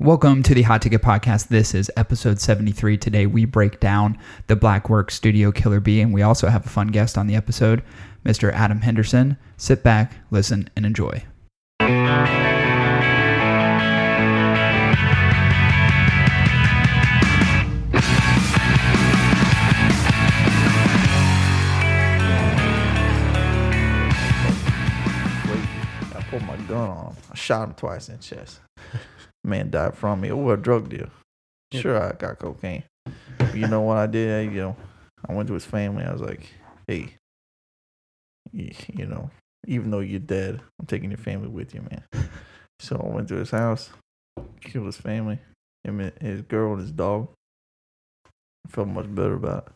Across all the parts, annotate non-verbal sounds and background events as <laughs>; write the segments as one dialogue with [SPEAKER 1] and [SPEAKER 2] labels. [SPEAKER 1] Welcome to the Hot Ticket Podcast. This is episode 73. Today we break down the Black Work Studio Killer Bee, and we also have a fun guest on the episode, Mr. Adam Henderson. Sit back, listen, and enjoy.
[SPEAKER 2] I pulled my gun on him. I shot him twice in the chest. Man died from me. It was a drug deal. Sure, I got cocaine. But you know what I did? You know, I went to his family. I was like, hey, you, you know, even though you're dead, I'm taking your family with you, man. So I went to his house, killed his family, him and his girl and his dog. I felt much better about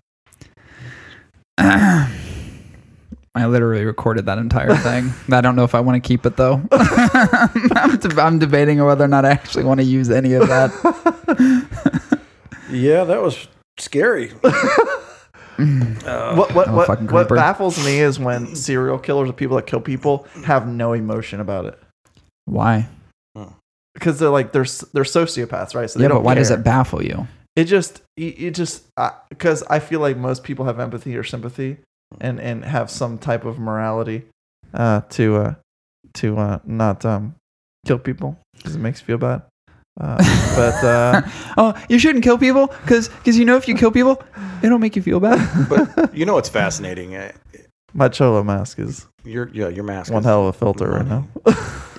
[SPEAKER 1] <clears throat> I literally recorded that <laughs> entire thing. I don't know if I want to keep it though. <laughs> I'm, de- I'm debating whether or not I actually want to use any of that. <laughs>
[SPEAKER 3] Yeah, that was scary.
[SPEAKER 2] it. What what
[SPEAKER 1] I'm a Oh, fucking
[SPEAKER 2] what, what
[SPEAKER 1] creeper.
[SPEAKER 2] baffles me is when serial killers or people that kill people have no emotion about it.
[SPEAKER 1] Why?
[SPEAKER 2] because they're like they're s- they're sociopaths, right? So they
[SPEAKER 1] Yeah,
[SPEAKER 2] don't.
[SPEAKER 1] but why does
[SPEAKER 2] care.
[SPEAKER 1] it baffle you?
[SPEAKER 2] It just it, it just because I feel like most people have empathy or sympathy and and have some type of morality uh, to uh, to uh, not um, kill people because it makes you feel bad. Uh,
[SPEAKER 1] <laughs>
[SPEAKER 2] but uh,
[SPEAKER 1] oh, you shouldn't kill people because you know if you kill people, it'll make you feel bad.
[SPEAKER 3] But you know what's fascinating? Uh,
[SPEAKER 2] my cholo mask is
[SPEAKER 3] Your yeah, your mask.
[SPEAKER 2] one
[SPEAKER 3] is-
[SPEAKER 2] hell of a filter right
[SPEAKER 1] <laughs>
[SPEAKER 2] now.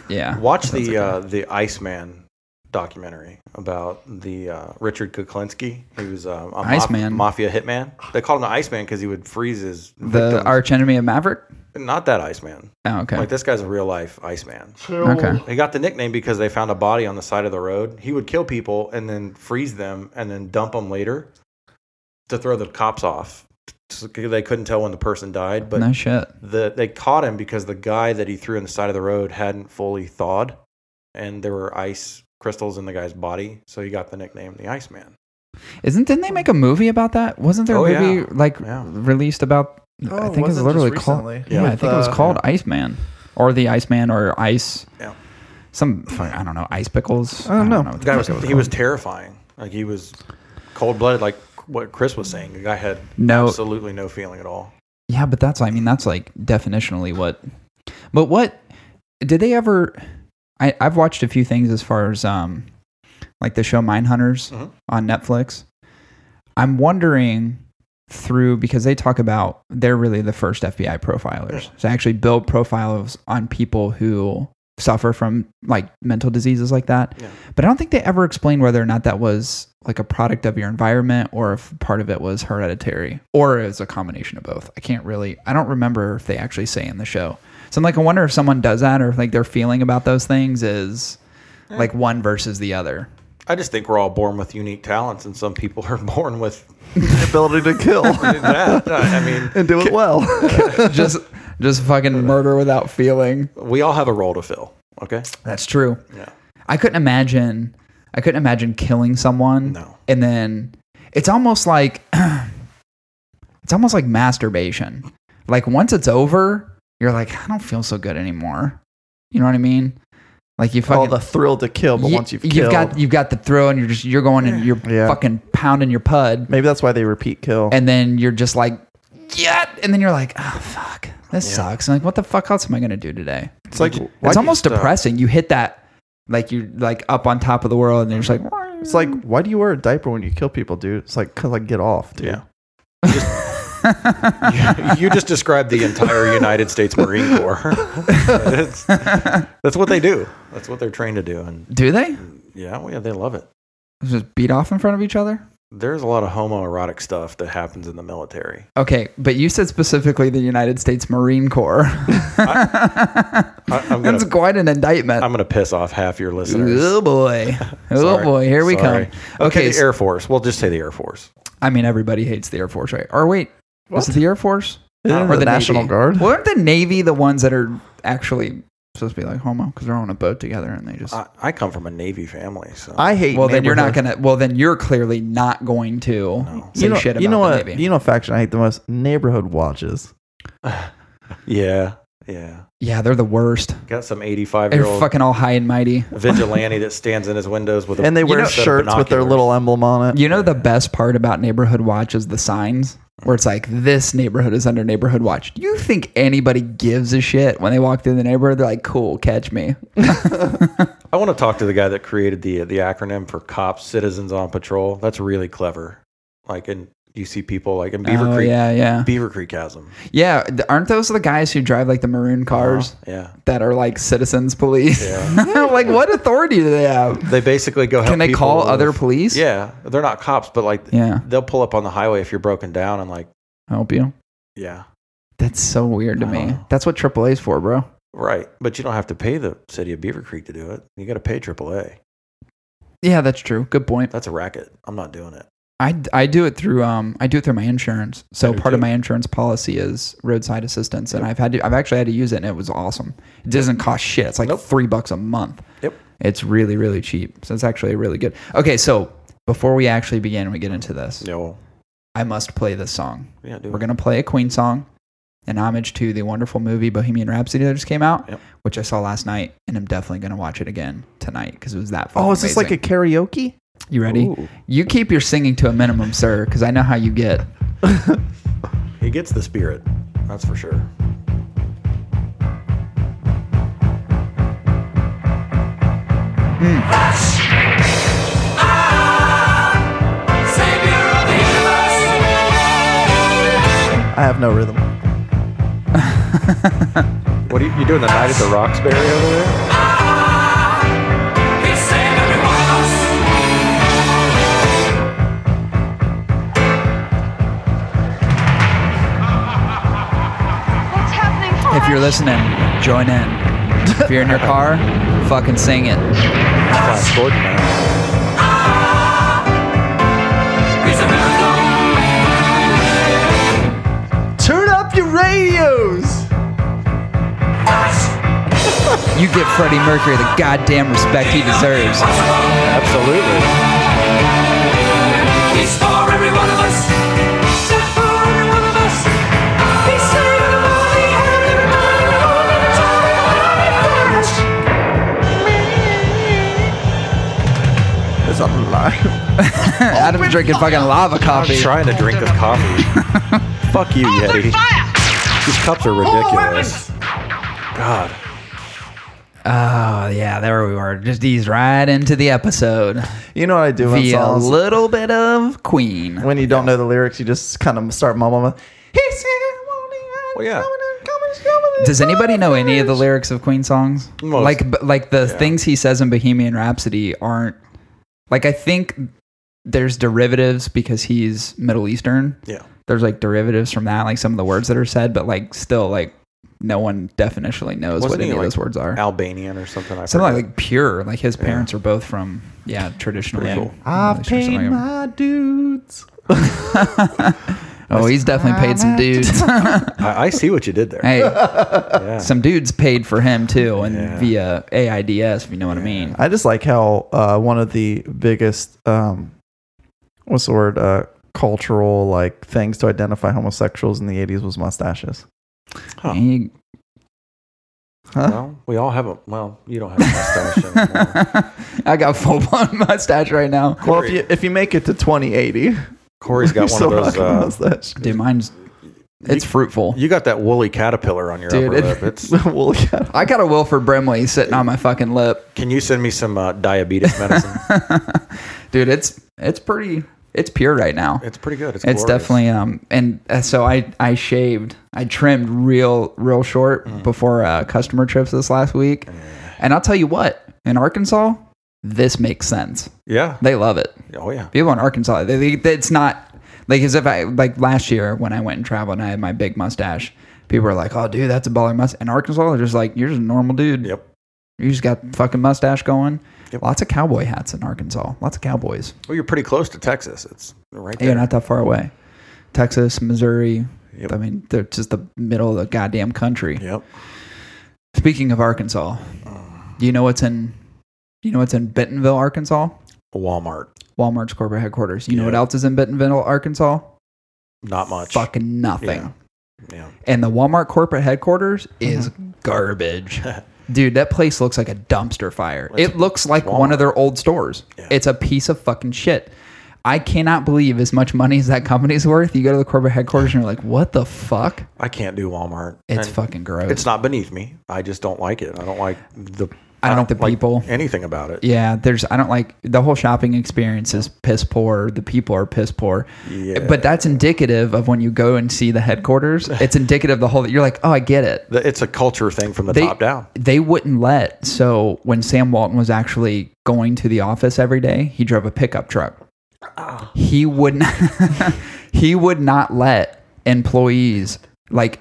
[SPEAKER 1] yeah.
[SPEAKER 3] <laughs> Watch the uh, the Iceman documentary about the uh, Richard Kuklinski. He was uh, a maf-
[SPEAKER 1] Iceman.
[SPEAKER 3] mafia hitman. They called him the Iceman because he would freeze his
[SPEAKER 1] The
[SPEAKER 3] victims.
[SPEAKER 1] arch enemy of Maverick.
[SPEAKER 3] Not that Iceman.
[SPEAKER 1] Oh, okay.
[SPEAKER 3] Like this guy's a real life Iceman.
[SPEAKER 1] okay.
[SPEAKER 3] They got the nickname because they found a body on the side of the road. He would kill people and then freeze them and then dump them later to throw the cops off. So they couldn't tell when the person died, but
[SPEAKER 1] no shit.
[SPEAKER 3] the they caught him because the guy that he threw on the side of the road hadn't fully thawed, and there were ice crystals in the guy's body, so he got the nickname the Iceman.
[SPEAKER 1] Isn't didn't they make a movie about that? Wasn't there
[SPEAKER 3] Oh,
[SPEAKER 1] a movie
[SPEAKER 3] yeah.
[SPEAKER 1] like
[SPEAKER 3] Yeah.
[SPEAKER 1] released about?
[SPEAKER 2] Oh,
[SPEAKER 1] I think it Oh, was literally called. Yeah, I think it was
[SPEAKER 2] uh,
[SPEAKER 1] called Iceman or the Iceman or Ice.
[SPEAKER 3] Yeah.
[SPEAKER 1] Some fu- I don't know ice pickles.
[SPEAKER 2] I don't know.
[SPEAKER 1] what
[SPEAKER 3] The
[SPEAKER 1] the
[SPEAKER 3] guy
[SPEAKER 1] fuck
[SPEAKER 3] was
[SPEAKER 1] it
[SPEAKER 3] he was
[SPEAKER 1] called.
[SPEAKER 3] terrifying. Like he was cold blooded, like what Chris was saying. The guy had
[SPEAKER 1] no.
[SPEAKER 3] absolutely no feeling at all.
[SPEAKER 1] Yeah, but that's I mean that's like definitionally what. But what did they ever? I I've watched a few things as far as um like the show Mindhunters Hunters
[SPEAKER 3] Mhm.
[SPEAKER 1] on Netflix. I'm wondering through because they talk about they're really the first FBI profilers. So actually build profiles on people who suffer from like mental diseases like that.
[SPEAKER 3] Yeah.
[SPEAKER 1] But I don't think they ever explained whether or not that was like a product of your environment or if part of it was hereditary or it was a combination of both. I can't really I don't remember if they actually say in the show. So I'm like I wonder if someone does that or if like their feeling about those things is like one versus the other.
[SPEAKER 3] I just think we're all born with unique talents, and some people <laughs> are born with
[SPEAKER 2] ability to
[SPEAKER 1] <laughs>
[SPEAKER 2] kill
[SPEAKER 3] that. I mean,
[SPEAKER 2] and do it <laughs> well.
[SPEAKER 1] just just fucking murder without feeling.
[SPEAKER 3] we all have a role to fill. Okay. <laughs>
[SPEAKER 1] That's true.
[SPEAKER 3] Yeah.
[SPEAKER 1] I couldn't imagine I couldn't imagine killing someone
[SPEAKER 3] No.
[SPEAKER 1] and then it's almost like <clears throat> it's almost like masturbation. Like once it's over, you're like I don't feel so good anymore. You know what I mean? Like you fucking
[SPEAKER 2] All the thrill to kill, but
[SPEAKER 1] you,
[SPEAKER 2] once you've
[SPEAKER 1] have
[SPEAKER 2] killed,
[SPEAKER 1] got you've got the throw and you're just you're going and you're
[SPEAKER 2] Yeah.
[SPEAKER 1] fucking pounding your pud
[SPEAKER 2] maybe that's why they repeat kill.
[SPEAKER 1] and then you're just like yeah and then you're like oh fuck this sucks and like what the fuck else am i going to do today
[SPEAKER 2] it's like
[SPEAKER 1] it's
[SPEAKER 2] why-
[SPEAKER 1] almost depressing. You hit that, like you like up on top of the world, and you're just like,
[SPEAKER 2] It's like, why do you wear a diaper when you kill people, dude? It's like, cause I get off, dude.
[SPEAKER 3] Yeah. you just described the entire United States Marine Corps. <laughs> that's, that's what they do. That's what they're trained to do. And
[SPEAKER 1] do they
[SPEAKER 3] yeah, well, yeah, they love it.
[SPEAKER 1] just beat off in front of each other?
[SPEAKER 3] There's a lot of homoerotic stuff that happens in the military.
[SPEAKER 1] Okay, but you said specifically the United States Marine Corps.
[SPEAKER 3] I, <laughs>
[SPEAKER 1] <laughs>
[SPEAKER 3] I'm
[SPEAKER 1] That's
[SPEAKER 3] gonna,
[SPEAKER 1] quite an indictment.
[SPEAKER 3] I'm gonna piss off half your listeners.
[SPEAKER 1] Oh
[SPEAKER 3] <laughs>
[SPEAKER 1] boy! Oh
[SPEAKER 3] Sorry.
[SPEAKER 1] boy! Here we
[SPEAKER 3] Sorry.
[SPEAKER 1] come.
[SPEAKER 3] Okay,
[SPEAKER 1] Okay,
[SPEAKER 3] the Air Force. We'll just say the Air Force.
[SPEAKER 1] I mean everybody hates the Air Force, right? Or wait, was it the Air Force
[SPEAKER 2] Isn't
[SPEAKER 1] or
[SPEAKER 2] the, National
[SPEAKER 1] Navy?
[SPEAKER 2] Guard?
[SPEAKER 1] Well, aren't the Navy the ones that are actually supposed to be like homo because they're on a boat together and they just
[SPEAKER 3] I, I come from a Navy family, so
[SPEAKER 2] I hate.
[SPEAKER 1] Well, then you're not gonna.
[SPEAKER 2] neighborhood-
[SPEAKER 1] Well, then you're clearly not going to say
[SPEAKER 2] You know,
[SPEAKER 1] shit about
[SPEAKER 2] you know
[SPEAKER 1] the
[SPEAKER 2] what?
[SPEAKER 1] Navy.
[SPEAKER 2] You know, faction I hate the most neighborhood watches.
[SPEAKER 3] yeah. Yeah.
[SPEAKER 1] Yeah, they're the worst.
[SPEAKER 3] Got some 85
[SPEAKER 1] They're
[SPEAKER 3] year old
[SPEAKER 1] fucking all high and mighty.
[SPEAKER 3] vigilante that stands in his windows with a
[SPEAKER 2] <laughs> And they
[SPEAKER 3] you
[SPEAKER 2] wear
[SPEAKER 3] know- set of
[SPEAKER 2] shirts with their
[SPEAKER 3] binoculars.
[SPEAKER 2] little emblem on it.
[SPEAKER 1] You know the best part about neighborhood watch is the signs where it's like this neighborhood is under neighborhood watch. Do you think anybody gives a shit when they walk through the neighborhood? They're like, "Cool, catch me."
[SPEAKER 3] I want to talk to the guy that created the the acronym for cops, citizens on patrol. That's really clever. Like, and you see people like in Beaver
[SPEAKER 1] oh,
[SPEAKER 3] Creek,
[SPEAKER 1] Yeah, yeah,
[SPEAKER 3] Beaver Creek chasm.
[SPEAKER 1] yeah. th- Aren't those the guys who drive like the maroon cars
[SPEAKER 3] Uh-huh. Yeah,
[SPEAKER 1] that are like citizens police?
[SPEAKER 3] Yeah.
[SPEAKER 1] <laughs> like, what authority do they have?
[SPEAKER 3] they basically go. help
[SPEAKER 1] Can they
[SPEAKER 3] people
[SPEAKER 1] call
[SPEAKER 3] with-
[SPEAKER 1] other police?
[SPEAKER 3] Yeah, they're not cops, but like,
[SPEAKER 1] yeah.
[SPEAKER 3] they'll pull up on the highway if you're broken down and like,
[SPEAKER 1] Help you.
[SPEAKER 3] yeah,
[SPEAKER 1] That's so weird to
[SPEAKER 3] I
[SPEAKER 1] me.
[SPEAKER 3] know.
[SPEAKER 1] That's what AAA's for, bro.
[SPEAKER 3] right. But you don't have to pay the city of Beaver Creek to do it. You got to pay AAA.
[SPEAKER 1] Yeah, that's true. Good point.
[SPEAKER 3] That's a racket. I'm not doing it.
[SPEAKER 1] I, I do it through um I do it through my insurance. So
[SPEAKER 3] do
[SPEAKER 1] part of
[SPEAKER 3] too.
[SPEAKER 1] my insurance policy is roadside assistance, and I've had to I've actually had to use it, and it was awesome. It doesn't cost shit. It's like
[SPEAKER 3] Nope.
[SPEAKER 1] three bucks a month.
[SPEAKER 3] Yep.
[SPEAKER 1] It's really really cheap. So it's actually really good. Okay, so before we actually begin, and we get into this.
[SPEAKER 3] No.
[SPEAKER 1] I must play this song.
[SPEAKER 3] Yeah, do
[SPEAKER 1] We're
[SPEAKER 3] it.
[SPEAKER 1] gonna play a Queen song, in homage to the wonderful movie Bohemian Rhapsody that just came out,
[SPEAKER 3] Yep.
[SPEAKER 1] which I saw last night, and I'm definitely gonna watch it again tonight because it was that.
[SPEAKER 2] Oh,
[SPEAKER 1] fucking
[SPEAKER 2] is this like a
[SPEAKER 1] amazing.
[SPEAKER 2] karaoke?
[SPEAKER 1] You ready?
[SPEAKER 3] Ooh.
[SPEAKER 1] You keep your singing to a minimum, sir, because I know how you get.
[SPEAKER 3] He gets the spirit. That's for sure.
[SPEAKER 2] I have no rhythm.
[SPEAKER 3] What are you, you doing the night at the Roxbury over there?
[SPEAKER 4] What's happening?
[SPEAKER 1] If you're listening, join in. If you're in your car, fucking sing it.
[SPEAKER 3] Flash Gordon, man.
[SPEAKER 2] Turn up your radios.
[SPEAKER 1] You give Freddie Mercury the goddamn respect he deserves.
[SPEAKER 3] Absolutely.
[SPEAKER 5] He's for every one of us. Set for every one of us. He's saving them all. He had everybody. All the time. Everybody for us.
[SPEAKER 2] It's a lie.
[SPEAKER 1] Adam's drinking fucking lava coffee.
[SPEAKER 3] I'm trying to drink this
[SPEAKER 1] <laughs>
[SPEAKER 3] coffee. Fuck you, Yeti. These cups are ridiculous. God.
[SPEAKER 1] Oh yeah, there we were. Just ease right into the episode
[SPEAKER 2] <laughs> You know what I do in
[SPEAKER 1] via a
[SPEAKER 2] songs?
[SPEAKER 1] little bit of Queen.
[SPEAKER 2] when you don't know the lyrics, you just kind of start mumbling. He's here.
[SPEAKER 3] Well, yeah.
[SPEAKER 1] Does anybody know any of the lyrics of Queen songs?
[SPEAKER 3] Most.
[SPEAKER 1] Like, b- like the
[SPEAKER 3] Yeah.
[SPEAKER 1] things he says in Bohemian Rhapsody aren't like I think there's derivatives because he's Middle Eastern.
[SPEAKER 3] Yeah.
[SPEAKER 1] There's like derivatives from that, like some of the words that are said, but like still like no one definitionally knows what
[SPEAKER 3] Wasn't he,
[SPEAKER 1] any
[SPEAKER 3] like,
[SPEAKER 1] of those words are.
[SPEAKER 3] Albanian or something. I
[SPEAKER 1] Something like,
[SPEAKER 3] forget.
[SPEAKER 1] like pure. Like his
[SPEAKER 3] Yeah.
[SPEAKER 1] parents are both from yeah traditional.
[SPEAKER 3] Pretty
[SPEAKER 1] Middle
[SPEAKER 3] cool.
[SPEAKER 2] I've
[SPEAKER 1] Eastern, something
[SPEAKER 2] paid
[SPEAKER 1] like that.
[SPEAKER 2] my dudes.
[SPEAKER 1] <laughs> Oh, he's definitely paid some dudes. <laughs>
[SPEAKER 3] I, I see what you did there.
[SPEAKER 1] hey,
[SPEAKER 3] Yeah.
[SPEAKER 1] some dudes paid for him too, and via
[SPEAKER 3] Yeah.
[SPEAKER 1] AIDS, if you know what I mean.
[SPEAKER 2] <laughs> I just like how uh, one of the biggest um, what's the word uh, cultural like things to identify homosexuals in the '80s was mustaches.
[SPEAKER 3] Huh.
[SPEAKER 1] He-
[SPEAKER 3] Well, we all have a. Well, you don't have a mustache
[SPEAKER 1] <laughs>
[SPEAKER 3] anymore.
[SPEAKER 1] I got full blown <laughs> mustache right now.
[SPEAKER 2] Well, if you if you make it to 2080, <laughs>
[SPEAKER 3] Corey's got one of those. Uh,
[SPEAKER 2] mustache. <laughs>
[SPEAKER 1] Dude, mine's it's fruitful.
[SPEAKER 3] you got that woolly caterpillar on your
[SPEAKER 1] Dude,
[SPEAKER 3] upper
[SPEAKER 1] it- <laughs>
[SPEAKER 3] lip. It's.
[SPEAKER 2] Woolly cat.
[SPEAKER 1] I got a Wilford Brimley sitting on my fucking lip,
[SPEAKER 3] Can you send me some uh, diabetes medicine?
[SPEAKER 1] dude. It's it's pretty. It's pure right now.
[SPEAKER 3] it's pretty good. It's,
[SPEAKER 1] It's
[SPEAKER 3] glorious.
[SPEAKER 1] definitely um and uh, so I I shaved I trimmed real real short
[SPEAKER 3] Mm.
[SPEAKER 1] before uh, customer trips this last week, and I'll tell you what in Arkansas this makes sense.
[SPEAKER 3] Yeah.
[SPEAKER 1] They love it.
[SPEAKER 3] Oh yeah.
[SPEAKER 1] People in Arkansas, they, they, they- it's not like as if I like last year when I went and traveled and I had my big mustache. People were like, "Oh, dude, that's a baller mustache." In Arkansas, they're just like, "You're just a normal dude.
[SPEAKER 3] Yep.
[SPEAKER 1] You just got fucking mustache going."
[SPEAKER 3] Yep.
[SPEAKER 1] Lots of cowboy hats in Arkansas. Lots of cowboys.
[SPEAKER 3] Well, you're pretty close to Texas. It's right
[SPEAKER 1] Yeah,
[SPEAKER 3] there.
[SPEAKER 1] not that far away. Texas, Missouri.
[SPEAKER 3] Yep.
[SPEAKER 1] I mean, they're just the middle of the goddamn country.
[SPEAKER 3] yep.
[SPEAKER 1] Speaking of Arkansas,
[SPEAKER 3] Uh.
[SPEAKER 1] do you know what's in? You know what's in Bentonville, Arkansas?
[SPEAKER 3] Walmart.
[SPEAKER 1] Walmart's corporate headquarters. You know what
[SPEAKER 3] Yeah.
[SPEAKER 1] else is in Bentonville, Arkansas?
[SPEAKER 3] Not much.
[SPEAKER 1] Fucking nothing.
[SPEAKER 3] Yeah. Yeah.
[SPEAKER 1] and the Walmart corporate headquarters
[SPEAKER 3] Mm-hmm.
[SPEAKER 1] is
[SPEAKER 3] <laughs>
[SPEAKER 1] garbage. Dude, that place looks like a dumpster fire. it looks like one of their old stores. It's a piece of fucking shit. I cannot believe as much money as that company's worth. You go to the corporate headquarters and you're like, what the fuck?
[SPEAKER 3] I can't do Walmart.
[SPEAKER 1] It's
[SPEAKER 3] And
[SPEAKER 1] fucking gross.
[SPEAKER 3] It's not beneath me. I just don't like it. I don't like the.
[SPEAKER 1] I don't like the
[SPEAKER 3] like
[SPEAKER 1] people.
[SPEAKER 3] Anything about it.
[SPEAKER 1] Yeah, there's I don't like the whole shopping experience is piss poor. The people are piss poor.
[SPEAKER 3] Yeah.
[SPEAKER 1] But that's indicative of when you go and see the headquarters. It's indicative of the whole you're like, "Oh, I get it."
[SPEAKER 3] The- It's a culture thing from the
[SPEAKER 1] They
[SPEAKER 3] top down.
[SPEAKER 1] they wouldn't let. So when Sam Walton was actually going to the office every day, he drove a pickup truck.
[SPEAKER 3] Ah.
[SPEAKER 1] He wouldn't <laughs> he would not let employees like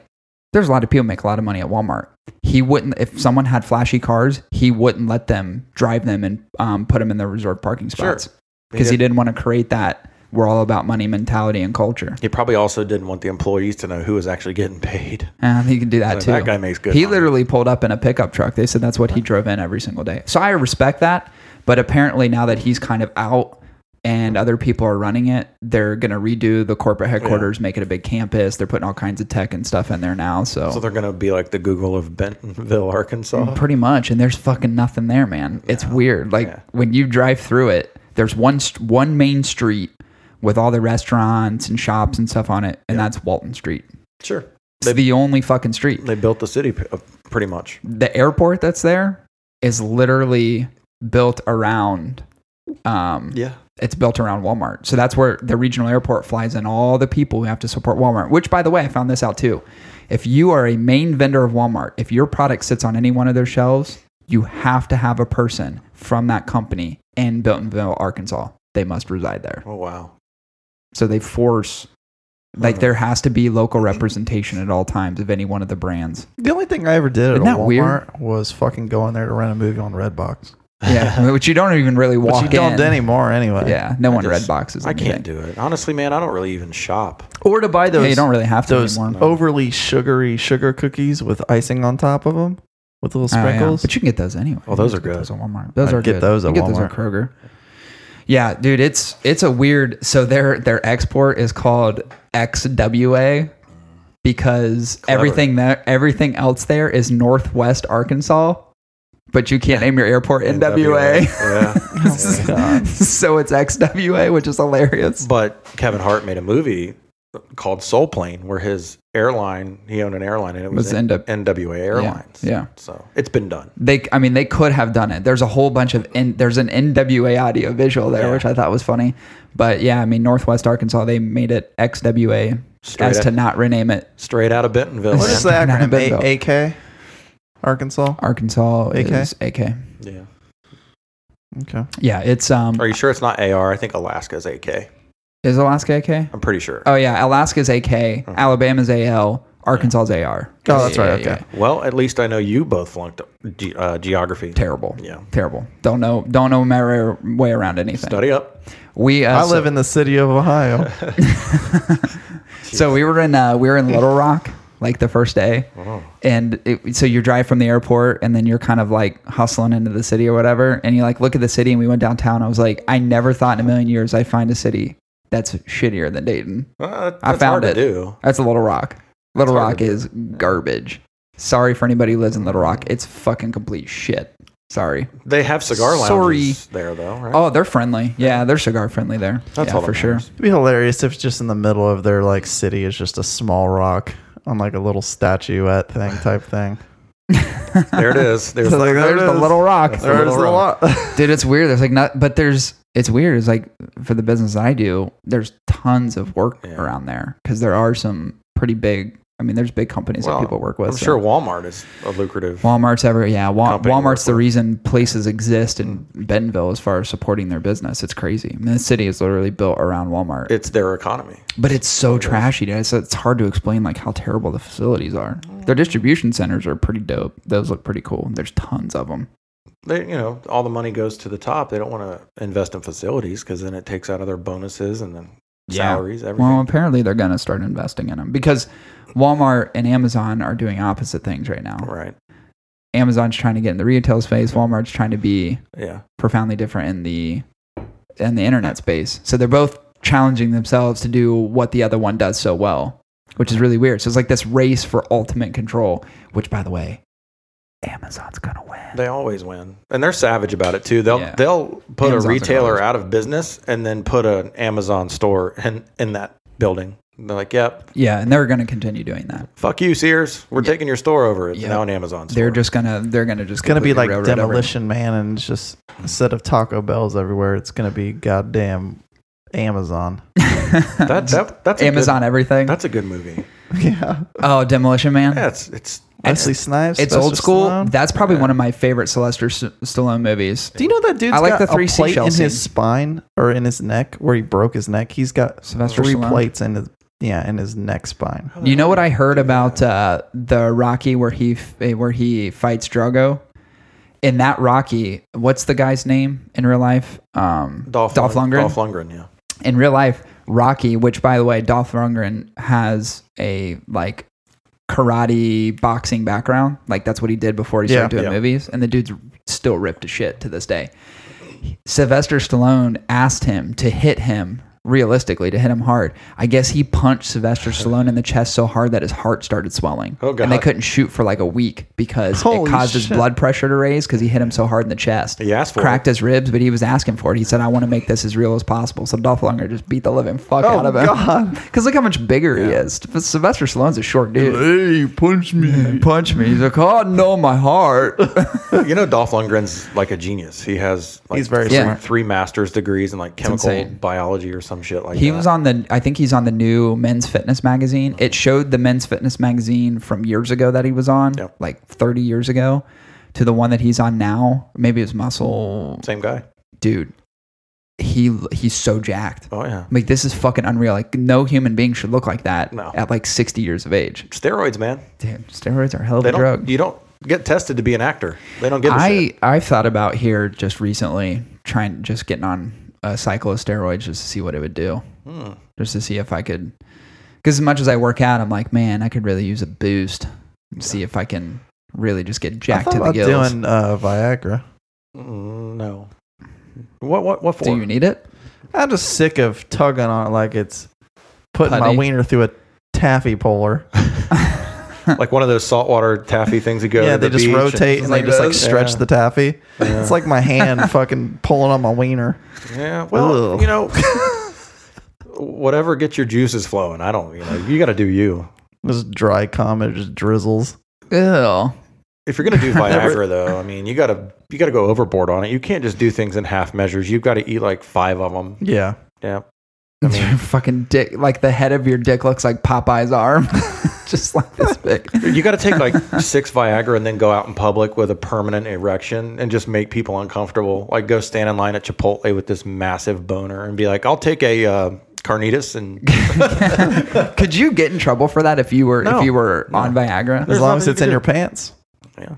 [SPEAKER 1] there's a lot of people make a lot of money at Walmart. He wouldn't if someone had flashy cars, he wouldn't let them drive them and um, put them in the reserved parking
[SPEAKER 3] Sure.
[SPEAKER 1] spots because he,
[SPEAKER 3] did-
[SPEAKER 1] didn't want to create that we're all about money mentality and culture.
[SPEAKER 3] He probably also didn't want the employees to know who was actually getting paid.
[SPEAKER 1] And Uh, he can do that too.
[SPEAKER 3] That guy makes good
[SPEAKER 1] He
[SPEAKER 3] money.
[SPEAKER 1] literally pulled up in a pickup truck. They said that's what he drove in every single day. So I respect that, but apparently now that he's kind of out and other people are running it, they're going to redo the corporate headquarters, make it a big campus. They're putting all kinds of tech and stuff in there now. So,
[SPEAKER 3] So they're going to be like the Google of Bentonville,
[SPEAKER 1] <laughs>
[SPEAKER 3] Arkansas.
[SPEAKER 1] pretty much, and there's fucking nothing there, man. It's weird. Like
[SPEAKER 3] Yeah.
[SPEAKER 1] when you drive through it, there's one st- one main street with all the restaurants and shops and stuff on it, and that's Walton Street.
[SPEAKER 3] Sure.
[SPEAKER 1] It's the only fucking street.
[SPEAKER 3] They built the city p- uh, pretty much.
[SPEAKER 1] the airport that's there is literally built around um
[SPEAKER 3] Yeah.
[SPEAKER 1] it's built around Walmart. So that's where the regional airport flies in all the people who have to support Walmart, which by the way, I found this out too. If you are a main vendor of Walmart, if your product sits on any one of their shelves, you have to have a person from that company in Bentonville, Arkansas. They must reside there.
[SPEAKER 3] Oh, wow.
[SPEAKER 1] So they force
[SPEAKER 2] Uh-huh.
[SPEAKER 1] like there has to be local representation at all times of any one of the brands.
[SPEAKER 2] <laughs> The only thing I ever did at
[SPEAKER 1] Isn't
[SPEAKER 2] a
[SPEAKER 1] that weird?
[SPEAKER 2] Walmart was fucking going there to rent a movie on Redbox.
[SPEAKER 1] Yeah, which you don't even really
[SPEAKER 2] Which
[SPEAKER 1] walk
[SPEAKER 2] you don't
[SPEAKER 1] in.
[SPEAKER 2] anymore anyway.
[SPEAKER 1] Yeah, no one
[SPEAKER 3] just-
[SPEAKER 1] red boxes.
[SPEAKER 3] I
[SPEAKER 1] anything.
[SPEAKER 3] can't do it. Honestly, man, I don't really even shop.
[SPEAKER 2] Or to buy those.
[SPEAKER 1] Yeah, you don't really have to
[SPEAKER 2] those
[SPEAKER 1] anymore.
[SPEAKER 2] overly sugary sugar cookies with icing on top of them with little
[SPEAKER 1] Oh, yeah.
[SPEAKER 2] sprinkles.
[SPEAKER 1] But you can get those anyway.
[SPEAKER 3] Oh, those
[SPEAKER 1] You
[SPEAKER 3] are
[SPEAKER 1] can get
[SPEAKER 3] good.
[SPEAKER 1] Those at Walmart. Those
[SPEAKER 2] I'd
[SPEAKER 1] are
[SPEAKER 2] get
[SPEAKER 1] good.
[SPEAKER 2] those at
[SPEAKER 1] You can get
[SPEAKER 2] Walmart.
[SPEAKER 1] those at Kroger. Yeah, dude, it's it's a weird. So their their export is called XWA because
[SPEAKER 3] Clever.
[SPEAKER 1] everything that everything else there is Northwest Arkansas, but you can't name your airport NWA. <laughs>
[SPEAKER 2] <laughs>
[SPEAKER 3] Yeah.
[SPEAKER 1] so it's XWA, which is hilarious.
[SPEAKER 3] But Kevin Hart made a movie called Soul Plane where his airline, he owned an airline and it was,
[SPEAKER 1] Was N-
[SPEAKER 3] NWA Airlines.
[SPEAKER 1] yeah.
[SPEAKER 3] So it's been done.
[SPEAKER 1] they i mean they could have done it there's a whole bunch of in, there's an nwa audio visual there
[SPEAKER 3] Yeah.
[SPEAKER 1] which i thought was funny but yeah i mean northwest arkansas they made it xwa
[SPEAKER 3] Straight
[SPEAKER 1] as
[SPEAKER 3] up.
[SPEAKER 1] to not rename it
[SPEAKER 3] Straight out of Bentonville.
[SPEAKER 2] what is the
[SPEAKER 1] Yeah. <laughs> Not a
[SPEAKER 2] acronym?
[SPEAKER 1] big
[SPEAKER 2] A- AK? Arkansas?
[SPEAKER 1] arkansas
[SPEAKER 2] AK?
[SPEAKER 1] is ak
[SPEAKER 3] Yeah.
[SPEAKER 2] Okay.
[SPEAKER 1] yeah it's um
[SPEAKER 3] Are you sure it's not AR? I think Alaska's AK.
[SPEAKER 1] is alaska
[SPEAKER 2] Uh-huh.
[SPEAKER 1] ak
[SPEAKER 3] I'm pretty sure.
[SPEAKER 1] oh yeah alaska's ak alabama's al arkansas's ar
[SPEAKER 2] Oh, that's right.
[SPEAKER 1] Yeah,
[SPEAKER 2] Okay.
[SPEAKER 3] Well, at least I know you both flunked ge- uh, geography.
[SPEAKER 1] terrible
[SPEAKER 3] Yeah.
[SPEAKER 1] terrible don't know don't know my way around anything
[SPEAKER 3] Study up.
[SPEAKER 1] we uh,
[SPEAKER 2] I
[SPEAKER 1] so-
[SPEAKER 2] live in the city of
[SPEAKER 1] <laughs>
[SPEAKER 2] Ohio.
[SPEAKER 1] So we were in uh, we were
[SPEAKER 3] <laughs>
[SPEAKER 1] in Little Rock like the first day,
[SPEAKER 3] Oh.
[SPEAKER 1] and it, so you drive from the airport and then you're kind of like hustling into the city or whatever, and you like look at the city and we went downtown. I was like, I never thought in a million years I'd find a city that's shittier than Dayton.
[SPEAKER 3] Uh, that's
[SPEAKER 1] I found
[SPEAKER 3] hard
[SPEAKER 1] it.
[SPEAKER 3] To do.
[SPEAKER 1] That's Little Rock. Little
[SPEAKER 3] hard
[SPEAKER 1] Rock
[SPEAKER 3] to do.
[SPEAKER 1] is garbage. Sorry for anybody who lives in Little Rock. It's fucking complete shit. Sorry.
[SPEAKER 3] They have cigar
[SPEAKER 1] Sorry.
[SPEAKER 3] lounges there, though, right?
[SPEAKER 1] Oh, they're friendly. Yeah, they're cigar friendly there.
[SPEAKER 3] That's
[SPEAKER 1] yeah,
[SPEAKER 3] all that
[SPEAKER 1] for sure.
[SPEAKER 3] matters.
[SPEAKER 2] It'd be hilarious if just in the middle of their like city is just a small rock on like a little statuette thing type thing.
[SPEAKER 3] There
[SPEAKER 1] <laughs>
[SPEAKER 3] it is. There's
[SPEAKER 2] It's like, there
[SPEAKER 1] There's
[SPEAKER 2] it
[SPEAKER 1] the
[SPEAKER 2] is.
[SPEAKER 1] Little <laughs> Rock.
[SPEAKER 3] the There's Little the
[SPEAKER 2] <laughs>
[SPEAKER 3] Rock.
[SPEAKER 1] dude it's weird there's like not but there's it's weird it's like for the business i do there's tons of work
[SPEAKER 3] Yeah.
[SPEAKER 1] around there because there are some pretty big i mean there's big companies
[SPEAKER 3] Well,
[SPEAKER 1] that people work with
[SPEAKER 3] I'm
[SPEAKER 1] so-
[SPEAKER 3] sure Walmart is a lucrative.
[SPEAKER 1] walmart's ever yeah Wal-
[SPEAKER 3] Company to
[SPEAKER 1] walmart's
[SPEAKER 3] work
[SPEAKER 1] the
[SPEAKER 3] with.
[SPEAKER 1] reason places exist in bentonville as far as supporting their business it's crazy I mean, the city is literally built around walmart
[SPEAKER 3] it's their economy.
[SPEAKER 1] but it's so trashy dude. It's, it's hard to explain like how terrible the facilities are their distribution centers are pretty dope those look pretty cool there's tons of them
[SPEAKER 3] They, you know, all the money goes to the top. They don't want to invest in facilities because then it takes out of their bonuses and then
[SPEAKER 1] Yeah.
[SPEAKER 3] salaries, everything.
[SPEAKER 1] Well, apparently they're going to start investing in them because Walmart and Amazon are doing opposite things right now.
[SPEAKER 3] right.
[SPEAKER 1] Amazon's trying to get in the retail space. Walmart's trying to be
[SPEAKER 3] Yeah.
[SPEAKER 1] profoundly different in the in the internet space. So they're both challenging themselves to do what the other one does so well. which is really weird. So it's like this race for ultimate control, which by the way, Amazon's gonna win.
[SPEAKER 3] They always win, and they're savage about it too. They'll
[SPEAKER 1] Yeah.
[SPEAKER 3] they'll put
[SPEAKER 1] Amazon's
[SPEAKER 3] a
[SPEAKER 1] like
[SPEAKER 3] retailer
[SPEAKER 1] always-
[SPEAKER 3] out of business and then put an Amazon store in in that building. They're like, "Yep,
[SPEAKER 1] Yeah, and they're gonna continue doing that.
[SPEAKER 3] fuck you, Sears. We're taking your store over. It's
[SPEAKER 1] Yeah.
[SPEAKER 3] now an Amazon store."
[SPEAKER 1] They're just gonna they're gonna just
[SPEAKER 2] It's gonna be
[SPEAKER 1] completely
[SPEAKER 2] like
[SPEAKER 1] railroad everyone.
[SPEAKER 2] Demolition Man, and it's just instead of Taco Bells everywhere, it's gonna be goddamn Amazon. <laughs>
[SPEAKER 1] <laughs>
[SPEAKER 3] that, that, that's a good-
[SPEAKER 1] Amazon everything.
[SPEAKER 3] that's a good movie.
[SPEAKER 2] yeah,
[SPEAKER 1] oh, Demolition Man.
[SPEAKER 3] Yeah, it's it's
[SPEAKER 2] Wesley Snipes.
[SPEAKER 1] it's
[SPEAKER 2] Sylvester
[SPEAKER 1] old school.
[SPEAKER 2] Stallone.
[SPEAKER 1] That's probably one of my favorite Sylvester S- Stallone movies.
[SPEAKER 2] Do you know that dude's
[SPEAKER 1] I like
[SPEAKER 2] got
[SPEAKER 1] the three
[SPEAKER 2] a plate
[SPEAKER 1] seashell
[SPEAKER 2] in
[SPEAKER 1] scene.
[SPEAKER 2] his spine or in his neck where he broke his neck? He's got
[SPEAKER 1] Sylvester
[SPEAKER 2] three
[SPEAKER 1] Stallone?
[SPEAKER 2] plates in his yeah in his neck spine.
[SPEAKER 3] uh,
[SPEAKER 1] You know what I heard about uh, the Rocky where he f- eh, where he fights Drago? In that Rocky, what's the guy's name in real life? Um,
[SPEAKER 3] Dolph,
[SPEAKER 1] Dolph
[SPEAKER 3] Lund-
[SPEAKER 1] Lundgren.
[SPEAKER 3] Dolph Lundgren, yeah.
[SPEAKER 1] in real life, Rocky, which by the way, Dolph Lundgren has a like karate boxing background. Like that's what he did before he started
[SPEAKER 2] Yeah.
[SPEAKER 1] doing
[SPEAKER 3] Yeah.
[SPEAKER 1] movies, and the dude's still ripped to shit to this day. Sylvester Stallone asked him to hit him realistically to hit him hard. I guess he punched Sylvester Stallone in the chest so hard that his heart started swelling.
[SPEAKER 3] Oh, God.
[SPEAKER 1] And they couldn't shoot for like a week because
[SPEAKER 2] Holy
[SPEAKER 1] it caused his
[SPEAKER 2] shit.
[SPEAKER 1] blood pressure to raise because he hit him so hard in the chest
[SPEAKER 3] He asked for
[SPEAKER 1] cracked his ribs, but he was asking for it. He said, "I want to make this as real as possible." So Dolph Lundgren just beat the living fuck out of him. <laughs>
[SPEAKER 2] God.
[SPEAKER 1] Because look how much bigger he is. Sylvester Stallone's a short dude.
[SPEAKER 2] Hey, punch
[SPEAKER 1] <laughs>
[SPEAKER 2] me!
[SPEAKER 1] Punch me. He's like, "Oh no, my heart." <laughs>
[SPEAKER 3] You know, Dolph Lundgren's like a genius. He has like
[SPEAKER 2] He's very
[SPEAKER 3] three,
[SPEAKER 1] smart.
[SPEAKER 3] three master's degrees in like chemical
[SPEAKER 1] insane.
[SPEAKER 3] biology or some shit like
[SPEAKER 1] he
[SPEAKER 3] that.
[SPEAKER 1] was on the. I think he's on the new Men's Fitness magazine. It showed the Men's Fitness magazine from years ago that he was on,
[SPEAKER 3] Yep.
[SPEAKER 1] like 30 years ago, to the one that he's on now. Maybe it's Muscle,
[SPEAKER 3] same guy.
[SPEAKER 1] dude. He he's so jacked.
[SPEAKER 3] Oh yeah,
[SPEAKER 1] I'm like this is fucking unreal. Like no human being should look like that
[SPEAKER 3] No.
[SPEAKER 1] at like 60 years of age.
[SPEAKER 3] steroids, man.
[SPEAKER 1] Dude, steroids are a hell of
[SPEAKER 3] They
[SPEAKER 1] a
[SPEAKER 3] don't.
[SPEAKER 1] drug.
[SPEAKER 3] You don't get tested to be an actor. They don't give a shit.
[SPEAKER 1] I I've thought about here just recently trying just getting on a cycle of steroids just to see what it would do,
[SPEAKER 3] Hmm.
[SPEAKER 1] just to see if I could. Because as much as I work out, I'm like, man, I could really use a boost. and See if I can really just get
[SPEAKER 2] I
[SPEAKER 1] jacked
[SPEAKER 2] thought
[SPEAKER 1] to the
[SPEAKER 2] about
[SPEAKER 1] gills.
[SPEAKER 2] doing uh, Viagra.
[SPEAKER 3] Mm, no. What? What? What for?
[SPEAKER 1] Do you need it?
[SPEAKER 2] I'm just sick of tugging on it like it's putting my
[SPEAKER 1] Putty.
[SPEAKER 2] wiener through a taffy puller.
[SPEAKER 3] like one of those saltwater taffy
[SPEAKER 1] <laughs>
[SPEAKER 3] things you go.
[SPEAKER 2] yeah,
[SPEAKER 3] to the
[SPEAKER 2] they just
[SPEAKER 3] beach
[SPEAKER 2] rotate and they
[SPEAKER 1] like
[SPEAKER 2] just like
[SPEAKER 1] this?
[SPEAKER 2] stretch
[SPEAKER 3] Yeah.
[SPEAKER 2] the taffy.
[SPEAKER 3] Yeah.
[SPEAKER 2] It's like
[SPEAKER 1] <laughs>
[SPEAKER 2] my hand fucking pulling on my wiener.
[SPEAKER 3] Yeah. Well,
[SPEAKER 2] Ugh.
[SPEAKER 3] you know, whatever gets your juices flowing. I don't. You know, you got to do you.
[SPEAKER 2] This dry cum, it just drizzles.
[SPEAKER 1] Ew.
[SPEAKER 3] If
[SPEAKER 1] <laughs>
[SPEAKER 3] you're gonna do Viagra, though, I mean, you gotta you gotta go overboard on it. You can't just do things in half measures. You've got to eat like five of them.
[SPEAKER 2] Yeah.
[SPEAKER 3] Yeah.
[SPEAKER 1] <laughs> your fucking dick, like the head of your dick looks like Popeye's arm, <laughs> just like this big.
[SPEAKER 3] <laughs> You got to take like six Viagra and then go out in public with a permanent erection and just make people uncomfortable. Like go stand in line at Chipotle with this massive boner and be like, "I'll take a uh, carnitas." And
[SPEAKER 1] <laughs> Could you get in trouble for that if you were
[SPEAKER 3] No.
[SPEAKER 1] if you were on Viagra?
[SPEAKER 2] As
[SPEAKER 3] There's
[SPEAKER 2] long
[SPEAKER 3] nothing
[SPEAKER 2] as
[SPEAKER 3] you
[SPEAKER 2] it's in
[SPEAKER 3] can do.
[SPEAKER 2] your pants.
[SPEAKER 3] yeah,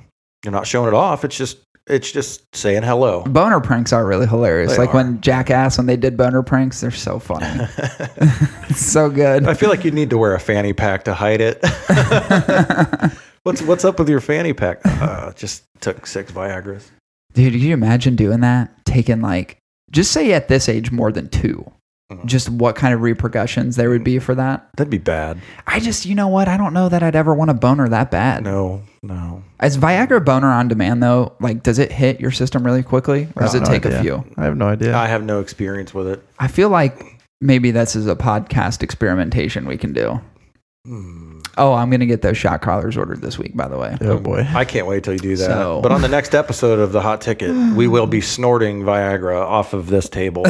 [SPEAKER 3] you're not showing it off. It's just it's just saying hello.
[SPEAKER 1] boner pranks are really hilarious.
[SPEAKER 3] They
[SPEAKER 1] like
[SPEAKER 3] are.
[SPEAKER 1] when Jackass when they did boner pranks, they're so
[SPEAKER 3] <laughs>
[SPEAKER 1] funny. it's so good.
[SPEAKER 3] I feel like you need to wear a fanny pack to hide it. <laughs> what's what's up with your fanny pack? Uh, just took six Viagra's.
[SPEAKER 1] Dude, can you imagine doing that? Taking like just say at this age more than 2
[SPEAKER 3] Mm-hmm.
[SPEAKER 1] Just what kind of repercussions there would be for that.
[SPEAKER 3] That'd be bad.
[SPEAKER 1] I just, you know what? I don't know that I'd ever want a boner that bad.
[SPEAKER 3] No, no.
[SPEAKER 1] Is Viagra boner on demand though? Like, does it hit your system really quickly, or does
[SPEAKER 2] I have
[SPEAKER 1] it
[SPEAKER 2] no
[SPEAKER 1] take
[SPEAKER 2] idea.
[SPEAKER 1] a few?
[SPEAKER 2] I have no idea.
[SPEAKER 3] I have no experience with it.
[SPEAKER 1] I feel like maybe this is a podcast experimentation we can do.
[SPEAKER 3] Hmm.
[SPEAKER 1] Oh, I'm gonna get those shot collars ordered this week. By the way,
[SPEAKER 2] oh boy.
[SPEAKER 3] I can't wait till you do that.
[SPEAKER 1] So-
[SPEAKER 3] But on the next episode of the Hot Ticket, we will be snorting Viagra off of
[SPEAKER 1] <laughs>
[SPEAKER 3] this table.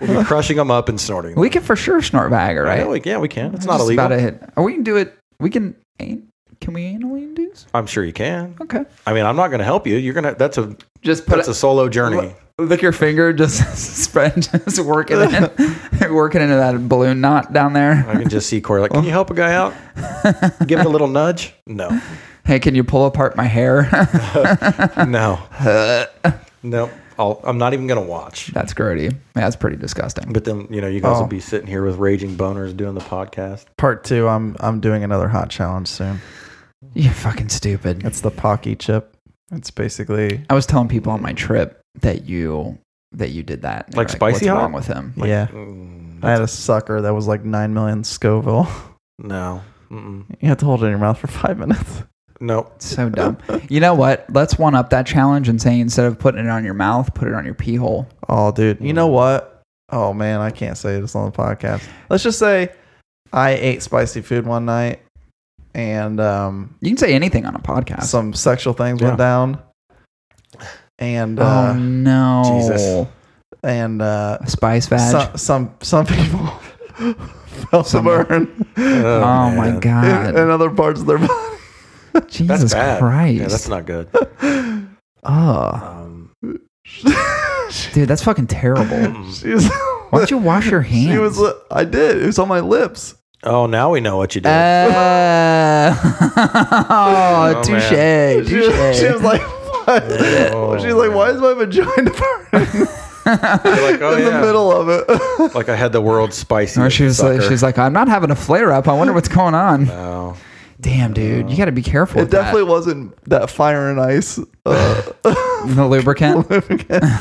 [SPEAKER 3] we'll be crushing them up and snorting.
[SPEAKER 1] we can for sure snort Viagra,
[SPEAKER 3] I
[SPEAKER 1] right?
[SPEAKER 3] know we- yeah, we can. It's not
[SPEAKER 1] Just
[SPEAKER 3] illegal.
[SPEAKER 1] About a hit. Or we can do it. We can. an- Can we anally induce?
[SPEAKER 3] I'm sure you can.
[SPEAKER 1] Okay.
[SPEAKER 3] I mean, I'm not going to help you. You're gonna. That's a
[SPEAKER 1] Just put
[SPEAKER 3] that's
[SPEAKER 1] it.
[SPEAKER 3] a solo journey.
[SPEAKER 1] <laughs> Lick your finger, just spread, just work it in, <laughs> work it into that balloon knot down
[SPEAKER 3] I
[SPEAKER 1] there.
[SPEAKER 3] can just see Corey like, can you help a guy out? Give it a little nudge. No,
[SPEAKER 1] Hey, can you pull apart my hair? <laughs>
[SPEAKER 3] no, no. I'll, I'm not even going to watch.
[SPEAKER 1] That's grody. Yeah, That's pretty disgusting.
[SPEAKER 3] But then you know you guys
[SPEAKER 2] Oh.
[SPEAKER 3] will be sitting here with raging boners doing the podcast.
[SPEAKER 2] Part two, I'm I'm doing another hot challenge soon.
[SPEAKER 1] You fucking stupid.
[SPEAKER 2] It's the Pocky chip. It's basically
[SPEAKER 1] I was telling people on my trip that you that you did that. And they
[SPEAKER 3] Like
[SPEAKER 1] were What's
[SPEAKER 3] spicy hot?
[SPEAKER 1] wrong with him?
[SPEAKER 2] yeah.
[SPEAKER 3] Mm,
[SPEAKER 2] I had a sucker that was like nine million Scoville. <laughs>
[SPEAKER 3] No. Mm-mm.
[SPEAKER 2] You have to hold it in your mouth for five <laughs> minutes.
[SPEAKER 3] Nope.
[SPEAKER 1] So dumb. You know what? Let's one up that challenge and say instead of putting it on your mouth, put it on your pee hole.
[SPEAKER 2] Oh, dude. You know what? Oh, man. I can't say this on the podcast. Let's just say I ate spicy food one night and um,
[SPEAKER 1] You can say anything on a podcast.
[SPEAKER 2] some sexual things
[SPEAKER 3] Yeah.
[SPEAKER 2] went down. And,
[SPEAKER 1] oh
[SPEAKER 2] uh,
[SPEAKER 1] no,
[SPEAKER 3] Jesus.
[SPEAKER 2] and, uh,
[SPEAKER 1] A spice vag.
[SPEAKER 2] some, some, some people <laughs> felt the
[SPEAKER 1] Some-
[SPEAKER 2] burn
[SPEAKER 1] oh my
[SPEAKER 3] man.
[SPEAKER 2] in,
[SPEAKER 1] god,
[SPEAKER 2] in other parts of their <laughs> body.
[SPEAKER 1] Jesus
[SPEAKER 3] That's bad.
[SPEAKER 1] Christ. Ah.
[SPEAKER 3] Yeah, that's not good.
[SPEAKER 1] <laughs> Ugh.
[SPEAKER 3] Um,
[SPEAKER 1] dude, that's fucking
[SPEAKER 3] <laughs>
[SPEAKER 1] terrible. Uh,
[SPEAKER 2] She was,
[SPEAKER 1] Why don't you wash your hands?
[SPEAKER 2] she was, I did. It was on my lips.
[SPEAKER 3] oh, now we know what you did.
[SPEAKER 1] <laughs> Uh, oh,
[SPEAKER 3] man.
[SPEAKER 1] touche,
[SPEAKER 2] She was, she was
[SPEAKER 1] touche.
[SPEAKER 2] like, what?
[SPEAKER 3] Oh,
[SPEAKER 2] She's like,
[SPEAKER 3] man.
[SPEAKER 2] why is my vagina burning
[SPEAKER 3] You're like,
[SPEAKER 1] <laughs>
[SPEAKER 3] oh,
[SPEAKER 2] in
[SPEAKER 3] yeah.
[SPEAKER 2] the middle of <laughs> it?
[SPEAKER 3] Like I had the world's spicy. <laughs>
[SPEAKER 1] Or <laughs> she was like, she's like, I'm not having a flare up. I wonder what's going on.
[SPEAKER 3] oh,
[SPEAKER 1] Damn, dude, you got to be careful.
[SPEAKER 2] it
[SPEAKER 1] with that.
[SPEAKER 2] definitely wasn't that fire and ice. Uh,
[SPEAKER 1] the lubricant.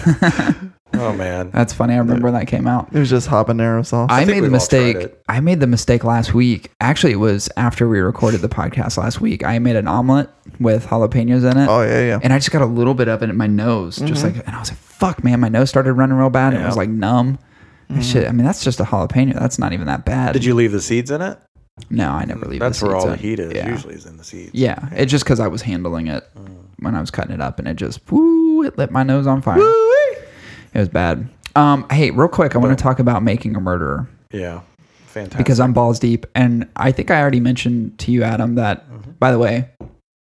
[SPEAKER 3] oh
[SPEAKER 1] <laughs>
[SPEAKER 3] man.
[SPEAKER 1] That's funny. I remember when that came out.
[SPEAKER 2] it was just habanero sauce.
[SPEAKER 1] I,
[SPEAKER 3] think
[SPEAKER 1] made the
[SPEAKER 3] we've all tried
[SPEAKER 1] mistake.
[SPEAKER 3] it.
[SPEAKER 1] I made the mistake last week. Actually, it was after we recorded the podcast last week. I made an omelet with jalapenos in it,
[SPEAKER 2] oh yeah, yeah.
[SPEAKER 1] and I just got a little bit of it in my nose, just like, and I was like, "Fuck, man!" My nose started running real bad. And it was
[SPEAKER 3] Mm-hmm. Yeah. Mm-hmm.
[SPEAKER 1] like numb. That Shit. I mean, that's just a jalapeno. That's not even that bad.
[SPEAKER 3] Did you leave the seeds in it?
[SPEAKER 1] No, I never leave.
[SPEAKER 3] That's
[SPEAKER 1] the
[SPEAKER 3] where
[SPEAKER 1] seeds
[SPEAKER 3] all the
[SPEAKER 1] in.
[SPEAKER 3] heat is.
[SPEAKER 1] Yeah.
[SPEAKER 3] Usually is in the seeds.
[SPEAKER 1] Yeah, it's just because I was handling it
[SPEAKER 2] Mm.
[SPEAKER 1] when I was cutting it up, and it just woo, it lit my nose on fire. It was bad. Um, hey, real quick, I want to talk about making a murderer.
[SPEAKER 3] Yeah. Fantastic.
[SPEAKER 1] because I'm balls deep. And I think I already mentioned to you, Adam, that by the way,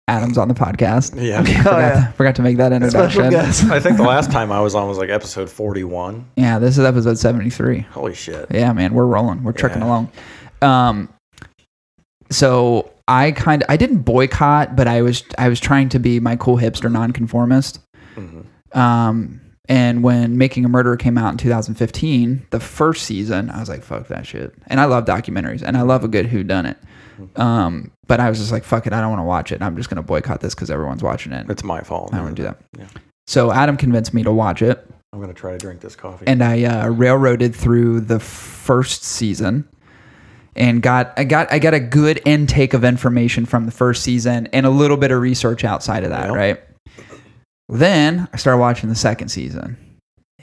[SPEAKER 1] Adam's on the podcast.
[SPEAKER 3] yeah.
[SPEAKER 1] Forgot,
[SPEAKER 2] Mm-hmm. yeah.
[SPEAKER 1] to, forgot to make that
[SPEAKER 2] Special
[SPEAKER 1] introduction.
[SPEAKER 2] guest.
[SPEAKER 3] I think the last time I was on was like episode 41.
[SPEAKER 1] <laughs> Yeah, this is episode 73.
[SPEAKER 3] Holy shit.
[SPEAKER 1] Yeah, man, we're rolling. We're trucking
[SPEAKER 3] Yeah.
[SPEAKER 1] along. Um, so I kind of I didn't boycott, but I was I was trying to be my cool hipster nonconformist.
[SPEAKER 3] Mm-hmm.
[SPEAKER 1] Um, and when Making a Murderer came out in 2015, the first season, I was like, "Fuck that shit." And I love documentaries, and I love a good Who Done It.
[SPEAKER 3] Mm-hmm.
[SPEAKER 1] Um, but I was just like, "Fuck it, I don't want to watch it. I'm just gonna boycott this because everyone's watching it.
[SPEAKER 3] It's my fault.
[SPEAKER 1] I don't want to do that."
[SPEAKER 3] Yeah.
[SPEAKER 1] So Adam convinced me to watch it
[SPEAKER 3] I'm going to try to drink this coffee.
[SPEAKER 1] and I uh, railroaded through the first season and got I got I got a good intake of information from the first season and a little bit of research outside of that,
[SPEAKER 3] Yeah.
[SPEAKER 1] right? Then I started watching the second season.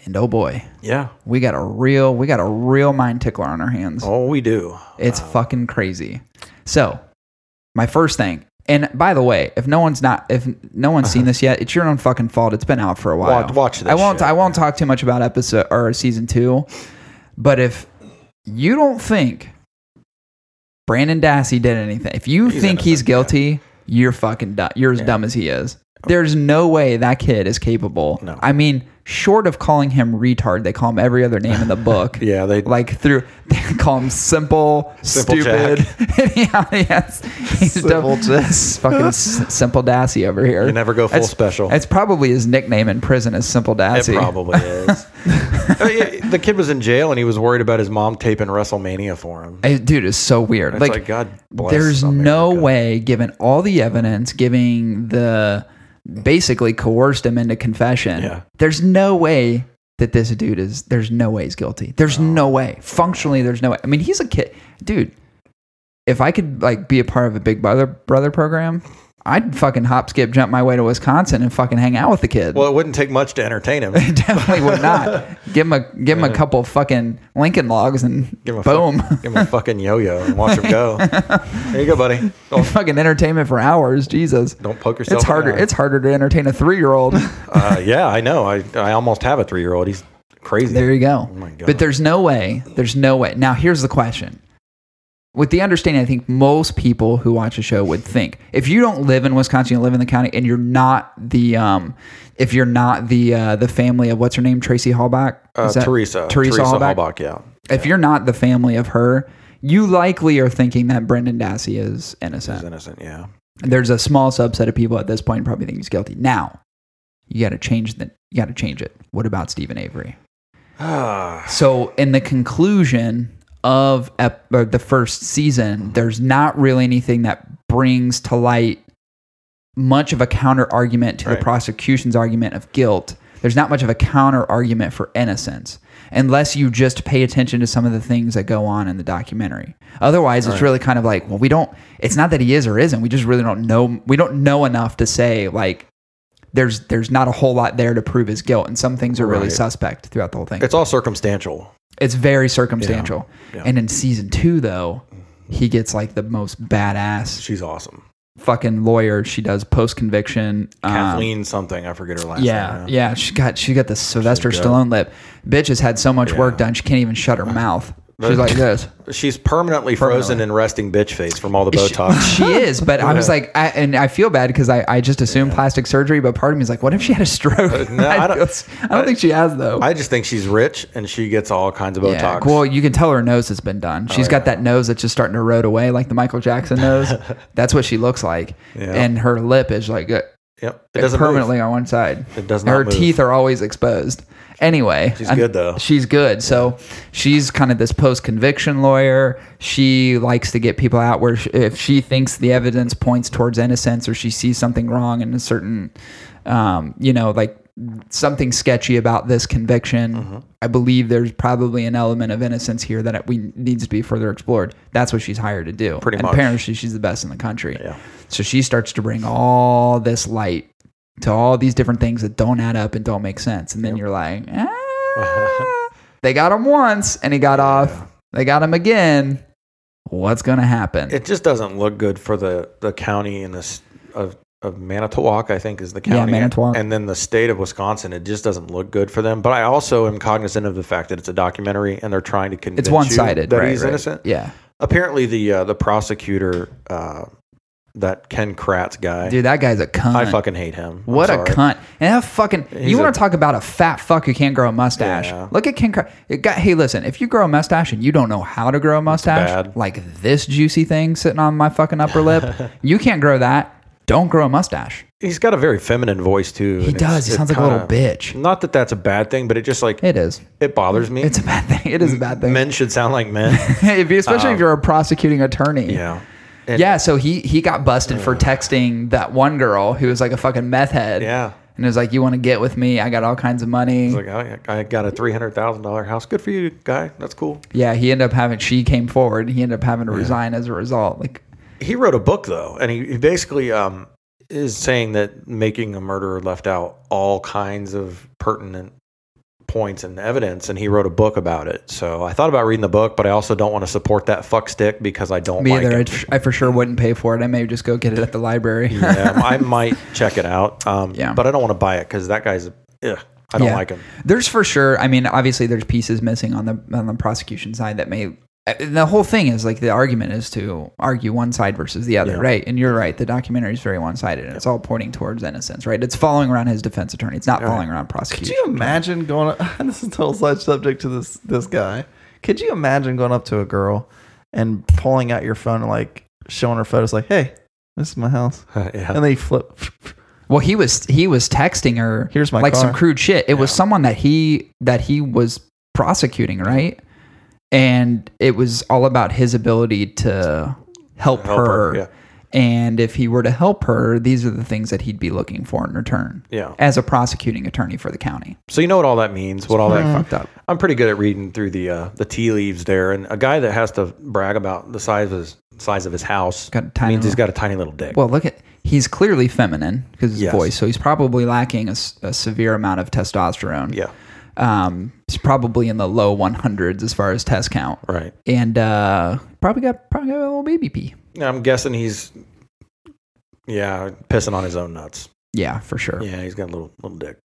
[SPEAKER 1] And oh boy,
[SPEAKER 3] yeah.
[SPEAKER 1] we got a real we got a real mind tickler on our hands.
[SPEAKER 3] Oh, we do.
[SPEAKER 1] It's fucking crazy. So, my first thing, and by the way, if no one's not, if no one's seen this yet, it's your own fucking fault. It's been out for a while.
[SPEAKER 3] Uh-huh. Watch- watch this
[SPEAKER 1] I won't.
[SPEAKER 3] shit,
[SPEAKER 1] I won't talk too much about episode or season two. But if you don't think Brandon Dassey did anything, if you
[SPEAKER 3] He's
[SPEAKER 1] think he's
[SPEAKER 3] innocent, yeah.
[SPEAKER 1] guilty, you're fucking dumb. You're as dumb as he is. There's no way that kid is capable.
[SPEAKER 3] No.
[SPEAKER 1] I mean, short of calling him retard, they call him every other name in the
[SPEAKER 3] <laughs>
[SPEAKER 1] book
[SPEAKER 3] Yeah. They like,
[SPEAKER 1] like through <laughs> they call him simple,
[SPEAKER 3] Simple
[SPEAKER 1] stupid. <laughs> yeah, yes, he's
[SPEAKER 2] Simple
[SPEAKER 1] simple <laughs>
[SPEAKER 2] Jack.
[SPEAKER 1] fucking s- simple Dassey over here.
[SPEAKER 3] you never go full
[SPEAKER 1] That's-
[SPEAKER 3] special.
[SPEAKER 1] That's probably his nickname in prison is Simple
[SPEAKER 3] It
[SPEAKER 1] Dassey.
[SPEAKER 3] probably
[SPEAKER 1] <laughs>
[SPEAKER 3] is. I mean, the kid was in jail and he was worried about his mom taping WrestleMania for him.
[SPEAKER 1] I- dude, it's so weird.
[SPEAKER 3] It's
[SPEAKER 1] Like,
[SPEAKER 3] like, God bless
[SPEAKER 1] there's no
[SPEAKER 3] America.
[SPEAKER 1] way, given all the evidence, giving the basically coerced him into confession.
[SPEAKER 3] Yeah.
[SPEAKER 1] There's no way that this dude is. There's no way he's guilty. There's no way. Functionally, there's no way. I mean, he's a kid, dude. If I could like be a part of a Big Brother brother program, I'd fucking hop, skip, jump my way to Wisconsin and fucking hang out with the kid.
[SPEAKER 3] Well, it wouldn't take much to
[SPEAKER 1] <laughs>
[SPEAKER 3] entertain him.
[SPEAKER 1] I <laughs> definitely would not give him a give him a couple fucking Lincoln logs and
[SPEAKER 3] Give him a fuck-
[SPEAKER 1] boom.
[SPEAKER 3] Give him a fucking yo-yo and watch him go. There you go, buddy.
[SPEAKER 1] <laughs>
[SPEAKER 3] Don't,
[SPEAKER 1] fucking entertainment for hours. Jesus.
[SPEAKER 3] don't poke yourself.
[SPEAKER 1] It's
[SPEAKER 3] in the
[SPEAKER 1] harder.
[SPEAKER 3] eye.
[SPEAKER 1] It's harder to entertain a
[SPEAKER 3] <laughs>
[SPEAKER 1] three-year-old. <laughs>
[SPEAKER 3] uh, yeah, I know. I, I almost have a three-year-old. He's crazy.
[SPEAKER 1] there you go.
[SPEAKER 3] Oh my God.
[SPEAKER 1] But there's no way. There's no way. Now here's the question. With the understanding, I think most people who watch the show would think if you don't live in Wisconsin, you live in the county, and you're not the um, if you're not the uh, the family of what's her name, Tracy Hallback,
[SPEAKER 3] uh,
[SPEAKER 1] Is that-
[SPEAKER 3] Teresa.
[SPEAKER 1] Teresa, Hallback.
[SPEAKER 3] yeah.
[SPEAKER 1] If you're not the family of her, you likely are thinking that Brendan Dassey is innocent.
[SPEAKER 3] He's innocent, yeah.
[SPEAKER 1] there's a small subset of people at this point probably think he's guilty. Now, you got to change the you got to change it. What about Stephen Avery?
[SPEAKER 3] Ah,
[SPEAKER 1] So, in the conclusion of ep- or the first season, there's not really anything that brings to light much of a counter argument to the
[SPEAKER 3] Right.
[SPEAKER 1] prosecution's argument of guilt. there's not much of a counter argument for innocence unless you just pay attention to some of the things that go on in the documentary. Otherwise, it's really kind of like, well, we don't. It's not that he is or isn't. We just really don't know. We don't know enough to say like. There's there's not a whole lot there to prove his guilt, and some things are really
[SPEAKER 3] Right.
[SPEAKER 1] suspect throughout the whole thing.
[SPEAKER 3] It's all circumstantial.
[SPEAKER 1] It's very circumstantial.
[SPEAKER 3] Yeah.
[SPEAKER 1] And in season two, though, he gets like the most badass
[SPEAKER 3] She's awesome.
[SPEAKER 1] fucking lawyer. She does post conviction.
[SPEAKER 3] Kathleen something. I forget her last
[SPEAKER 1] Um, Yeah,
[SPEAKER 3] name.
[SPEAKER 1] yeah. She got she got the Sylvester
[SPEAKER 3] She's dope.
[SPEAKER 1] Stallone lip. Bitch has had so much work
[SPEAKER 3] Yeah.
[SPEAKER 1] done she can't even shut her mouth. She's
[SPEAKER 3] But-
[SPEAKER 1] like this.
[SPEAKER 3] She's permanently frozen in resting bitch face from all the <laughs> Botox.
[SPEAKER 1] <laughs> She is, but I was like, I, and I feel bad because I, I just assumed plastic surgery. But part of me is like, what if she had a stroke?
[SPEAKER 3] Uh, no, I don't-
[SPEAKER 1] feel s- <laughs> I don't think she has though.
[SPEAKER 3] I just think she's rich and she gets all kinds of Botox. Oh,
[SPEAKER 1] Yeah, well, you can tell her nose has been done. She's got that nose that's just starting to erode away, like the Michael Jackson nose.
[SPEAKER 3] <laughs>
[SPEAKER 1] that's what she looks like,
[SPEAKER 3] Yeah.
[SPEAKER 1] and her lip is like uh,
[SPEAKER 3] Yep. It doesn't
[SPEAKER 1] permanently
[SPEAKER 3] move.
[SPEAKER 1] on one side.
[SPEAKER 3] It does not
[SPEAKER 1] Her
[SPEAKER 3] move.
[SPEAKER 1] teeth are always exposed. Anyway,
[SPEAKER 3] She's
[SPEAKER 1] I'm-
[SPEAKER 3] good, though.
[SPEAKER 1] <laughs> She's good. So she's kind of this post-conviction lawyer. She likes to get people out where sh if she thinks the evidence points towards innocence or she sees something wrong in a certain, um, you know, like something sketchy about this conviction.
[SPEAKER 3] Mm-hmm.
[SPEAKER 1] I believe there's probably an element of innocence here that it, we needs to be further explored. That's what she's hired to do.
[SPEAKER 3] Pretty
[SPEAKER 1] and
[SPEAKER 3] much.
[SPEAKER 1] Apparently, she- she's the best in the country.
[SPEAKER 3] Yeah.
[SPEAKER 1] So she starts to bring all this light to all these different things that don't add up and don't make sense. And then you're
[SPEAKER 3] <laughs>
[SPEAKER 1] like, ah, they got him once and he got off. They got him again. What's going to happen?
[SPEAKER 3] It just doesn't look good for the, the county and this of of Manitowoc, I think, is the
[SPEAKER 1] Yeah,
[SPEAKER 3] county,
[SPEAKER 1] Manitowoc.
[SPEAKER 3] and then the state of Wisconsin. It just doesn't look good for them. But I also am cognizant of the fact that it's a documentary, and they're trying to convince
[SPEAKER 1] it's one sided.
[SPEAKER 3] you that
[SPEAKER 1] right,
[SPEAKER 3] he's
[SPEAKER 1] right.
[SPEAKER 3] innocent.
[SPEAKER 1] Yeah.
[SPEAKER 3] Apparently, the uh, the prosecutor, uh, that Ken Kratz guy,
[SPEAKER 1] Dude, that guy's a cunt.
[SPEAKER 3] I fucking hate him. I'm
[SPEAKER 1] What a
[SPEAKER 3] sorry.
[SPEAKER 1] cunt! And that fucking
[SPEAKER 3] He's
[SPEAKER 1] you want
[SPEAKER 3] a-
[SPEAKER 1] to talk about a fat fuck who can't grow a mustache?
[SPEAKER 3] Yeah.
[SPEAKER 1] Look at Ken. Cra- it got, hey, listen, if you grow a mustache and you don't know how to grow a mustache,
[SPEAKER 3] bad.
[SPEAKER 1] like this juicy thing sitting on my fucking upper lip,
[SPEAKER 3] <laughs>
[SPEAKER 1] you can't grow that. Don't grow a mustache.
[SPEAKER 3] He's got a very feminine voice too.
[SPEAKER 1] He does. He sounds like a little bitch.
[SPEAKER 3] Not that that's a bad thing, but it just like
[SPEAKER 1] It is.
[SPEAKER 3] it bothers me.
[SPEAKER 1] It's a bad thing. It is a bad thing.
[SPEAKER 3] Men should sound like men.
[SPEAKER 1] <laughs> if you, especially if you're a prosecuting attorney.
[SPEAKER 3] yeah. And- Mm.
[SPEAKER 1] Yeah. So he he got busted for texting that one girl who was like a fucking meth head.
[SPEAKER 3] Yeah.
[SPEAKER 1] And it was like, you want to get with me? I got all kinds of money.
[SPEAKER 3] He's like, I, I got a three hundred thousand dollar house. Good for you, guy. That's cool.
[SPEAKER 1] Yeah, he ended up having she came forward. He ended up having to resign as a result. Like,
[SPEAKER 3] He wrote a book though, and he, he basically um, is saying that making a murderer left out all kinds of pertinent points and evidence, and he wrote a book about it. So I thought about reading the book, but I also don't want to support that fuck stick because I don't
[SPEAKER 1] me
[SPEAKER 3] like
[SPEAKER 1] either.
[SPEAKER 3] it.
[SPEAKER 1] I, I for sure wouldn't pay for it. I may just go get it at the library.
[SPEAKER 3] yeah,
[SPEAKER 1] <laughs>
[SPEAKER 3] I might check it out. Um,
[SPEAKER 1] Yeah.
[SPEAKER 3] but I don't want to buy it because that guy's. Ugh, I don't
[SPEAKER 1] Yeah.
[SPEAKER 3] like him.
[SPEAKER 1] There's for sure. I mean, obviously, there's pieces missing on the on the prosecution side that may. and The whole thing is like the argument is to argue one side versus the other,
[SPEAKER 3] Yeah.
[SPEAKER 1] right? And you're right. The documentary is very one sided, and it's all pointing towards innocence, right? It's following around his defense attorney. It's not following around
[SPEAKER 2] Could
[SPEAKER 1] prosecution.
[SPEAKER 2] you imagine going? Up, <laughs> this is a total side subject to this this guy. Could you imagine going up to a girl and pulling out your phone and like showing her photos, like, "Hey, this is my house,"
[SPEAKER 3] yeah.
[SPEAKER 2] and they flip.
[SPEAKER 1] Well, he was he was texting her.
[SPEAKER 2] Here's my
[SPEAKER 1] like some
[SPEAKER 2] car.
[SPEAKER 1] crude shit. It was someone that he that he was prosecuting, right? And it was all about his ability to help,
[SPEAKER 3] Help
[SPEAKER 1] her.
[SPEAKER 3] her, yeah.
[SPEAKER 1] And if he were to help her, these are the things that he'd be looking for in return.
[SPEAKER 3] <laughs> Yeah.
[SPEAKER 1] As a prosecuting attorney for the county.
[SPEAKER 3] So you know what all that means? What all that
[SPEAKER 1] Fucked up.
[SPEAKER 3] I'm pretty good at reading through the uh, the tea leaves there, and a guy that has to brag about the size of his size of his house
[SPEAKER 1] Got a tiny
[SPEAKER 3] means he's
[SPEAKER 1] little-
[SPEAKER 3] got a tiny little dick.
[SPEAKER 1] <laughs> Well, look at he's clearly feminine because his
[SPEAKER 3] Yes.
[SPEAKER 1] voice. So he's probably lacking a, s- a severe amount of testosterone.
[SPEAKER 3] yeah,
[SPEAKER 1] Um, he's probably in the low 100s as far as test count.
[SPEAKER 3] right.
[SPEAKER 1] and uh, probably got probably got a little baby pee.
[SPEAKER 3] I'm guessing he's yeah pissing on his own nuts.
[SPEAKER 1] Yeah, for sure.
[SPEAKER 3] Yeah, he's got a little little dick.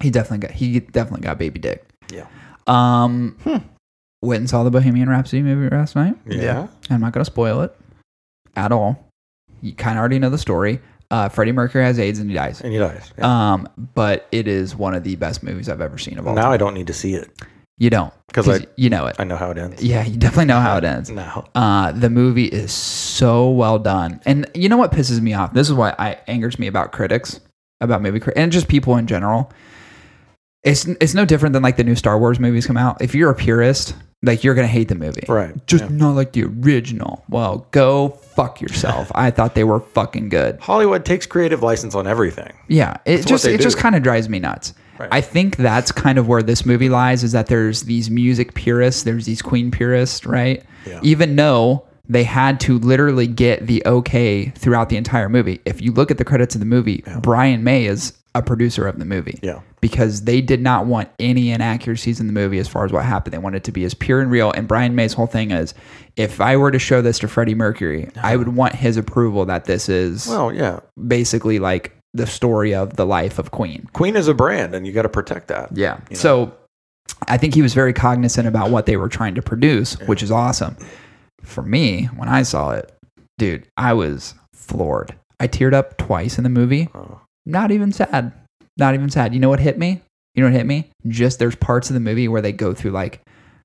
[SPEAKER 1] He definitely got he definitely got baby dick.
[SPEAKER 3] Yeah. Hmm.
[SPEAKER 1] Um, went and saw the Bohemian Rhapsody movie last night.
[SPEAKER 2] Yeah.
[SPEAKER 1] I'm not gonna spoil it at all. You kind of already know the story. Uh, Freddie Mercury has AIDS and he dies.
[SPEAKER 3] and he dies. Yeah.
[SPEAKER 1] Um, but it is one of the best movies I've ever seen of all.
[SPEAKER 3] now
[SPEAKER 1] time.
[SPEAKER 3] I don't need to see it.
[SPEAKER 1] you don't
[SPEAKER 3] 'Cause I-
[SPEAKER 1] you know it.
[SPEAKER 3] I know how it ends.
[SPEAKER 1] yeah, you definitely know how it ends.
[SPEAKER 3] Now
[SPEAKER 1] Uh, the movie is so well done. And you know what pisses me off? This is why I angers me about critics, about movie critics, and just people in general. It's it's no different than like the new Star Wars movies come out. If you're a purist, like you're gonna hate the movie,
[SPEAKER 3] Right,
[SPEAKER 1] Just
[SPEAKER 3] yeah.
[SPEAKER 1] not like the original. Well, go fuck
[SPEAKER 3] <laughs>
[SPEAKER 1] yourself. I thought they were fucking good.
[SPEAKER 3] Hollywood takes creative license on everything.
[SPEAKER 1] Yeah, it
[SPEAKER 3] what
[SPEAKER 1] just
[SPEAKER 3] they
[SPEAKER 1] it just
[SPEAKER 3] do.
[SPEAKER 1] kind of drives me nuts.
[SPEAKER 3] Right.
[SPEAKER 1] I think that's kind of where this movie lies is that there's these music purists, there's these Queen purists, right?
[SPEAKER 3] Yeah.
[SPEAKER 1] Even though they had to literally get the okay throughout the entire movie. If you look at the credits of the movie, Brian May is a producer of the movie
[SPEAKER 3] Yeah.
[SPEAKER 1] because they did not want any inaccuracies in the movie as far as what happened. They wanted it to be as pure and real. And Brian May's whole thing is if I were to show this to Freddie Mercury, I would want his approval that this is
[SPEAKER 3] Well, yeah.
[SPEAKER 1] basically like the story of the life of Queen.
[SPEAKER 3] Queen is a brand, and you got to protect that.
[SPEAKER 1] Yeah. So I think he was very cognizant about what they were trying to produce, which is awesome. For me, when I saw it, dude, I was floored. I teared up twice in the movie.
[SPEAKER 3] Oh.
[SPEAKER 1] Not even sad. Not even sad. You know what hit me? You know what hit me? Just there's parts of the movie where they go through like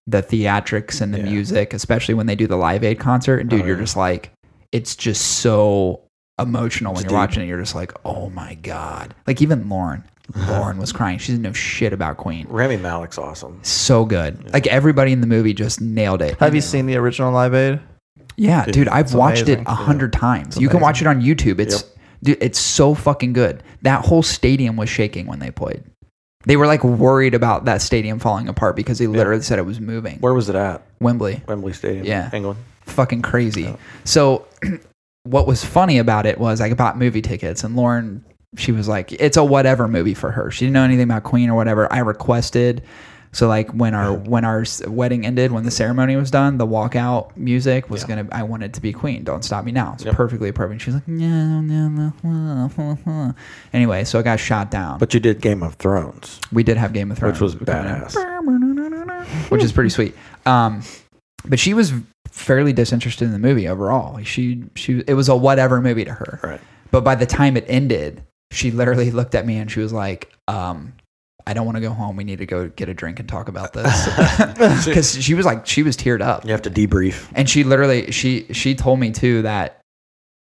[SPEAKER 1] the theatrics and the
[SPEAKER 3] Yeah.
[SPEAKER 1] music, especially when they do the Live Aid concert. And dude,
[SPEAKER 3] Oh,
[SPEAKER 1] you're
[SPEAKER 3] yeah.
[SPEAKER 1] just like, it's just so emotional when
[SPEAKER 3] It's
[SPEAKER 1] you're
[SPEAKER 3] deep.
[SPEAKER 1] watching it. You're just like, oh my God. Like even
[SPEAKER 3] <laughs>
[SPEAKER 1] Lauren, Lauren was crying. She didn't know shit about Queen
[SPEAKER 3] Rami Malik's awesome.
[SPEAKER 1] so good. Like everybody in the movie just nailed it.
[SPEAKER 2] Have you seen the original Live Aid?
[SPEAKER 1] Yeah, dude, I've watched it
[SPEAKER 2] amazing.
[SPEAKER 1] a hundred times. You can watch it on YouTube. It's dude, it's so fucking good. That whole stadium was shaking when they played. They were like worried about that stadium falling apart because they literally said it was moving.
[SPEAKER 3] Where was it at?
[SPEAKER 1] Wembley.
[SPEAKER 3] Wembley Stadium.
[SPEAKER 1] Yeah.
[SPEAKER 3] England.
[SPEAKER 1] fucking crazy. So <clears throat> what was funny about it was I bought movie tickets and Lauren she was like it's a whatever movie for her. She didn't know anything about Queen or whatever. I requested so like when our when our s- wedding ended, when the ceremony was done, the walkout music was gonna. I wanted to be Queen. Don't stop me now. It's perfectly appropriate. She's like, no, no, no, no, no. Anyway, so I got shot down. But
[SPEAKER 3] But you did Game of Thrones,
[SPEAKER 1] we did have Game of Thrones,
[SPEAKER 3] which was
[SPEAKER 1] coming up
[SPEAKER 3] badass.
[SPEAKER 1] which is
[SPEAKER 3] Hmm.
[SPEAKER 1] pretty sweet. Um, but she was fairly disinterested in the movie overall. She she it was a whatever movie to her.
[SPEAKER 3] Right.
[SPEAKER 1] But by the time it ended, she literally <laughs> looked at me and she was like, um, "I don't want to go home. We need to go get a drink and talk about this." <laughs>
[SPEAKER 3] <laughs>
[SPEAKER 1] Because she was like, she was teared up,
[SPEAKER 3] You have to debrief.
[SPEAKER 1] and she literally she she told me too that.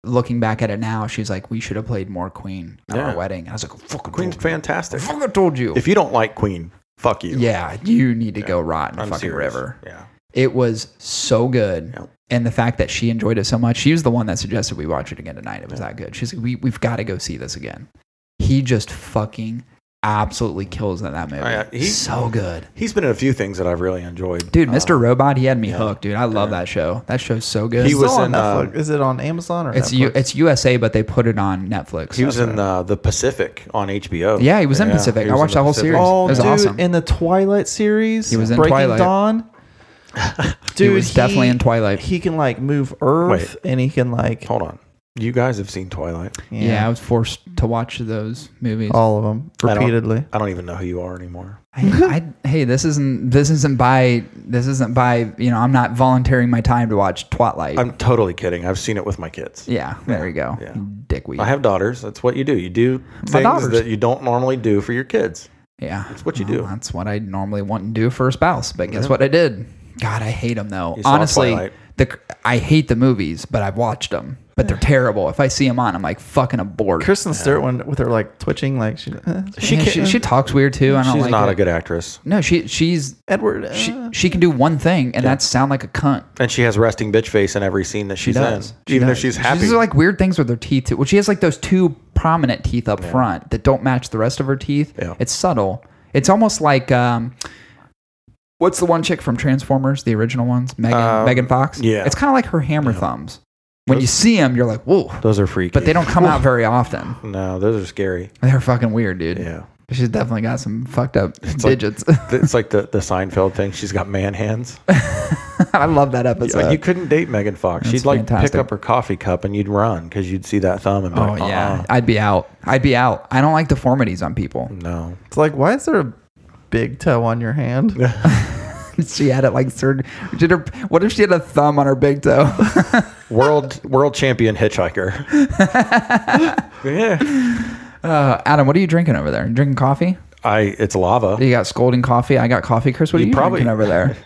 [SPEAKER 1] Looking back at it now, she's like, "We should have played more Queen at
[SPEAKER 3] Yeah.
[SPEAKER 1] our wedding." And I was like, "Fucking
[SPEAKER 3] Queen's
[SPEAKER 1] told you.
[SPEAKER 3] fantastic.
[SPEAKER 1] Fucking told you."
[SPEAKER 3] If you don't like Queen, fuck you.
[SPEAKER 1] yeah, you need to go rot in a
[SPEAKER 3] I'm
[SPEAKER 1] fucking
[SPEAKER 3] serious.
[SPEAKER 1] river.
[SPEAKER 3] Yeah.
[SPEAKER 1] It was so good.
[SPEAKER 3] Yep.
[SPEAKER 1] And the fact that she enjoyed it so much, she was the one that suggested we watch it again tonight. It was that good. She's like, we, we've got to go see this again. He just fucking absolutely kills in that movie.
[SPEAKER 3] Oh, yeah. He-
[SPEAKER 1] so good.
[SPEAKER 3] He's been in a few things that I've really enjoyed.
[SPEAKER 1] Dude,
[SPEAKER 3] Uh,
[SPEAKER 1] Mr. Robot, he had me
[SPEAKER 3] yeah.
[SPEAKER 1] hooked, dude. I love that show. That show's so good.
[SPEAKER 3] He
[SPEAKER 2] It's
[SPEAKER 3] was
[SPEAKER 2] still on
[SPEAKER 3] in, um,
[SPEAKER 2] Netflix. Is it on Amazon or
[SPEAKER 1] it's
[SPEAKER 2] Netflix?
[SPEAKER 1] U, it's USA, but they put it on Netflix.
[SPEAKER 3] He was in uh, the Pacific on HBO.
[SPEAKER 1] Yeah, he was in Pacific.
[SPEAKER 3] he
[SPEAKER 1] I
[SPEAKER 3] was
[SPEAKER 1] watched
[SPEAKER 3] in
[SPEAKER 1] the whole
[SPEAKER 3] Pacific.
[SPEAKER 1] series.
[SPEAKER 2] Oh,
[SPEAKER 1] It was
[SPEAKER 2] dude,
[SPEAKER 1] awesome.
[SPEAKER 2] in the Twilight series,
[SPEAKER 1] He was in
[SPEAKER 2] Breaking
[SPEAKER 1] Twilight. <laughs>
[SPEAKER 2] Dawn. Dude,
[SPEAKER 1] was definitely in Twilight.
[SPEAKER 2] He can like move Earth, and he can like
[SPEAKER 3] Hold on. You guys have seen Twilight.
[SPEAKER 1] yeah. I was forced to watch those movies.
[SPEAKER 3] Oh.
[SPEAKER 2] all of them
[SPEAKER 3] I don't-
[SPEAKER 2] repeatedly.
[SPEAKER 3] I don't even know who you are anymore.
[SPEAKER 1] I, I, hey, this isn't this isn't by this isn't by you know I'm not volunteering my time to watch Twilight.
[SPEAKER 3] I'm totally kidding. I've seen it with my kids.
[SPEAKER 1] yeah, there you go,
[SPEAKER 3] yeah.
[SPEAKER 1] dickweed.
[SPEAKER 3] I have daughters. That's what you do. You do things
[SPEAKER 1] daughters.
[SPEAKER 3] that you don't normally do for your kids.
[SPEAKER 1] yeah,
[SPEAKER 3] That's what you
[SPEAKER 1] Well,
[SPEAKER 3] do.
[SPEAKER 1] That's what I normally want to do for a spouse, but guess what I did? God, I hate them though.
[SPEAKER 3] You saw
[SPEAKER 1] Honestly,
[SPEAKER 3] Twilight.
[SPEAKER 1] the cr- I hate the movies, but I've watched them.
[SPEAKER 3] <sighs>
[SPEAKER 1] But they're terrible. If I see them on, I'm like fucking abort.
[SPEAKER 2] Kristen Stewart went with her like twitching, like she, eh,
[SPEAKER 1] she, she she talks weird too. I don't
[SPEAKER 3] She's
[SPEAKER 1] like
[SPEAKER 3] not
[SPEAKER 1] it.
[SPEAKER 3] a good actress,
[SPEAKER 1] No, she she's
[SPEAKER 2] Edward. eh.
[SPEAKER 1] she, she can do one thing, and that's sound like a cunt.
[SPEAKER 3] and she has resting bitch face in every scene that she's
[SPEAKER 1] does.
[SPEAKER 3] in,
[SPEAKER 1] She
[SPEAKER 3] even
[SPEAKER 1] does.
[SPEAKER 3] if she's
[SPEAKER 1] She
[SPEAKER 3] happy.
[SPEAKER 1] does, like weird things with her teeth too. Well, she has like those two prominent teeth up front that don't match the rest of her teeth.
[SPEAKER 3] Yeah.
[SPEAKER 1] It's subtle. It's almost like um, what's the one chick from Transformers, the original ones, Megan
[SPEAKER 3] Um,
[SPEAKER 1] Megan Fox.
[SPEAKER 3] yeah.
[SPEAKER 1] it's kind of like her hammer thumbs. When you see them, you're like, whoa.
[SPEAKER 3] those are freaky,
[SPEAKER 1] But they don't come out very often.
[SPEAKER 3] No, those are scary.
[SPEAKER 1] They're fucking weird, dude.
[SPEAKER 3] Yeah,
[SPEAKER 1] She's definitely got some fucked up
[SPEAKER 3] like-
[SPEAKER 1] digits. <laughs>
[SPEAKER 3] it's like the the Seinfeld thing. She's got man hands.
[SPEAKER 1] I love that episode.
[SPEAKER 3] Like you couldn't date Megan Fox.
[SPEAKER 1] That's
[SPEAKER 3] She'd like
[SPEAKER 1] fantastic.
[SPEAKER 3] pick up her coffee cup and you'd run because you'd see that thumb and be
[SPEAKER 1] oh
[SPEAKER 3] like,
[SPEAKER 1] yeah,
[SPEAKER 3] yeah,
[SPEAKER 1] I'd be out. I'd be out. I don't like deformities on people.
[SPEAKER 3] no.
[SPEAKER 2] It's like, why is there a big toe on your hand?
[SPEAKER 1] <laughs> she had it like third. Did her? What if she had a thumb on her big toe?
[SPEAKER 3] <laughs> World world champion hitchhiker. yeah,
[SPEAKER 1] <laughs> Uh, Adam, what are you drinking over there? You drinking coffee?
[SPEAKER 3] I it's lava.
[SPEAKER 1] You got scolding coffee. I got coffee. Chris, what are
[SPEAKER 3] You
[SPEAKER 1] you
[SPEAKER 3] probably-
[SPEAKER 1] drinking over
[SPEAKER 3] <laughs>
[SPEAKER 1] there?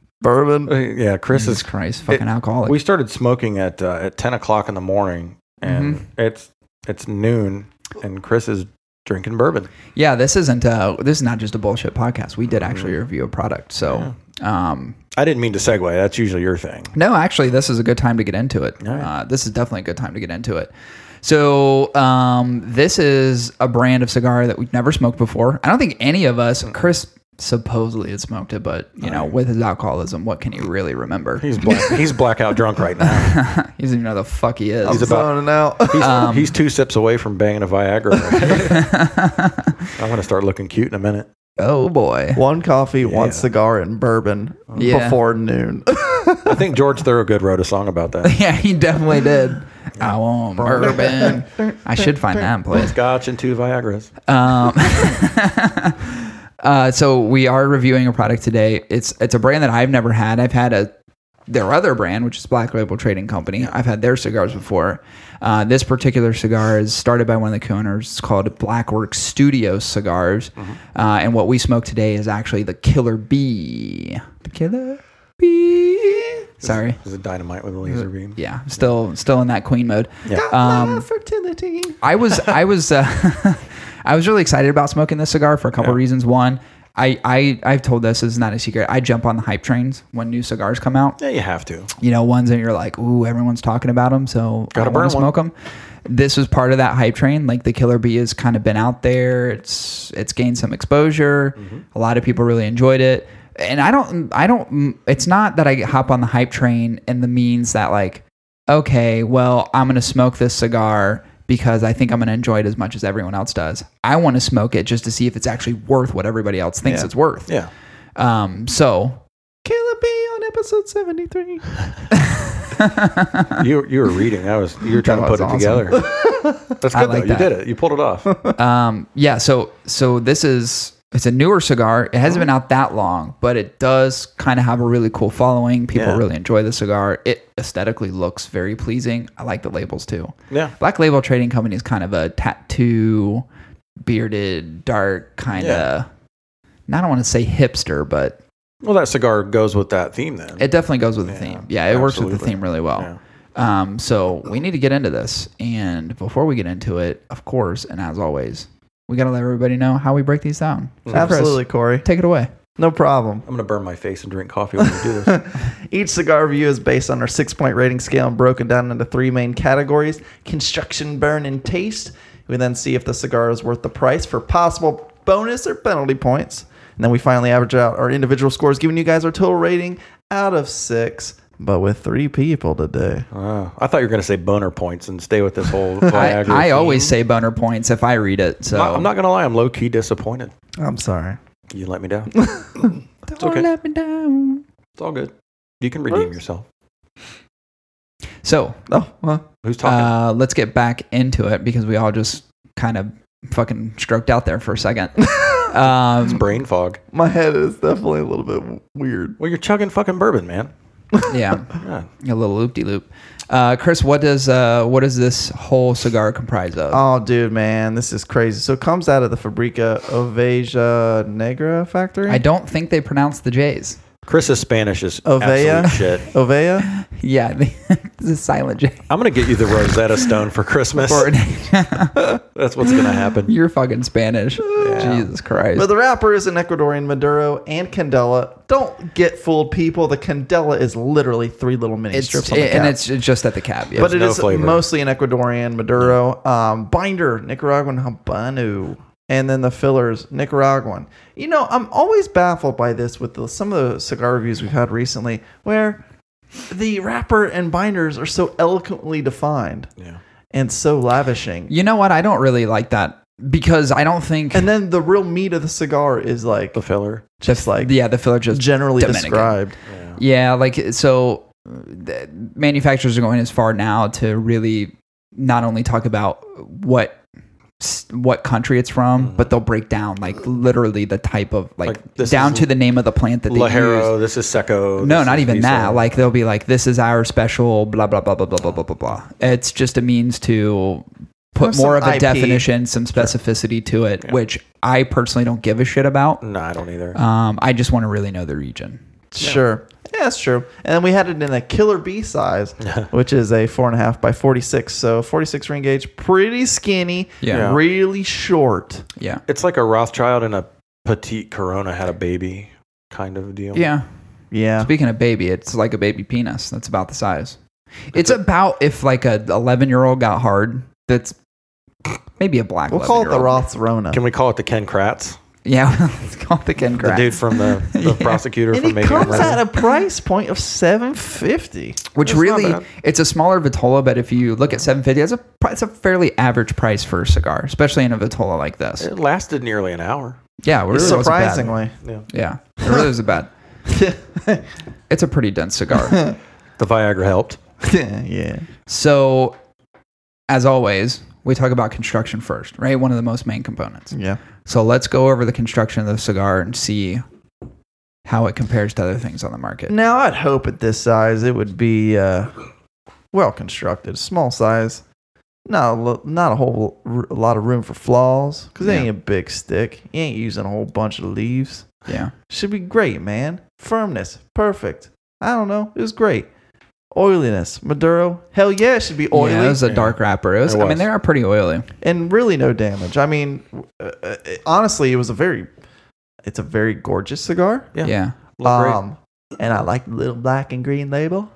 [SPEAKER 3] Uh,
[SPEAKER 2] Bourbon.
[SPEAKER 3] Yeah, Chris
[SPEAKER 1] Jesus
[SPEAKER 3] is.
[SPEAKER 1] Christ, fucking alcoholic.
[SPEAKER 3] We started smoking at uh, at ten o'clock in the morning, and it's it's noon, and Chris is drinking bourbon.
[SPEAKER 1] yeah, this isn't. Uh, this is not just a bullshit podcast. We did actually
[SPEAKER 3] Mm-hmm.
[SPEAKER 1] review a product. So, um,
[SPEAKER 3] I didn't mean to segue. That's usually your thing.
[SPEAKER 1] no, actually, this is a good time to get into it.
[SPEAKER 3] All right.
[SPEAKER 1] Uh, this is definitely a good time to get into it. So um, this is a brand of cigar that we've never smoked before. I don't think any of us. Chris supposedly had smoked it, but you know, with his alcoholism, what can he really remember? He
[SPEAKER 3] He's black, he's blackout drunk right now.
[SPEAKER 1] doesn't even know the fuck he is.
[SPEAKER 3] He's
[SPEAKER 2] He's
[SPEAKER 3] about-
[SPEAKER 2] zoning out. <laughs>
[SPEAKER 3] He's, he's two sips away from banging a Viagra. <laughs> I'm gonna start looking cute in a minute.
[SPEAKER 1] oh boy.
[SPEAKER 2] one coffee,
[SPEAKER 3] Yeah.
[SPEAKER 2] one cigar, and bourbon
[SPEAKER 1] Yeah. <laughs>
[SPEAKER 2] before noon.
[SPEAKER 3] I think George Thorogood wrote a song about that.
[SPEAKER 1] <laughs> Yeah, he definitely
[SPEAKER 3] <laughs>
[SPEAKER 1] did. I want bourbon. I should find that in place.
[SPEAKER 3] Scotch and two Viagra's.
[SPEAKER 1] Uh, so we are reviewing a product today. It's it's a brand that I've never had. I've had a their other brand, which is Black Label Trading Company. I've had their cigars before. Uh, this particular cigar is started by one of the co-owners. It's called Blackwork Studios Cigars,
[SPEAKER 3] Mm-hmm.
[SPEAKER 1] uh, and what we smoke today is actually the Killer Bee. The Killer Bee. Sorry.
[SPEAKER 3] Is it dynamite with a laser beam?
[SPEAKER 1] Yeah, still still in that queen mode.
[SPEAKER 3] Yeah.
[SPEAKER 2] Um, fertility.
[SPEAKER 1] I was I was uh, <laughs> I was really excited about smoking this cigar for a couple reasons. One, I, I I've told this, this is not a secret. I jump on the hype trains when new cigars come out.
[SPEAKER 3] Yeah, you have to.
[SPEAKER 1] You know, ones that you're like, ooh, everyone's talking about them, so
[SPEAKER 3] Gotta
[SPEAKER 1] I want
[SPEAKER 3] burn
[SPEAKER 1] to smoke them. This was part of that hype train. Like the Killer Bee has kind of been out there. It's it's gained some exposure.
[SPEAKER 3] Mm-hmm.
[SPEAKER 1] A lot of people really enjoyed it. And I don't I don't. It's not that I hop on the hype train and the means that like okay, well, I'm going to smoke this cigar because I think I'm going to enjoy it as much as everyone else does. I want to smoke it just to see if it's actually worth what everybody else thinks
[SPEAKER 2] Yeah.
[SPEAKER 1] it's worth.
[SPEAKER 3] Yeah.
[SPEAKER 1] Um, so
[SPEAKER 2] Killer Bee on episode 73.
[SPEAKER 3] You you were reading. I was you were trying to
[SPEAKER 2] That
[SPEAKER 3] put it
[SPEAKER 2] was awesome.
[SPEAKER 3] together. That's
[SPEAKER 1] I
[SPEAKER 3] good
[SPEAKER 1] like
[SPEAKER 3] though.
[SPEAKER 1] that.
[SPEAKER 3] You did it. You pulled it off.
[SPEAKER 1] um, yeah, so so this is it's a newer cigar. It hasn't
[SPEAKER 3] Mm-hmm.
[SPEAKER 1] been out that long, but it does kind of have a really cool following. People
[SPEAKER 3] Yeah.
[SPEAKER 1] really enjoy the cigar. It aesthetically looks very pleasing. I like the labels too.
[SPEAKER 3] Yeah.
[SPEAKER 1] Black Label Trading Company is kind of a tattoo, bearded, dark kind of.
[SPEAKER 3] Yeah.
[SPEAKER 1] I don't want to say hipster, but
[SPEAKER 3] Well, that cigar goes with that theme then.
[SPEAKER 1] it definitely goes with the
[SPEAKER 3] Yeah,
[SPEAKER 1] theme. Yeah, it works with the
[SPEAKER 3] absolutely.
[SPEAKER 1] theme really well. Um, so we need to get into this, and before we get into it, of course, and as always, we gotta let everybody know how we break these down. So, Chris,
[SPEAKER 2] Absolutely, Corey.
[SPEAKER 1] take it away.
[SPEAKER 2] No problem.
[SPEAKER 3] I'm gonna burn my face and drink coffee when we do this.
[SPEAKER 1] <laughs>
[SPEAKER 2] Each cigar review is based on our six point rating scale and broken down into three main categories construction, burn, and taste. We then see if the cigar is worth the price for possible bonus or penalty points. And then we finally average out our individual scores, giving you guys our total rating out of six, but with three people today.
[SPEAKER 3] Wow. Ah, I thought you were gonna say boner points and stay with this whole.
[SPEAKER 1] <laughs>
[SPEAKER 3] Viagra
[SPEAKER 1] I, I
[SPEAKER 3] theme.
[SPEAKER 1] always say boner points if I read it. So
[SPEAKER 3] I'm not gonna lie. I'm low key disappointed.
[SPEAKER 2] I'm sorry.
[SPEAKER 3] You let me down. It's
[SPEAKER 1] <laughs> Don't
[SPEAKER 3] okay.
[SPEAKER 1] let me down.
[SPEAKER 3] all good. You can redeem yourself.
[SPEAKER 1] So
[SPEAKER 2] Oh, well,
[SPEAKER 3] Who's talking?
[SPEAKER 1] uh, let's get back into it because we all just kind of fucking stroked out there for a
[SPEAKER 3] <laughs>
[SPEAKER 1] second.
[SPEAKER 3] it's
[SPEAKER 1] Um,
[SPEAKER 3] brain fog.
[SPEAKER 2] my head is definitely a little bit weird.
[SPEAKER 3] Well, you're chugging fucking bourbon, man.
[SPEAKER 1] yeah,
[SPEAKER 3] Yeah.
[SPEAKER 1] a little loop de loop. Uh, Chris, what does uh, what does this whole cigar comprise of?
[SPEAKER 3] Um,
[SPEAKER 2] Oh, dude, man, this is crazy. So it comes out of the Fabrica Oveja Negra factory.
[SPEAKER 1] I don't think they pronounce the J's.
[SPEAKER 3] Chris's Spanish is
[SPEAKER 1] Oh,
[SPEAKER 2] Ovea?
[SPEAKER 1] uh?
[SPEAKER 3] absolute shit.
[SPEAKER 2] Oveja?
[SPEAKER 1] Yeah, the, the silent J.
[SPEAKER 3] I'm gonna get you the Rosetta Stone for Christmas. <laughs>
[SPEAKER 1] Or-
[SPEAKER 3] That's what's gonna happen.
[SPEAKER 1] <laughs> You're fucking Spanish. Jesus Christ.
[SPEAKER 2] But the wrapper is an Ecuadorian Maduro and Candela. Don't get fooled, people. The Candela is literally three little mini
[SPEAKER 1] it's,
[SPEAKER 2] strips on the
[SPEAKER 1] it-
[SPEAKER 2] cap.
[SPEAKER 1] and it's it's just at the cab. Yeah.
[SPEAKER 2] but it
[SPEAKER 3] no
[SPEAKER 2] is
[SPEAKER 3] flavor.
[SPEAKER 2] mostly an Ecuadorian Maduro. Um, binder, Nicaraguan Habano. And then the fillers, Nicaraguan. You know, I'm always baffled by this with the, some of the cigar reviews we've had recently where the wrapper and binders are so eloquently defined
[SPEAKER 3] Yeah.
[SPEAKER 2] and so lavishing.
[SPEAKER 1] you know what? I don't really like that because I don't think
[SPEAKER 2] And then the real meat of the cigar is like
[SPEAKER 3] The filler.
[SPEAKER 2] just like
[SPEAKER 1] yeah the filler just
[SPEAKER 2] generally
[SPEAKER 1] Dominican.
[SPEAKER 2] described.
[SPEAKER 1] Yeah, like so the manufacturers are going as far now to really not only talk about what what country it's from, but they'll break down like literally the type of like,
[SPEAKER 3] Like, this
[SPEAKER 1] down
[SPEAKER 3] is
[SPEAKER 1] to the name of the plant that they use.
[SPEAKER 3] Lajero. This is Seco.
[SPEAKER 1] No,
[SPEAKER 3] this
[SPEAKER 1] not
[SPEAKER 3] is
[SPEAKER 1] even
[SPEAKER 3] Piso.
[SPEAKER 1] that. Like they'll be like, "This is our special," blah blah blah blah blah blah blah blah blah. It's just a means to put
[SPEAKER 2] Have
[SPEAKER 1] more of
[SPEAKER 2] some
[SPEAKER 1] a
[SPEAKER 2] IP.
[SPEAKER 1] definition, some specificity to it, which I personally don't give a shit about.
[SPEAKER 2] Mm.
[SPEAKER 3] no, I don't either.
[SPEAKER 1] Um, I just want to really know the region.
[SPEAKER 2] Sure. Yeah, that's true. And then we had it in a killer B size, which is a four and a half by forty six. So forty six ring gauge, pretty skinny,
[SPEAKER 1] Yeah.
[SPEAKER 2] really short.
[SPEAKER 1] Yeah,
[SPEAKER 3] it's like a Rothschild and a petite Corona had a baby kind of deal.
[SPEAKER 1] yeah.
[SPEAKER 2] Yeah.
[SPEAKER 1] Speaking of baby, it's like a baby penis. That's about the size. It's about if like a eleven year old got hard that's maybe a black.
[SPEAKER 2] We'll call it the
[SPEAKER 1] 11-year-old.
[SPEAKER 2] Roth's Rona.
[SPEAKER 3] Can we call it the Ken Kratz?
[SPEAKER 1] <laughs> Yeah, <laughs> it's called the Ken Kratz,
[SPEAKER 3] The dude
[SPEAKER 1] <laughs>
[SPEAKER 3] from the, the
[SPEAKER 1] Yeah.
[SPEAKER 3] prosecutor
[SPEAKER 2] and
[SPEAKER 3] from
[SPEAKER 2] it
[SPEAKER 3] Making a
[SPEAKER 2] comes
[SPEAKER 3] Murder.
[SPEAKER 2] at a price point of seven fifty.
[SPEAKER 1] which
[SPEAKER 3] not
[SPEAKER 1] really
[SPEAKER 3] bad.
[SPEAKER 1] it's a smaller Vitola, but if you look at 750, that's a pri- it's a fairly average price for a cigar, especially in a Vitola like this.
[SPEAKER 3] It lasted nearly an hour.
[SPEAKER 1] yeah, it really wasn't bad.
[SPEAKER 2] Surprisingly,
[SPEAKER 3] Yeah.
[SPEAKER 1] Yeah, it really was
[SPEAKER 3] <laughs>
[SPEAKER 1] bad. It's a pretty dense cigar.
[SPEAKER 3] The Viagra helped.
[SPEAKER 2] <laughs> yeah.
[SPEAKER 1] so, as always, we talk about construction first, right? One of the most main components.
[SPEAKER 2] Yeah.
[SPEAKER 1] So let's go over the construction of the cigar and see how it compares to other things on the
[SPEAKER 3] Mm.
[SPEAKER 1] market.
[SPEAKER 2] Now I'd hope at this size it would be uh, well constructed, small size, not a, lo- not a whole r- a lot of room for flaws because it
[SPEAKER 1] Yeah.
[SPEAKER 2] ain't a big stick. You ain't using a whole bunch of leaves.
[SPEAKER 1] Yeah,
[SPEAKER 2] Should be great, man. Firmness, perfect. I don't know, it was great. Oiliness, Maduro, hell yeah, it should be oily
[SPEAKER 1] yeah, it was a
[SPEAKER 3] Yeah.
[SPEAKER 1] dark wrapper. It was,
[SPEAKER 3] It
[SPEAKER 1] I mean,
[SPEAKER 3] was.
[SPEAKER 1] they are pretty oily.
[SPEAKER 2] and really no damage. I mean, uh, uh, honestly, it was a very, it's a very gorgeous cigar.
[SPEAKER 3] Yeah.
[SPEAKER 1] Yeah,
[SPEAKER 3] Looked great.
[SPEAKER 2] Um, and I like the little black and green label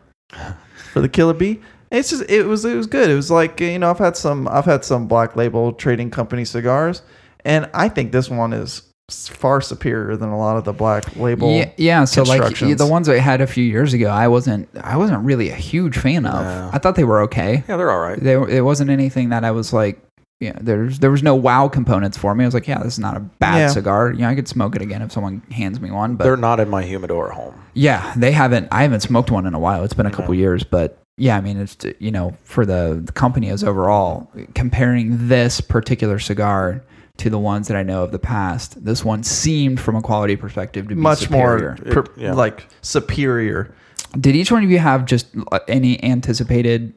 [SPEAKER 2] for the Killer Bee. It's just it was it was good. It was like you know I've had some I've had some black label trading company cigars, and I think this one is s- far superior than a lot of the black label.
[SPEAKER 1] yeah, yeah. So like
[SPEAKER 2] constructions.
[SPEAKER 1] the ones I had a few years ago, I wasn't, I wasn't really a huge fan of.
[SPEAKER 3] No.
[SPEAKER 1] I thought they were okay.
[SPEAKER 3] Yeah, they're all right.
[SPEAKER 1] They, it wasn't anything that I was like, yeah. There's there was no wow components for me. I was like, yeah, this is not a bad
[SPEAKER 2] Yeah.
[SPEAKER 1] cigar. You know, I could smoke it again if someone hands me one. But
[SPEAKER 3] They're not in my humidor at home.
[SPEAKER 1] Yeah, they haven't. I haven't smoked one in a while. It's been a couple years, but yeah, I mean, it's you know, for the, the company as overall, comparing this particular cigar to the ones that I know of the past, this one seemed from a quality perspective to be
[SPEAKER 2] much
[SPEAKER 1] superior.
[SPEAKER 2] more per,
[SPEAKER 3] yeah.
[SPEAKER 2] like superior.
[SPEAKER 1] Did each one of you have just uh, any anticipated?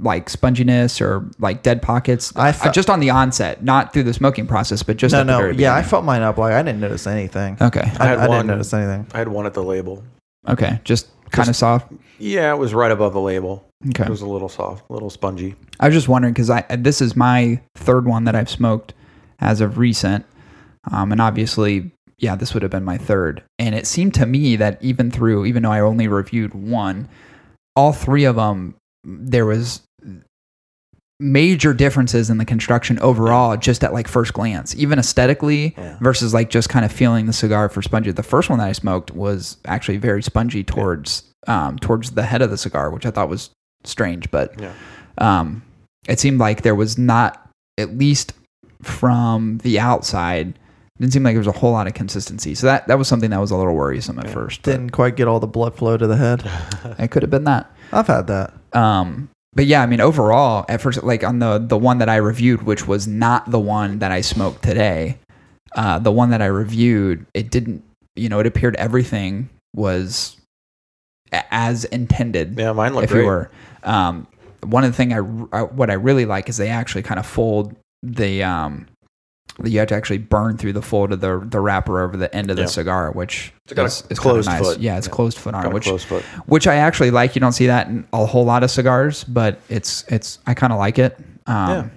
[SPEAKER 1] Like sponginess or like dead pockets,
[SPEAKER 2] I
[SPEAKER 1] I
[SPEAKER 2] fe-
[SPEAKER 1] just on the onset, not through the smoking process, but just
[SPEAKER 2] No,
[SPEAKER 1] at the
[SPEAKER 2] no,
[SPEAKER 1] very
[SPEAKER 2] yeah, I
[SPEAKER 1] beginning.
[SPEAKER 2] felt mine up like I didn't notice anything.
[SPEAKER 1] okay,
[SPEAKER 2] I,
[SPEAKER 3] I had
[SPEAKER 2] I didn't
[SPEAKER 3] one-
[SPEAKER 2] notice anything.
[SPEAKER 3] I had one at the label.
[SPEAKER 1] okay, just kind of soft.
[SPEAKER 3] Yeah, it was right above the label.
[SPEAKER 1] Okay,
[SPEAKER 3] It was a little soft, a little spongy.
[SPEAKER 1] I was just wondering because I uh, this is my third one that I've smoked as of recent, um, and obviously, yeah, this would have been my third. And it seemed to me that even through, even though I only reviewed one, all three of them, there was major differences in the construction overall just at like first glance even aesthetically versus like just kind of feeling the cigar for spongy the first one that i smoked was actually very spongy towards um towards the head of the cigar which i thought was strange but
[SPEAKER 3] Yeah.
[SPEAKER 1] um, it seemed like there was not, at least from the outside, didn't seem like there was a whole lot of consistency. So that, that was something that was a little worrisome at first. but
[SPEAKER 2] Didn't quite get all the blood flow to the head.
[SPEAKER 1] It could have been that.
[SPEAKER 2] I've had that.
[SPEAKER 1] Um, but yeah, I mean, overall, at first, like on the the one that I reviewed, which was not the one that I smoked today, uh, the one that I reviewed, it didn't, you know, it appeared everything was a- as intended.
[SPEAKER 3] Yeah, mine looked
[SPEAKER 1] if
[SPEAKER 3] great.
[SPEAKER 1] you were. Um, one of the thing I, r- I- what I really like is they actually kind of fold the um, the- you have to actually burn through the fold of the the wrapper over the end of the
[SPEAKER 3] Yeah.
[SPEAKER 1] cigar, which
[SPEAKER 3] It's got a
[SPEAKER 1] is, is kinda
[SPEAKER 3] closed
[SPEAKER 1] nice.
[SPEAKER 3] foot.
[SPEAKER 1] Yeah, it's
[SPEAKER 3] Yeah.
[SPEAKER 1] closed foot
[SPEAKER 3] Got
[SPEAKER 1] on
[SPEAKER 3] a
[SPEAKER 1] which
[SPEAKER 3] close foot.
[SPEAKER 1] which I actually like. You don't see that in a whole lot of cigars, but it's it's I kind of like it. Um,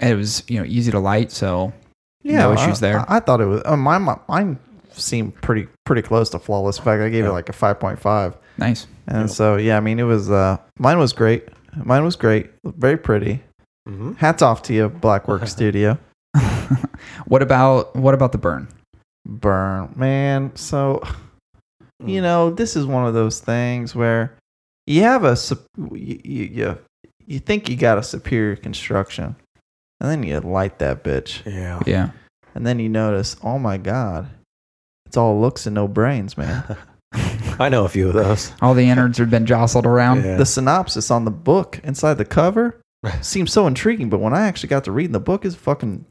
[SPEAKER 1] and It was you know easy to light, so no issues
[SPEAKER 2] I,
[SPEAKER 1] there.
[SPEAKER 2] I, I thought it was uh, my, my mine seemed pretty pretty close to flawless. In fact, I gave it like a five point five,
[SPEAKER 1] nice.
[SPEAKER 2] and so yeah, I mean it was uh mine was great. Mine was great, very pretty.
[SPEAKER 3] hmm
[SPEAKER 2] Hats off to you,
[SPEAKER 1] <laughs>
[SPEAKER 2] Blackwork Studio.
[SPEAKER 1] What about what about the burn?
[SPEAKER 2] Burn, man. So
[SPEAKER 3] Mm.
[SPEAKER 1] Mm.
[SPEAKER 2] you know this is one of those things where you have a sup- you you, you, you think you got a superior construction, and then you light that bitch.
[SPEAKER 3] Yeah.
[SPEAKER 1] Yeah,
[SPEAKER 2] And then you notice, oh my God, it's all looks and no brains, man.
[SPEAKER 3] I know a few of those.
[SPEAKER 1] all the innards have been jostled around.
[SPEAKER 3] Yeah.
[SPEAKER 2] the synopsis on the book inside
[SPEAKER 1] <laughs>
[SPEAKER 2] the cover seems so intriguing, but when I actually got to reading the book, it's fucking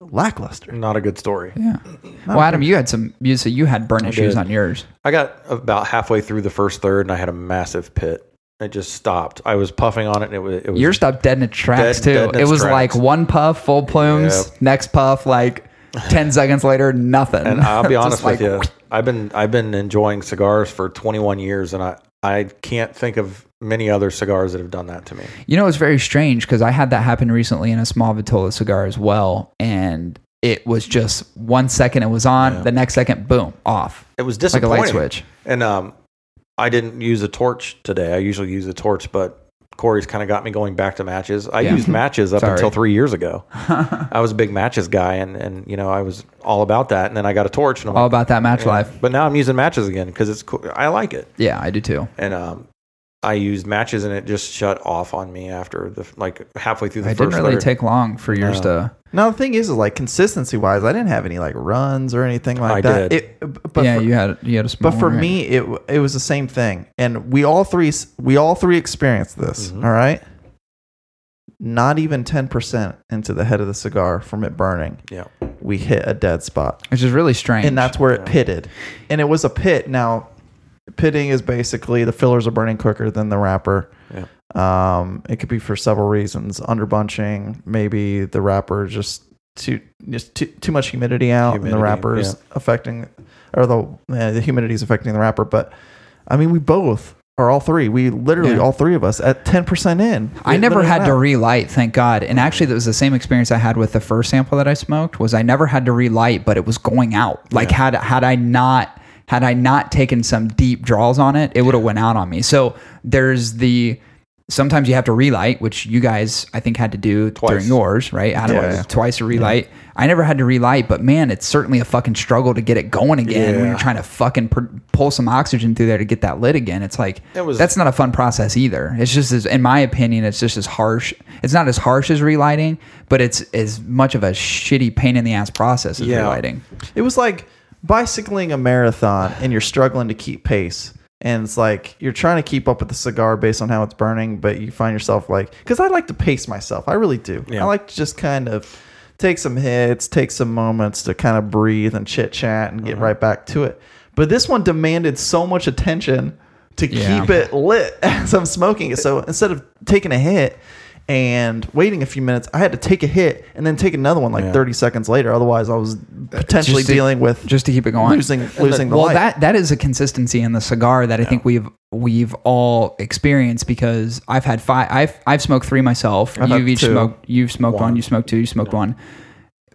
[SPEAKER 2] lackluster.
[SPEAKER 3] Not a good story.
[SPEAKER 1] Yeah. Mm. Well, Adam, you had some. You said you had burn issues
[SPEAKER 3] did.
[SPEAKER 1] on yours.
[SPEAKER 3] I got about halfway through the first third and I had a massive pit. It just stopped. I was puffing on it and it was. It was
[SPEAKER 1] Yours stopped dead in its tracks
[SPEAKER 3] Dead-
[SPEAKER 1] too.
[SPEAKER 3] dead in
[SPEAKER 1] it
[SPEAKER 3] its
[SPEAKER 1] was
[SPEAKER 3] tracks.
[SPEAKER 1] like one puff, full plumes.
[SPEAKER 3] Yep.
[SPEAKER 1] Next puff, like ten seconds later, nothing.
[SPEAKER 3] And I'll
[SPEAKER 1] <laughs>
[SPEAKER 3] be
[SPEAKER 1] Just
[SPEAKER 3] honest
[SPEAKER 1] like-
[SPEAKER 3] with you, I've been I've been enjoying cigars for 21 years, and I I can't think of many other cigars that have done that to me.
[SPEAKER 1] You know, it's very strange because I had that happen recently in a small Vitola cigar as well, and it was just one second it was on, the next second, boom, off,
[SPEAKER 3] It was
[SPEAKER 1] like a
[SPEAKER 3] disappointing.
[SPEAKER 1] light switch.
[SPEAKER 3] And um, I didn't use a torch today. I usually use a torch, but Corey's kind of got me going back to matches. I
[SPEAKER 1] Yeah.
[SPEAKER 3] used matches up
[SPEAKER 1] Sorry.
[SPEAKER 3] until three
[SPEAKER 1] <laughs>
[SPEAKER 3] years ago. I was a big matches guy, and and you know I was all about that. And then I got a torch, and I'm
[SPEAKER 1] All
[SPEAKER 3] like,
[SPEAKER 1] about that match life.
[SPEAKER 3] But now I'm using matches again because it's cool. I like it,
[SPEAKER 1] Yeah, I do too.
[SPEAKER 3] and um, I used matches, and it just shut off on me after the like halfway through the
[SPEAKER 1] I
[SPEAKER 3] first.
[SPEAKER 1] didn't really
[SPEAKER 3] letter.
[SPEAKER 1] take long for yours to.
[SPEAKER 2] Now the thing is, is like consistency wise, I didn't have any like runs or anything like
[SPEAKER 3] I
[SPEAKER 2] that.
[SPEAKER 3] did.
[SPEAKER 2] It, uh, but
[SPEAKER 1] yeah,
[SPEAKER 2] for,
[SPEAKER 1] you had you had a small
[SPEAKER 2] but for
[SPEAKER 1] one, right?
[SPEAKER 2] me, it w- it was the same thing, and we all three s- we all three experienced this.
[SPEAKER 1] Mm-hmm.
[SPEAKER 2] all right, not even ten percent into the head of the cigar from it burning,
[SPEAKER 3] Yeah,
[SPEAKER 2] we hit a dead spot.
[SPEAKER 1] which is really strange.
[SPEAKER 2] and that's where it
[SPEAKER 3] Yeah.
[SPEAKER 2] pitted. And it was a pit. Now, pitting is basically the fillers are burning quicker than the wrapper.
[SPEAKER 3] Yeah.
[SPEAKER 2] Um, it could be for several reasons: underbunching, maybe the wrapper just too just too, too much humidity out, and
[SPEAKER 3] Humidity,
[SPEAKER 2] the wrapper's
[SPEAKER 3] yeah.
[SPEAKER 2] affecting, or the yeah, the humidity is affecting the wrapper. But I mean, we both. Or all three. We literally
[SPEAKER 1] Yeah.
[SPEAKER 2] all three of us at ten percent in.
[SPEAKER 1] I
[SPEAKER 2] we
[SPEAKER 1] never
[SPEAKER 2] literally
[SPEAKER 1] had to
[SPEAKER 2] went.
[SPEAKER 1] relight, thank God. And actually, that was the same experience I had with the first sample that I smoked. Was I never had to relight, but it was going out. Like had had I not had I not taken some deep draws on it, it would have went out on me. So there's the sometimes you have to relight, which you guys I think had to do during yours, right? Adam
[SPEAKER 2] Twice.
[SPEAKER 1] twice, a relight. I never had to relight, but man, it's certainly a fucking struggle to get it going again when you're
[SPEAKER 3] Yeah.
[SPEAKER 1] trying to fucking pr- pull some oxygen through there to get that lit again. It's like
[SPEAKER 3] It was-
[SPEAKER 1] that's not a fun process either. It's just, as, in my opinion, it's just as harsh. It's not as harsh as relighting, but it's as much of a shitty pain in the ass process as
[SPEAKER 3] Yeah.
[SPEAKER 1] relighting.
[SPEAKER 2] It was like bicycling a marathon and you're struggling to keep pace. And it's like you're trying to keep up with the cigar based on how it's burning, but you find yourself like, because I like to pace myself. I really do.
[SPEAKER 3] Yeah.
[SPEAKER 2] I like to just kind of take some hits, take some moments to kind of breathe and chit chat and get
[SPEAKER 3] Uh-huh.
[SPEAKER 2] right back to it. But this one demanded so much attention to
[SPEAKER 1] Yeah.
[SPEAKER 2] keep it lit <laughs> as I'm smoking it. So instead of taking a hit and waiting a few minutes, I had to take a hit and then take another one like
[SPEAKER 3] Yeah. Uh,
[SPEAKER 2] 30 seconds later. Otherwise, I was potentially
[SPEAKER 1] Just to-
[SPEAKER 2] dealing with
[SPEAKER 1] just to keep it going.
[SPEAKER 2] losing losing the
[SPEAKER 1] well
[SPEAKER 2] light.
[SPEAKER 1] that that is a consistency in the cigar that i think we've we've all experienced because i've had five i've i've smoked three myself
[SPEAKER 2] I've had
[SPEAKER 1] you've each
[SPEAKER 2] two.
[SPEAKER 1] smoked you've smoked one. you smoked two you smoked one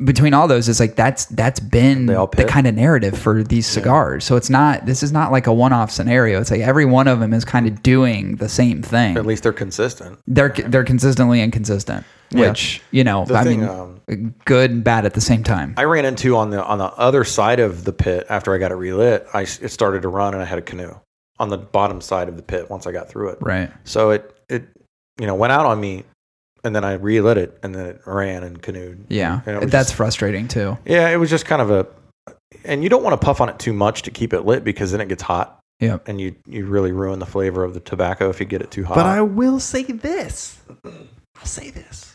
[SPEAKER 1] between all those it's like that's that's been
[SPEAKER 3] all
[SPEAKER 1] the
[SPEAKER 3] pit.
[SPEAKER 1] kind of narrative for these cigars so it's not this is not like a one-off scenario it's like every one of them is kind of doing the same thing
[SPEAKER 3] at least they're consistent.
[SPEAKER 1] they're they're consistently inconsistent which you know
[SPEAKER 3] The
[SPEAKER 1] i
[SPEAKER 3] thing,
[SPEAKER 1] mean
[SPEAKER 3] um,
[SPEAKER 1] good and bad at the same time
[SPEAKER 3] I ran into on the on the other side of the pit after I got it relit. I s- it started to run, and I had a canoe on the bottom side of the pit once I got through it.
[SPEAKER 1] right
[SPEAKER 3] So it it you know went out on me, and then I relit it, and then it ran and canoed.
[SPEAKER 1] yeah
[SPEAKER 3] And it was
[SPEAKER 1] that's
[SPEAKER 3] just-
[SPEAKER 1] frustrating too
[SPEAKER 3] yeah. It was just kind of a, and you don't want to puff on it too much to keep it lit because then it gets hot,
[SPEAKER 1] yeah
[SPEAKER 3] and you you really ruin the flavor of the tobacco if you get it too hot.
[SPEAKER 2] but I will say this. I'll say this.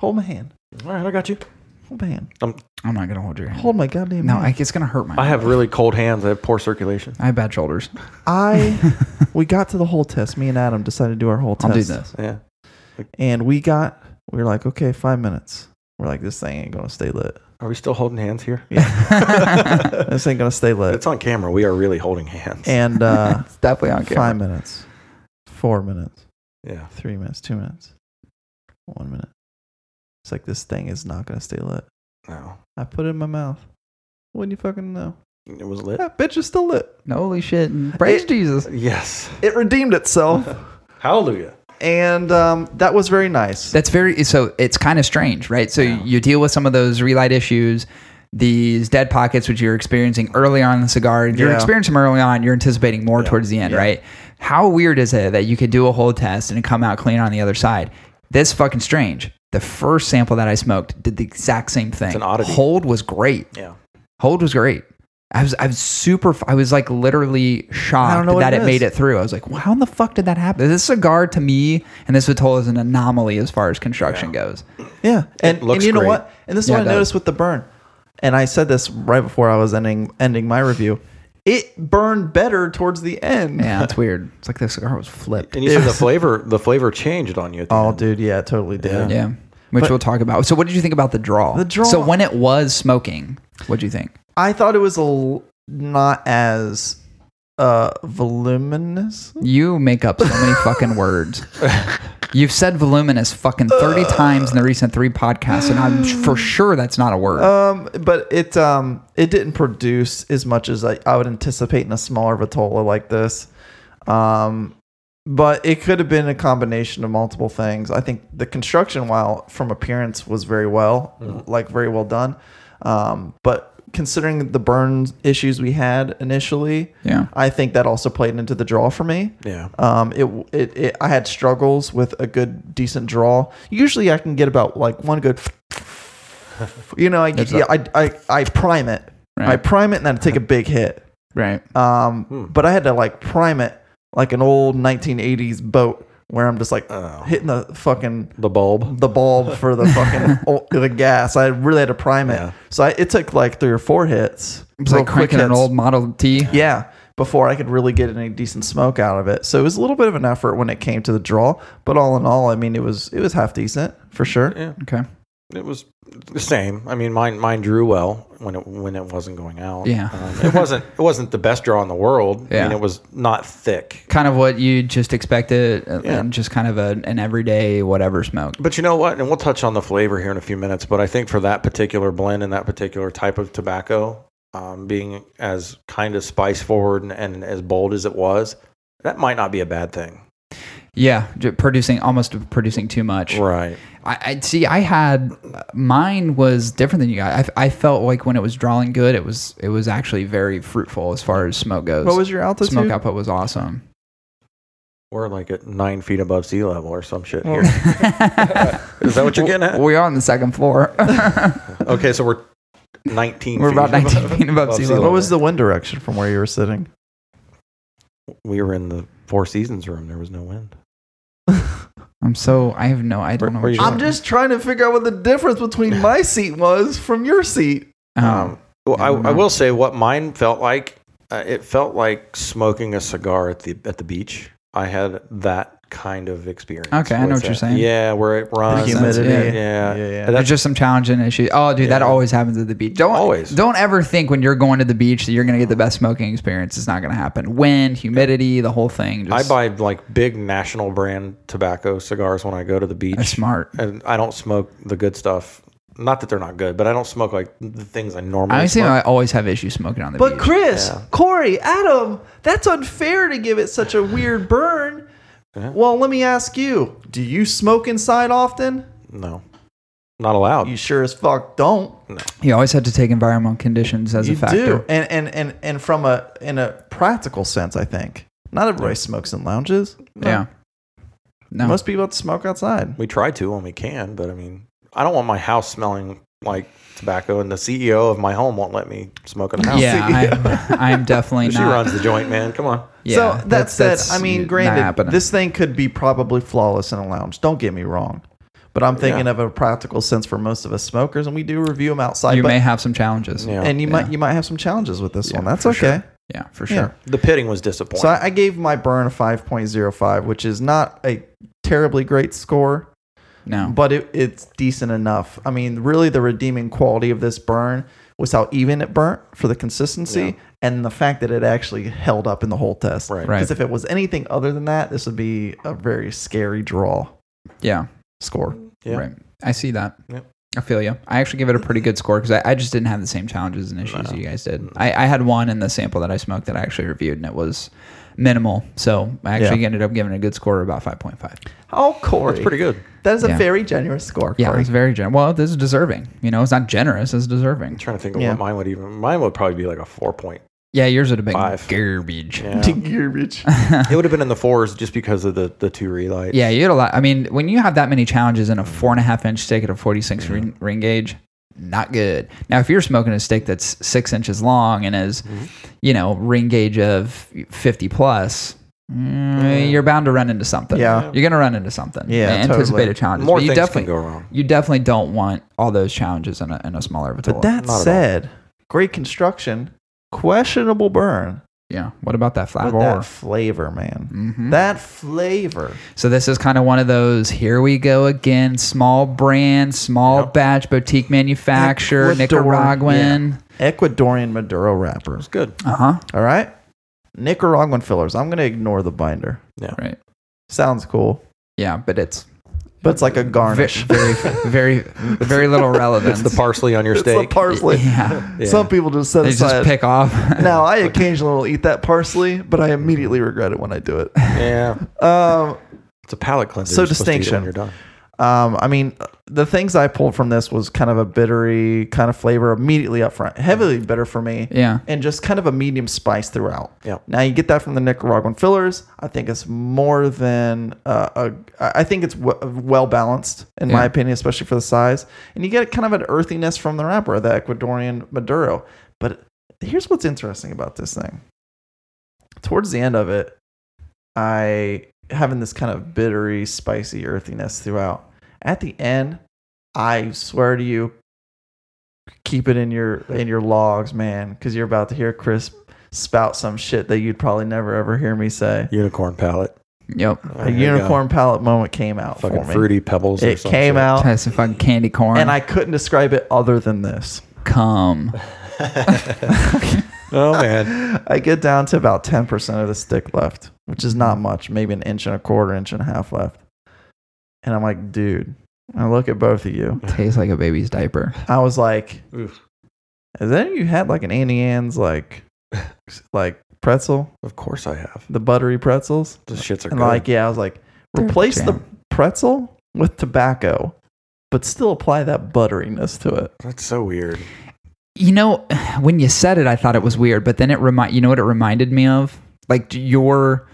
[SPEAKER 2] Hold my hand.
[SPEAKER 3] all right, I got you.
[SPEAKER 2] Hold my hand.
[SPEAKER 1] i'm not gonna hold your hand
[SPEAKER 2] Hold my goddamn
[SPEAKER 1] No, I,
[SPEAKER 2] hand.
[SPEAKER 1] it's gonna hurt my.
[SPEAKER 3] I have really cold hands. I have poor circulation.
[SPEAKER 1] I have bad <laughs> shoulders.
[SPEAKER 2] I we got to the whole test. Me and Adam decided to do our whole
[SPEAKER 1] I'll
[SPEAKER 2] test.
[SPEAKER 1] do this.
[SPEAKER 3] Yeah,
[SPEAKER 2] And we got we were like, okay, five minutes. We're like, this thing ain't gonna stay lit.
[SPEAKER 3] are we still holding hands
[SPEAKER 1] <laughs>
[SPEAKER 3] here?
[SPEAKER 2] This ain't gonna stay lit.
[SPEAKER 3] It's on camera. We are really holding hands.
[SPEAKER 2] and uh
[SPEAKER 1] <laughs> It's definitely on camera.
[SPEAKER 2] five minutes. Four minutes.
[SPEAKER 3] yeah,
[SPEAKER 2] three minutes, two minutes, one minute. It's like this thing is not gonna stay lit.
[SPEAKER 3] no,
[SPEAKER 2] I put it in my mouth. Wouldn't you fucking know?
[SPEAKER 3] it was lit.
[SPEAKER 2] That bitch is still lit.
[SPEAKER 1] No, Holy shit! And praise
[SPEAKER 2] It-
[SPEAKER 1] Jesus.
[SPEAKER 3] Yes,
[SPEAKER 2] It redeemed itself, <laughs>
[SPEAKER 3] hallelujah.
[SPEAKER 2] and um, that was very nice.
[SPEAKER 1] That's very so. It's kind of strange, right? So you deal with some of those relight issues, these dead pockets, which you're experiencing early on in the cigar. You're
[SPEAKER 2] Yeah.
[SPEAKER 1] experiencing them early on. You're anticipating more towards the end, right? How weird is it that you could do a whole test and come out clean on the other side? This fucking strange. The first sample that I smoked did the exact same thing.
[SPEAKER 3] an oddity.
[SPEAKER 1] Hold was great.
[SPEAKER 3] Yeah,
[SPEAKER 1] Hold was great. I was I was super. I was like literally shocked
[SPEAKER 2] know what
[SPEAKER 1] that
[SPEAKER 2] it
[SPEAKER 1] it, made it
[SPEAKER 2] is.
[SPEAKER 1] through. I was like, well, how in the fuck did that happen? This cigar to me and this Vitola is an anomaly as far as construction goes.
[SPEAKER 2] Yeah, and,
[SPEAKER 3] looks
[SPEAKER 2] and you know
[SPEAKER 3] great.
[SPEAKER 2] what? And this is
[SPEAKER 1] Yeah,
[SPEAKER 2] what
[SPEAKER 1] it
[SPEAKER 2] I
[SPEAKER 1] does.
[SPEAKER 2] noticed with the burn. And I said this right before I was ending ending my review. It burned better towards the end.
[SPEAKER 1] Yeah, it's
[SPEAKER 2] <laughs>
[SPEAKER 1] weird. It's like this cigar was flipped.
[SPEAKER 3] and you said the flavor the flavor changed on you. At the
[SPEAKER 2] Oh,
[SPEAKER 3] end.
[SPEAKER 2] dude, yeah, it totally did.
[SPEAKER 3] Yeah.
[SPEAKER 1] Yeah, which we'll talk about. So, what did you think about the draw?
[SPEAKER 2] The draw-
[SPEAKER 1] So when it was smoking, what do you think?
[SPEAKER 2] I thought it was a l- not as uh voluminous.
[SPEAKER 1] You make up so many fucking
[SPEAKER 2] <laughs>
[SPEAKER 1] words. You've said voluminous fucking thirty
[SPEAKER 2] Uh.
[SPEAKER 1] times in the recent three podcasts, and I'm
[SPEAKER 2] <sighs>
[SPEAKER 1] for sure that's not a word.
[SPEAKER 2] Um, but it um it didn't produce as much as I, I would anticipate in a smaller Vitola like this. Um, but it could have been a combination of multiple things. I think the construction, while from appearance, was very well, like very well done. Um, but considering the burn issues we had initially,
[SPEAKER 1] Yeah.
[SPEAKER 2] I think that also played into the draw for me.
[SPEAKER 3] Yeah.
[SPEAKER 2] Um, it, it, it, I had struggles with a good, decent draw. Usually, I can get about like one good, <laughs> you know, I,
[SPEAKER 1] That's
[SPEAKER 2] yeah, I, I, I prime it,
[SPEAKER 1] Right.
[SPEAKER 2] I prime it, and then I take a big hit.
[SPEAKER 1] Right.
[SPEAKER 2] Um, but I had to like prime it like an old 1980s boat where I'm just like hitting the fucking
[SPEAKER 3] The bulb.
[SPEAKER 2] the bulb for the
[SPEAKER 1] <laughs>
[SPEAKER 2] fucking o- the gas. I really had to prime it.
[SPEAKER 3] Yeah.
[SPEAKER 2] So I, it took like three or four hits.
[SPEAKER 1] It's
[SPEAKER 2] real
[SPEAKER 1] like cranking an
[SPEAKER 2] hits.
[SPEAKER 1] old Model T.
[SPEAKER 2] Yeah, before I could really get any decent smoke out of it. So it was a little bit of an effort when it came to the draw, but all in all, I mean, it was it was half decent for sure.
[SPEAKER 3] Yeah.
[SPEAKER 1] Okay.
[SPEAKER 3] It was the same. I mean, mine mine drew well when it when it wasn't going out.
[SPEAKER 1] Yeah.
[SPEAKER 3] Um, it wasn't it wasn't the best draw in the world. I
[SPEAKER 1] Yeah.
[SPEAKER 3] mean, it was not thick.
[SPEAKER 1] Kind of what you just expected, and
[SPEAKER 3] Yeah.
[SPEAKER 1] and just kind of a, an everyday whatever smoke.
[SPEAKER 3] But you know what? And we'll touch on the flavor here in a few minutes. But I think for that particular blend and that particular type of tobacco, um, being as kind of spice forward and, and as bold as it was, that might not be a bad thing.
[SPEAKER 1] Yeah, j- producing almost producing too much.
[SPEAKER 3] Right.
[SPEAKER 1] I, I see. I had uh, mine was different than you guys. I, I felt like when it was drawing good, it was it was actually very fruitful as far as smoke goes.
[SPEAKER 2] What was your altitude?
[SPEAKER 1] smoke output was awesome. <laughs>
[SPEAKER 3] We're like at nine feet above sea level or some shit here. Is that
[SPEAKER 1] <laughs>
[SPEAKER 3] what you're getting at?
[SPEAKER 1] we are on the second floor. <laughs>
[SPEAKER 3] Okay, so we're 19
[SPEAKER 1] We're
[SPEAKER 3] feet
[SPEAKER 1] about 19 feet above sea level.
[SPEAKER 2] What was the wind direction from where you were sitting?
[SPEAKER 3] we were in the Four Seasons room. There was no wind.
[SPEAKER 1] I'm so I have no. I don't know.
[SPEAKER 3] Where- where
[SPEAKER 1] what
[SPEAKER 3] you
[SPEAKER 1] you're
[SPEAKER 3] at?
[SPEAKER 2] I'm just trying to figure out what the difference between my seat was from your seat.
[SPEAKER 1] Um,
[SPEAKER 3] Um, well, I,
[SPEAKER 1] never
[SPEAKER 3] I
[SPEAKER 1] mind.
[SPEAKER 3] will say what mine felt like. Uh, it felt like smoking a cigar at the at the beach. I had that kind of experience.
[SPEAKER 1] Okay, I know
[SPEAKER 3] with
[SPEAKER 1] what you're
[SPEAKER 3] it.
[SPEAKER 1] saying.
[SPEAKER 3] Yeah, where it runs.
[SPEAKER 1] humidity.
[SPEAKER 3] Uh,
[SPEAKER 2] Yeah,
[SPEAKER 3] Yeah, yeah.
[SPEAKER 2] yeah.
[SPEAKER 3] And
[SPEAKER 1] there's
[SPEAKER 3] that's-
[SPEAKER 1] just some challenging issues. Oh, dude, that
[SPEAKER 3] Yeah.
[SPEAKER 1] always happens at the beach. Don't
[SPEAKER 3] Always.
[SPEAKER 1] Don't ever think when you're going to the beach that you're going to get the best smoking experience. It's not going to happen. Wind, humidity, the whole thing.
[SPEAKER 3] I
[SPEAKER 1] Just,
[SPEAKER 3] buy like big national brand tobacco cigars when I go to the beach.
[SPEAKER 1] That's smart.
[SPEAKER 3] and I don't smoke the good stuff. Not that they're not good, but I don't smoke like the things I normally
[SPEAKER 1] I see.
[SPEAKER 3] smoke.
[SPEAKER 1] I always have issues smoking on the
[SPEAKER 2] But
[SPEAKER 1] beach.
[SPEAKER 2] Chris,
[SPEAKER 3] Yeah.
[SPEAKER 2] Corey, Adam, that's unfair to give it such a weird burn. Well, let me ask you: Do you smoke inside often?
[SPEAKER 3] no, not allowed.
[SPEAKER 2] You sure as fuck don't.
[SPEAKER 1] You always have to take environmental conditions as
[SPEAKER 2] you
[SPEAKER 1] a factor.
[SPEAKER 2] do, and and and and from a in a practical sense, I think not everybody smokes in lounges.
[SPEAKER 1] Yeah. No.
[SPEAKER 2] Most people have to smoke outside.
[SPEAKER 3] We try to when we can, but I mean, I don't want my house smelling like tobacco, and the CEO of my home won't let me smoke in the house.
[SPEAKER 1] yeah, I'm, <laughs> I'm
[SPEAKER 2] <laughs>
[SPEAKER 1] definitely
[SPEAKER 3] <laughs> she
[SPEAKER 1] not.
[SPEAKER 3] runs the joint, man. Come on.
[SPEAKER 1] Yeah,
[SPEAKER 2] so that said, I mean,
[SPEAKER 1] not
[SPEAKER 2] granted,
[SPEAKER 1] happening.
[SPEAKER 2] this thing could be probably flawless in a lounge. Don't get me wrong, but I'm thinking
[SPEAKER 3] Yeah.
[SPEAKER 2] of a practical sense for most of us smokers, and we do review them outside.
[SPEAKER 1] you
[SPEAKER 2] but
[SPEAKER 1] may have some challenges.
[SPEAKER 3] Yeah.
[SPEAKER 2] and you might
[SPEAKER 1] Yeah.
[SPEAKER 2] you might have some challenges with this one. That's
[SPEAKER 1] for
[SPEAKER 2] okay.
[SPEAKER 1] sure. yeah, for sure.
[SPEAKER 2] Yeah.
[SPEAKER 3] The pitting was disappointing.
[SPEAKER 2] So I, I gave my burn a five point zero five, which is not a terribly great score,
[SPEAKER 1] No,
[SPEAKER 2] but it, it's decent enough. I mean, really, the redeeming quality of this burn was how even it burnt for the consistency and the fact that it actually held up in the whole test.
[SPEAKER 3] Right.
[SPEAKER 1] Right.
[SPEAKER 2] Because if it was anything other than that, this would be a very scary draw
[SPEAKER 1] yeah,
[SPEAKER 2] score.
[SPEAKER 3] yeah.
[SPEAKER 1] right. I see that.
[SPEAKER 3] Yep.
[SPEAKER 1] I feel you. I actually give it a pretty good score because I, I just didn't have the same challenges and issues you guys did. I, I had one in the sample that I smoked that I actually reviewed, and it was minimal. So I actually
[SPEAKER 2] Yeah.
[SPEAKER 1] ended up giving it a good score of about five point five.
[SPEAKER 2] Oh, Corey,
[SPEAKER 3] That's pretty good.
[SPEAKER 2] That is a
[SPEAKER 1] Yeah.
[SPEAKER 2] very generous score.
[SPEAKER 1] Yeah,
[SPEAKER 2] Corey.
[SPEAKER 1] it's very generous. Well, this is deserving. You know, it's not generous. It's deserving.
[SPEAKER 3] I'm trying to think of
[SPEAKER 2] Yeah.
[SPEAKER 3] what mine would even. Mine would probably be like a
[SPEAKER 2] <laughs>
[SPEAKER 3] four point.
[SPEAKER 1] Yeah, yours would have been
[SPEAKER 3] Five.
[SPEAKER 1] garbage.
[SPEAKER 3] Yeah.
[SPEAKER 2] Garbage.
[SPEAKER 1] <laughs>
[SPEAKER 3] it would have been in the fours just because of the the two relights.
[SPEAKER 1] Yeah, you had a lot. I mean, when you have that many challenges in a four and a half inch stick at a 46 ring, ring gauge, not good. Now, if you're smoking a stick that's six inches long and is,
[SPEAKER 2] Mm-hmm.
[SPEAKER 1] you know, ring gauge of 50 plus, mm, you're bound to run into something.
[SPEAKER 2] Yeah.
[SPEAKER 1] You're going to run into something.
[SPEAKER 2] Yeah,
[SPEAKER 1] Anticipated
[SPEAKER 2] totally.
[SPEAKER 1] challenges.
[SPEAKER 3] More
[SPEAKER 1] but you
[SPEAKER 3] things
[SPEAKER 1] definitely,
[SPEAKER 3] can go wrong.
[SPEAKER 1] You definitely don't want all those challenges in a, in a smaller Vitola.
[SPEAKER 2] But that
[SPEAKER 3] Not at all.
[SPEAKER 2] said, great construction, questionable burn.
[SPEAKER 1] yeah. What about that flat
[SPEAKER 2] But
[SPEAKER 1] roller?
[SPEAKER 2] that flavor, man.
[SPEAKER 3] Mm-hmm.
[SPEAKER 1] Mhm.
[SPEAKER 2] That flavor.
[SPEAKER 1] So this is kind of one of those. Here we go again. Small brand, small batch, boutique manufacturer,
[SPEAKER 2] Ecuador-
[SPEAKER 1] Nicaraguan.
[SPEAKER 2] Ecuadorian Maduro wrapper. <laughs>
[SPEAKER 3] it's good.
[SPEAKER 1] Uh huh.
[SPEAKER 2] All right. Nicaraguan fillers. I'm going to ignore the binder.
[SPEAKER 1] Right.
[SPEAKER 2] Sounds cool.
[SPEAKER 1] Yeah, but it's
[SPEAKER 2] But it's like a garnish. <laughs>
[SPEAKER 1] Very, very, very little relevance.
[SPEAKER 3] It's the parsley on your
[SPEAKER 2] It's the
[SPEAKER 3] steak.
[SPEAKER 2] parsley.
[SPEAKER 1] Yeah.
[SPEAKER 3] Yeah.
[SPEAKER 2] Some people just set
[SPEAKER 1] They
[SPEAKER 2] aside.
[SPEAKER 1] just pick off. <laughs>
[SPEAKER 2] Now I occasionally will eat that parsley, but I immediately regret it when I do it.
[SPEAKER 3] yeah,
[SPEAKER 2] Um,
[SPEAKER 3] it's a palate cleanser.
[SPEAKER 2] So
[SPEAKER 3] You're supposed to eat it
[SPEAKER 2] distinction.
[SPEAKER 3] when you're done.
[SPEAKER 2] Um, I mean, the things I pulled from this was kind of a bittery kind of flavor immediately up front, heavily bitter for me,
[SPEAKER 1] Yeah.
[SPEAKER 2] and just kind of a medium spice throughout.
[SPEAKER 3] Yeah.
[SPEAKER 2] Now you get that from the Nicaraguan fillers. I think it's more than uh, a. I I think it's w- well balanced in my
[SPEAKER 1] Yeah.
[SPEAKER 2] opinion, especially for the size. And you get kind of an earthiness from the wrapper, the Ecuadorian Maduro. But here's what's interesting about this thing. Towards the end of it, I having this kind of bittery, spicy earthiness throughout. At the end, I swear to you, keep it in your in your logs, man, because you're about to hear Chris spout some shit that you'd probably never ever hear me say.
[SPEAKER 3] Unicorn palate.
[SPEAKER 1] Yep.
[SPEAKER 2] A unicorn palette moment came out
[SPEAKER 3] Fucking
[SPEAKER 2] for me.
[SPEAKER 3] fruity pebbles. or
[SPEAKER 2] it
[SPEAKER 3] some
[SPEAKER 2] came
[SPEAKER 3] shit.
[SPEAKER 2] out,
[SPEAKER 1] Has some fucking candy corn.
[SPEAKER 2] and I couldn't describe it other than this. <laughs>
[SPEAKER 1] come.
[SPEAKER 3] Oh man.
[SPEAKER 2] I get down to about 10% of the stick left, which is not much, maybe an inch and a quarter, inch and a half left. And I'm like, dude, I look at both of you.
[SPEAKER 1] <laughs> Tastes like a baby's diaper.
[SPEAKER 2] I was like,
[SPEAKER 3] Oof.
[SPEAKER 2] has any of you had like an Annie Ann's like, like pretzel,
[SPEAKER 3] Of course I have.
[SPEAKER 2] the buttery pretzels?
[SPEAKER 3] The shits are
[SPEAKER 2] And
[SPEAKER 3] good.
[SPEAKER 2] like, yeah, I was like,
[SPEAKER 1] They're
[SPEAKER 2] replace the
[SPEAKER 1] jam.
[SPEAKER 2] pretzel with tobacco, but still apply that butteriness to it.
[SPEAKER 3] That's so weird.
[SPEAKER 1] You know, <sighs> when you said it, I thought it was weird, but then it remind you know what it reminded me of? Like your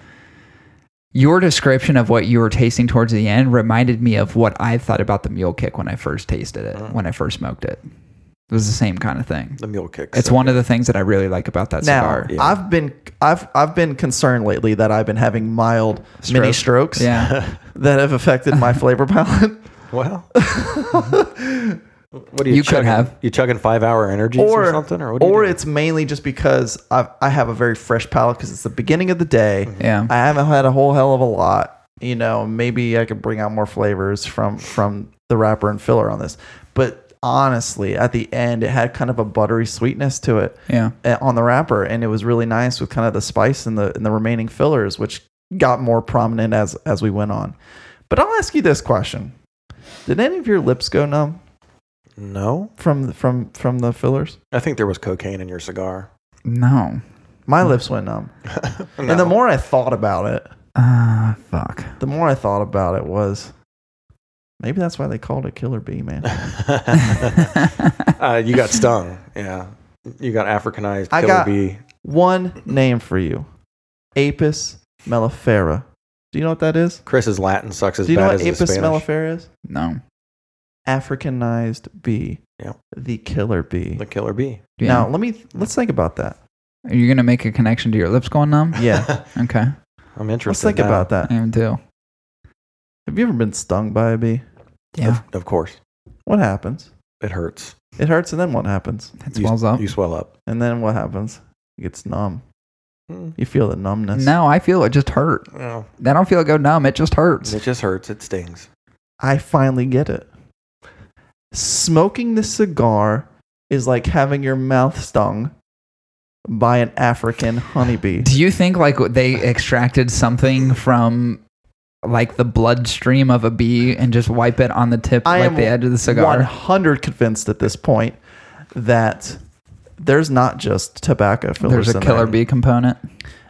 [SPEAKER 1] your description of what you were tasting towards the end reminded me of what I thought about the mule kick when I first tasted
[SPEAKER 3] Mm.
[SPEAKER 1] it, when I first smoked it. It was the same kind of thing.
[SPEAKER 3] The mule kicks.
[SPEAKER 1] It's one of the things that I really like about that
[SPEAKER 2] Now,
[SPEAKER 1] cigar.
[SPEAKER 3] Yeah.
[SPEAKER 2] I've been I've I've been concerned lately that I've been having mild mini strokes.
[SPEAKER 3] <laughs>
[SPEAKER 1] Yeah.
[SPEAKER 2] that have affected my flavor palette.
[SPEAKER 3] Well. <laughs> what do you?
[SPEAKER 1] You could
[SPEAKER 3] chugging?
[SPEAKER 1] have.
[SPEAKER 3] You chugging five hour energies or,
[SPEAKER 2] or
[SPEAKER 3] something, or
[SPEAKER 2] or,
[SPEAKER 3] what? Are you doing?
[SPEAKER 2] it's mainly just because I I have a very fresh palate because it's the beginning of the day.
[SPEAKER 3] Mm-hmm.
[SPEAKER 1] Yeah.
[SPEAKER 2] I haven't had a whole hell of a lot. You know, maybe I could bring out more flavors from from the wrapper and filler on this. But honestly, at the end, it had kind of a buttery sweetness to it
[SPEAKER 1] Yeah.
[SPEAKER 2] uh, on the wrapper, and it was really nice with kind of the spice and the and the remaining fillers, which got more prominent as as we went on. But I'll ask you this question: Did any of your lips go numb
[SPEAKER 3] no.
[SPEAKER 2] from from from the fillers?
[SPEAKER 3] I think there was cocaine in your cigar. <laughs>
[SPEAKER 1] No.
[SPEAKER 2] My lips went numb,
[SPEAKER 3] Mm. No.
[SPEAKER 2] and the more I thought about it,
[SPEAKER 1] Ah, fuck.
[SPEAKER 2] the more I thought about it was maybe that's why they called it Killer Bee, man.
[SPEAKER 3] <laughs> <laughs> uh, you got stung. Yeah. You got Africanized.
[SPEAKER 2] I
[SPEAKER 3] killer
[SPEAKER 2] got-
[SPEAKER 3] bee.
[SPEAKER 2] One name for you: Apis mellifera. Do you know what that is?
[SPEAKER 3] Chris's Latin sucks as
[SPEAKER 2] Do you know
[SPEAKER 3] bad
[SPEAKER 2] what
[SPEAKER 3] as his
[SPEAKER 2] Apis
[SPEAKER 3] Spanish.
[SPEAKER 2] mellifera is?
[SPEAKER 1] no.
[SPEAKER 2] Africanized bee.
[SPEAKER 3] Yeah.
[SPEAKER 2] The killer bee.
[SPEAKER 3] the killer bee.
[SPEAKER 1] Yeah.
[SPEAKER 2] Now let me let's think about that.
[SPEAKER 1] Are you gonna make a connection to your lips going
[SPEAKER 3] <laughs>
[SPEAKER 1] numb?
[SPEAKER 2] Yeah.
[SPEAKER 1] Okay.
[SPEAKER 3] I'm
[SPEAKER 2] let's
[SPEAKER 3] interested.
[SPEAKER 2] think
[SPEAKER 3] now.
[SPEAKER 2] about that.
[SPEAKER 1] I am too.
[SPEAKER 2] Have you ever been stung by a bee?
[SPEAKER 1] Yeah.
[SPEAKER 3] Of, of course,
[SPEAKER 2] What happens?
[SPEAKER 3] it hurts.
[SPEAKER 2] It hurts and then what happens?
[SPEAKER 1] That
[SPEAKER 3] You-
[SPEAKER 1] swells up.
[SPEAKER 3] You swell up.
[SPEAKER 2] And then what happens? It gets numb.
[SPEAKER 3] Mm.
[SPEAKER 2] You feel the numbness.
[SPEAKER 1] No, I feel it just hurt.
[SPEAKER 3] No,
[SPEAKER 1] I don't feel it go numb. It just hurts.
[SPEAKER 3] it just hurts. It stings.
[SPEAKER 2] I finally get it. Smoking the cigar is like having your mouth stung by an African
[SPEAKER 1] <laughs>
[SPEAKER 2] honeybee.
[SPEAKER 1] Do you think like they extracted something from like the bloodstream of a bee and just wipe it on the tip,
[SPEAKER 2] I
[SPEAKER 1] like
[SPEAKER 2] am
[SPEAKER 1] the edge of the cigar?
[SPEAKER 2] 100 convinced at this point that there's not just tobacco fillers.
[SPEAKER 1] There's a
[SPEAKER 2] in
[SPEAKER 1] killer
[SPEAKER 2] there.
[SPEAKER 1] bee component.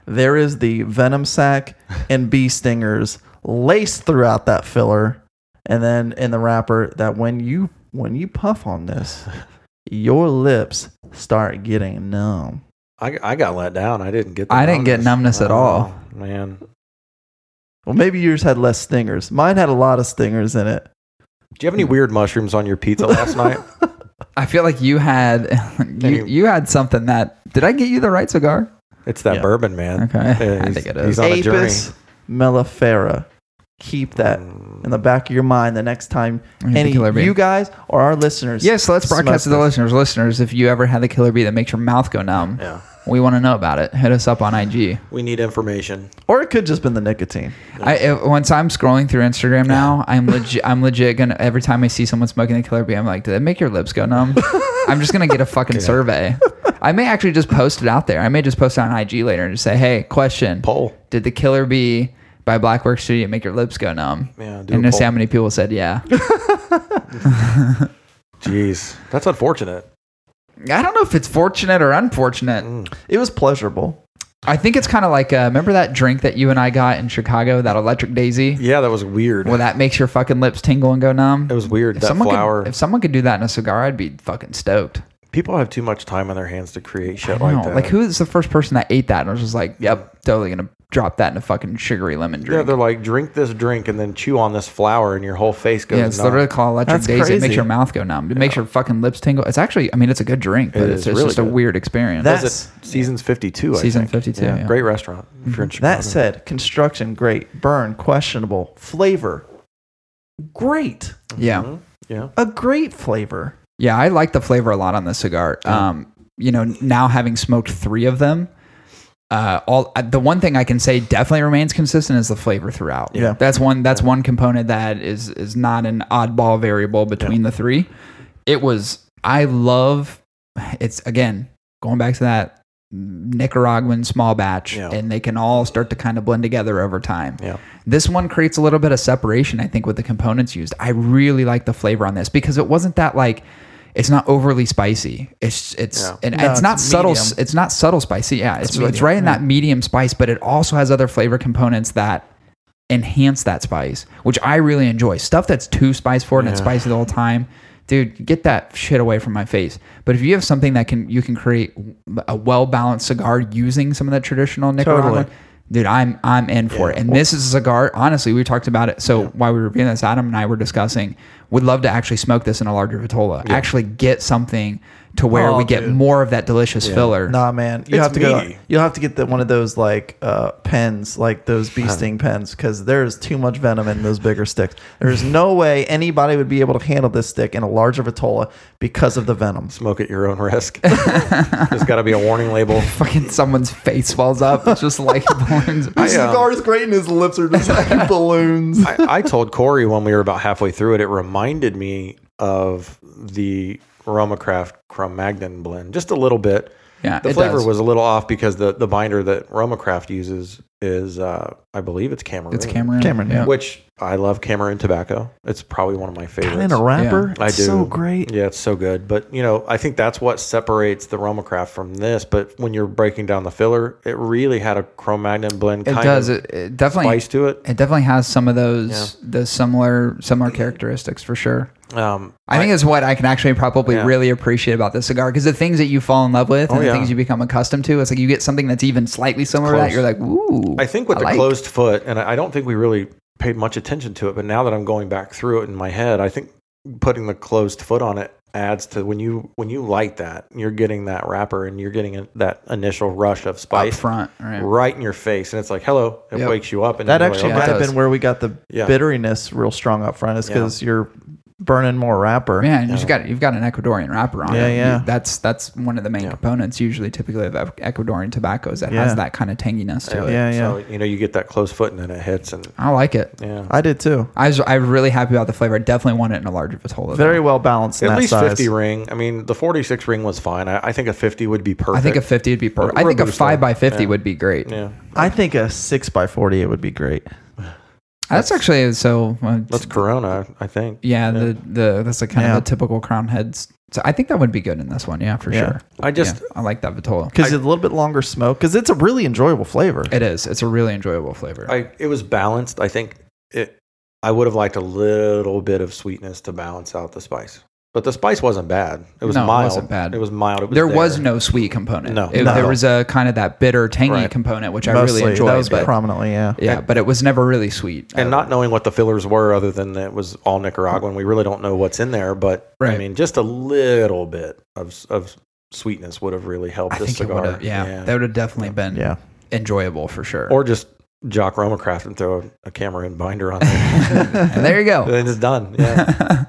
[SPEAKER 2] There is the venom sac and bee stingers laced throughout that filler, and then in the wrapper. That when you when you puff on this, your lips start getting numb.
[SPEAKER 3] I, I got let down. I didn't get. The
[SPEAKER 1] I didn't get numbness at all.
[SPEAKER 3] Oh, man.
[SPEAKER 2] Well, maybe yours had less stingers. Mine had a lot of stingers in it.
[SPEAKER 3] Do you
[SPEAKER 1] Hmm.
[SPEAKER 3] have any weird mushrooms on your
[SPEAKER 1] <laughs>
[SPEAKER 3] pizza last
[SPEAKER 2] <laughs>
[SPEAKER 3] night?
[SPEAKER 1] I feel like you had <laughs> you,
[SPEAKER 3] Anyway.
[SPEAKER 1] you had something that did I get you the right cigar?
[SPEAKER 3] It's that
[SPEAKER 2] Yeah.
[SPEAKER 3] bourbon, man.
[SPEAKER 1] Okay.
[SPEAKER 3] Yeah,
[SPEAKER 1] I
[SPEAKER 3] he's-
[SPEAKER 1] think it
[SPEAKER 3] he's
[SPEAKER 1] is.
[SPEAKER 3] on a journey.
[SPEAKER 2] Apis mellifera. Keep that in
[SPEAKER 3] Hmm.
[SPEAKER 2] the back of your mind the next time
[SPEAKER 1] the
[SPEAKER 2] any
[SPEAKER 1] killer bee.
[SPEAKER 2] you guys or our listeners.
[SPEAKER 1] Yes, so let's broadcast to the
[SPEAKER 2] smoke
[SPEAKER 1] listeners. Listeners, if you ever had the killer bee that makes your mouth go numb,
[SPEAKER 3] Yeah.
[SPEAKER 1] we want to know about it. Hit us up on IG.
[SPEAKER 3] We need information.
[SPEAKER 2] this. Or it could just been the nicotine.
[SPEAKER 1] I if- once I'm scrolling through Instagram now,
[SPEAKER 3] <laughs>
[SPEAKER 1] I'm legit. I'm legit gonna every time I see someone smoking the killer bee, I'm like, did that make your lips go
[SPEAKER 3] <laughs>
[SPEAKER 1] numb? I'm just gonna get a fucking survey. I may actually just post it out there. I may just post it on IG later and just say, hey, question:
[SPEAKER 3] Poll.
[SPEAKER 1] Did the killer bee by Blackwork Studio, Make Your Lips Go Numb.
[SPEAKER 3] Yeah, do a
[SPEAKER 1] And notice
[SPEAKER 3] poll.
[SPEAKER 1] how many people said yeah.
[SPEAKER 3] Jeez, that's unfortunate.
[SPEAKER 1] I don't know if it's fortunate or unfortunate.
[SPEAKER 3] Mm.
[SPEAKER 2] It was pleasurable.
[SPEAKER 1] I think it's kind of like uh, remember that drink that you and I got in Chicago, that Electric Daisy.
[SPEAKER 3] Yeah, that was weird.
[SPEAKER 1] Well, that makes your fucking lips tingle and go numb.
[SPEAKER 3] it was weird.
[SPEAKER 1] If
[SPEAKER 3] that
[SPEAKER 1] someone
[SPEAKER 3] flower.
[SPEAKER 1] Could, if someone could do that in a cigar, I'd be fucking stoked.
[SPEAKER 3] People have too much time on their hands to create shit
[SPEAKER 1] I
[SPEAKER 3] like
[SPEAKER 1] know.
[SPEAKER 3] that.
[SPEAKER 1] Like, who is the first person that ate that and was just like, "Yep, totally gonna drop that in a fucking sugary lemon
[SPEAKER 3] Yeah,
[SPEAKER 1] drink."
[SPEAKER 3] they're like drink this drink and then chew on this flower, and your whole face goes.
[SPEAKER 1] Yeah, it's
[SPEAKER 3] numb.
[SPEAKER 1] literally called Electric
[SPEAKER 2] That's
[SPEAKER 1] Daisy. It makes
[SPEAKER 2] crazy.
[SPEAKER 1] your mouth go numb. It makes your fucking lips tingle. It's actually, I mean, it's a good drink, but
[SPEAKER 3] It
[SPEAKER 1] it's,
[SPEAKER 3] is
[SPEAKER 1] it's
[SPEAKER 3] really
[SPEAKER 1] just a
[SPEAKER 3] good.
[SPEAKER 1] weird experience.
[SPEAKER 2] That-
[SPEAKER 3] Is it seasons fifty two.
[SPEAKER 1] Season 52, yeah.
[SPEAKER 3] Great restaurant. If you're in Chicago.
[SPEAKER 2] That said, construction great, burn questionable, flavor great,
[SPEAKER 1] yeah,
[SPEAKER 3] Mhm. yeah.
[SPEAKER 2] a great flavor.
[SPEAKER 1] yeah, I like the flavor a lot on this cigar. Um, you know, now having smoked three of them, uh, all uh, the one thing I can say definitely remains consistent is the flavor throughout.
[SPEAKER 2] Yeah.
[SPEAKER 1] that's one. That's one component that is is not an oddball variable between the three. It was. I love. It's again going back to that Nicaraguan small batch,
[SPEAKER 3] Yeah.
[SPEAKER 1] and they can all start to kind of blend together over time.
[SPEAKER 3] Yeah.
[SPEAKER 1] This one creates a little bit of separation, I think, with the components used. I really like the flavor on this because it wasn't that like it's not overly spicy. It's it's
[SPEAKER 3] Yeah.
[SPEAKER 1] and
[SPEAKER 2] No,
[SPEAKER 1] it's not
[SPEAKER 2] it's
[SPEAKER 1] subtle.
[SPEAKER 2] medium.
[SPEAKER 1] It's not subtle spicy. Yeah, it's it's,
[SPEAKER 2] medium,
[SPEAKER 1] right in
[SPEAKER 2] yeah.
[SPEAKER 1] that medium spice, but it also has other flavor components that enhance that spice, which I really enjoy. Stuff that's too spice for it and it's
[SPEAKER 3] Yeah.
[SPEAKER 1] spicy the whole time. Dude, get that shit away from my face. But if you have something that can you can create a well balanced cigar using some of that traditional Nicaraguan,
[SPEAKER 2] Totally.
[SPEAKER 1] dude, I'm I'm in for it. And this is a cigar. Honestly, we talked about it. So while we were reviewing this, Adam and I were discussing. Would love to actually smoke this in a larger vitola. Actually, get something to where
[SPEAKER 2] Oh,
[SPEAKER 1] we get
[SPEAKER 2] dude.
[SPEAKER 1] more of that delicious filler.
[SPEAKER 2] Nah, man, you
[SPEAKER 3] It's
[SPEAKER 2] have to go.
[SPEAKER 3] meaty.
[SPEAKER 2] You'll have to get the, one of those like uh, pens, like those bee sting pens, because there's too much venom in those bigger sticks. There's no way anybody would be able to handle this stick in a larger vitola because of the venom.
[SPEAKER 3] Smoke at your
[SPEAKER 1] <laughs>
[SPEAKER 3] own risk. There's got to be a warning label.
[SPEAKER 1] fucking someone's face falls up. It's just
[SPEAKER 3] <laughs>
[SPEAKER 1] like burns.
[SPEAKER 3] I, um,
[SPEAKER 2] Cigar is great, and his lips are just <laughs> like balloons.
[SPEAKER 3] I, I told Corey when we were about halfway through it, it reminded me of the Romacraft Crum Magnon blend just a little bit.
[SPEAKER 1] yeah,
[SPEAKER 3] The
[SPEAKER 1] it
[SPEAKER 3] flavor
[SPEAKER 1] does.
[SPEAKER 3] was a little off because the, the binder that Romacraft uses is, uh, I believe it's Cameroon.
[SPEAKER 1] It's Cameron.
[SPEAKER 2] Cameron,
[SPEAKER 1] yeah.
[SPEAKER 3] Which I love Cameroon tobacco. It's probably one of my favorites.
[SPEAKER 2] in a wrapper,
[SPEAKER 3] I
[SPEAKER 2] it's
[SPEAKER 3] do.
[SPEAKER 2] so great.
[SPEAKER 3] Yeah, it's so good. But you know, I think that's what separates the Romacraft from this. But when you're breaking down the filler, it really had a Chrome Magnum blend.
[SPEAKER 1] It
[SPEAKER 3] kind
[SPEAKER 1] does.
[SPEAKER 3] Of
[SPEAKER 1] It, it definitely.
[SPEAKER 3] spice to it.
[SPEAKER 1] It definitely has some of those
[SPEAKER 3] Yeah.
[SPEAKER 1] the similar similar characteristics for sure.
[SPEAKER 3] Um,
[SPEAKER 1] I think it's what I can actually probably
[SPEAKER 3] Yeah.
[SPEAKER 1] really appreciate about this cigar because the things that you fall in love with and
[SPEAKER 3] Oh,
[SPEAKER 1] the
[SPEAKER 3] yeah.
[SPEAKER 1] things you become accustomed to, it's like you get something that's even slightly similar to that.
[SPEAKER 3] Close.
[SPEAKER 1] You're like, ooh.
[SPEAKER 3] I think with the
[SPEAKER 1] like.
[SPEAKER 3] closed foot, and I I don't think we really paid much attention to it, but now that I'm going back through it in my head, I think putting the closed foot on it adds to when you when you light that, you're getting that wrapper and you're getting it- that initial rush of
[SPEAKER 1] up
[SPEAKER 3] spice
[SPEAKER 1] front, right?
[SPEAKER 3] right in your face, and it's like hello, it
[SPEAKER 1] Yep.
[SPEAKER 3] wakes you up, and
[SPEAKER 2] That
[SPEAKER 3] you're like,
[SPEAKER 2] actually
[SPEAKER 1] Yeah,
[SPEAKER 3] "Okay."
[SPEAKER 2] might
[SPEAKER 1] it
[SPEAKER 2] have
[SPEAKER 1] does.
[SPEAKER 2] been where we got the
[SPEAKER 3] Yeah.
[SPEAKER 2] bitterness real strong up front, is
[SPEAKER 3] Yeah.
[SPEAKER 2] because you're burning more wrapper.
[SPEAKER 1] Yeah, and you've got you've got an Ecuadorian wrapper on
[SPEAKER 2] Yeah,
[SPEAKER 1] it. You-
[SPEAKER 2] yeah.
[SPEAKER 1] That's that's one of the main components usually typically of Ec- Ecuadorian tobaccos that
[SPEAKER 2] Yeah.
[SPEAKER 1] has that kind of tanginess to it.
[SPEAKER 2] Yeah, yeah.
[SPEAKER 3] So you know you get that closed foot and then it hits and
[SPEAKER 1] I like it.
[SPEAKER 3] yeah.
[SPEAKER 2] I did too.
[SPEAKER 1] I was I was really happy about the flavor. I definitely want it in a larger vitola. though.
[SPEAKER 2] Very well balanced. in
[SPEAKER 3] At
[SPEAKER 2] that
[SPEAKER 3] least
[SPEAKER 2] size.
[SPEAKER 3] fifty ring. I mean, the forty six ring was fine. I, I think a fifty would be perfect.
[SPEAKER 1] I think a fifty would be perfect. I think a
[SPEAKER 3] Robusto.
[SPEAKER 1] five by fifty
[SPEAKER 3] Yeah.
[SPEAKER 1] would be great.
[SPEAKER 3] Yeah.
[SPEAKER 2] I think a six by forty it would be great.
[SPEAKER 1] That's, actually so. Uh,
[SPEAKER 3] That's Corona, I think.
[SPEAKER 1] yeah, the the that's a kind
[SPEAKER 2] Yeah.
[SPEAKER 1] of a typical crown heads. So I think that would be good in this one. Yeah, for
[SPEAKER 2] Yeah.
[SPEAKER 1] sure.
[SPEAKER 3] I just
[SPEAKER 1] Yeah, I like that vitola.
[SPEAKER 2] Because it's a little bit longer smoke. Because it's a really enjoyable flavor.
[SPEAKER 1] It is. It's a really enjoyable flavor.
[SPEAKER 3] I it was balanced. I think it I would have liked a little bit of sweetness to balance out the spice. But the spice wasn't bad. It was
[SPEAKER 1] No, it
[SPEAKER 3] mild.
[SPEAKER 1] wasn't bad.
[SPEAKER 3] It was mild. It was
[SPEAKER 1] there was no sweet component.
[SPEAKER 3] No.
[SPEAKER 1] It-
[SPEAKER 2] No.
[SPEAKER 1] there was a kind of that bitter tangy
[SPEAKER 3] Right.
[SPEAKER 1] component, which I
[SPEAKER 2] Mostly,
[SPEAKER 1] really enjoyed.
[SPEAKER 2] that was
[SPEAKER 1] but
[SPEAKER 2] prominently, yeah.
[SPEAKER 1] yeah, but it was never really sweet.
[SPEAKER 3] and
[SPEAKER 1] Uh,
[SPEAKER 3] not knowing what the fillers were other than that it was all Nicaraguan. We really don't know what's in there, but I
[SPEAKER 1] Right.
[SPEAKER 3] mean just a little bit of of sweetness would have really helped
[SPEAKER 1] I
[SPEAKER 3] this
[SPEAKER 1] think it would
[SPEAKER 3] cigar.
[SPEAKER 1] have. Yeah, that would have definitely been
[SPEAKER 2] Yeah.
[SPEAKER 1] enjoyable for sure.
[SPEAKER 3] or just Jock Romacraft and throw a, a Cameroon binder on there.
[SPEAKER 1] <laughs> and there you go.
[SPEAKER 3] <laughs> and
[SPEAKER 1] <laughs>
[SPEAKER 3] it's done. Yeah.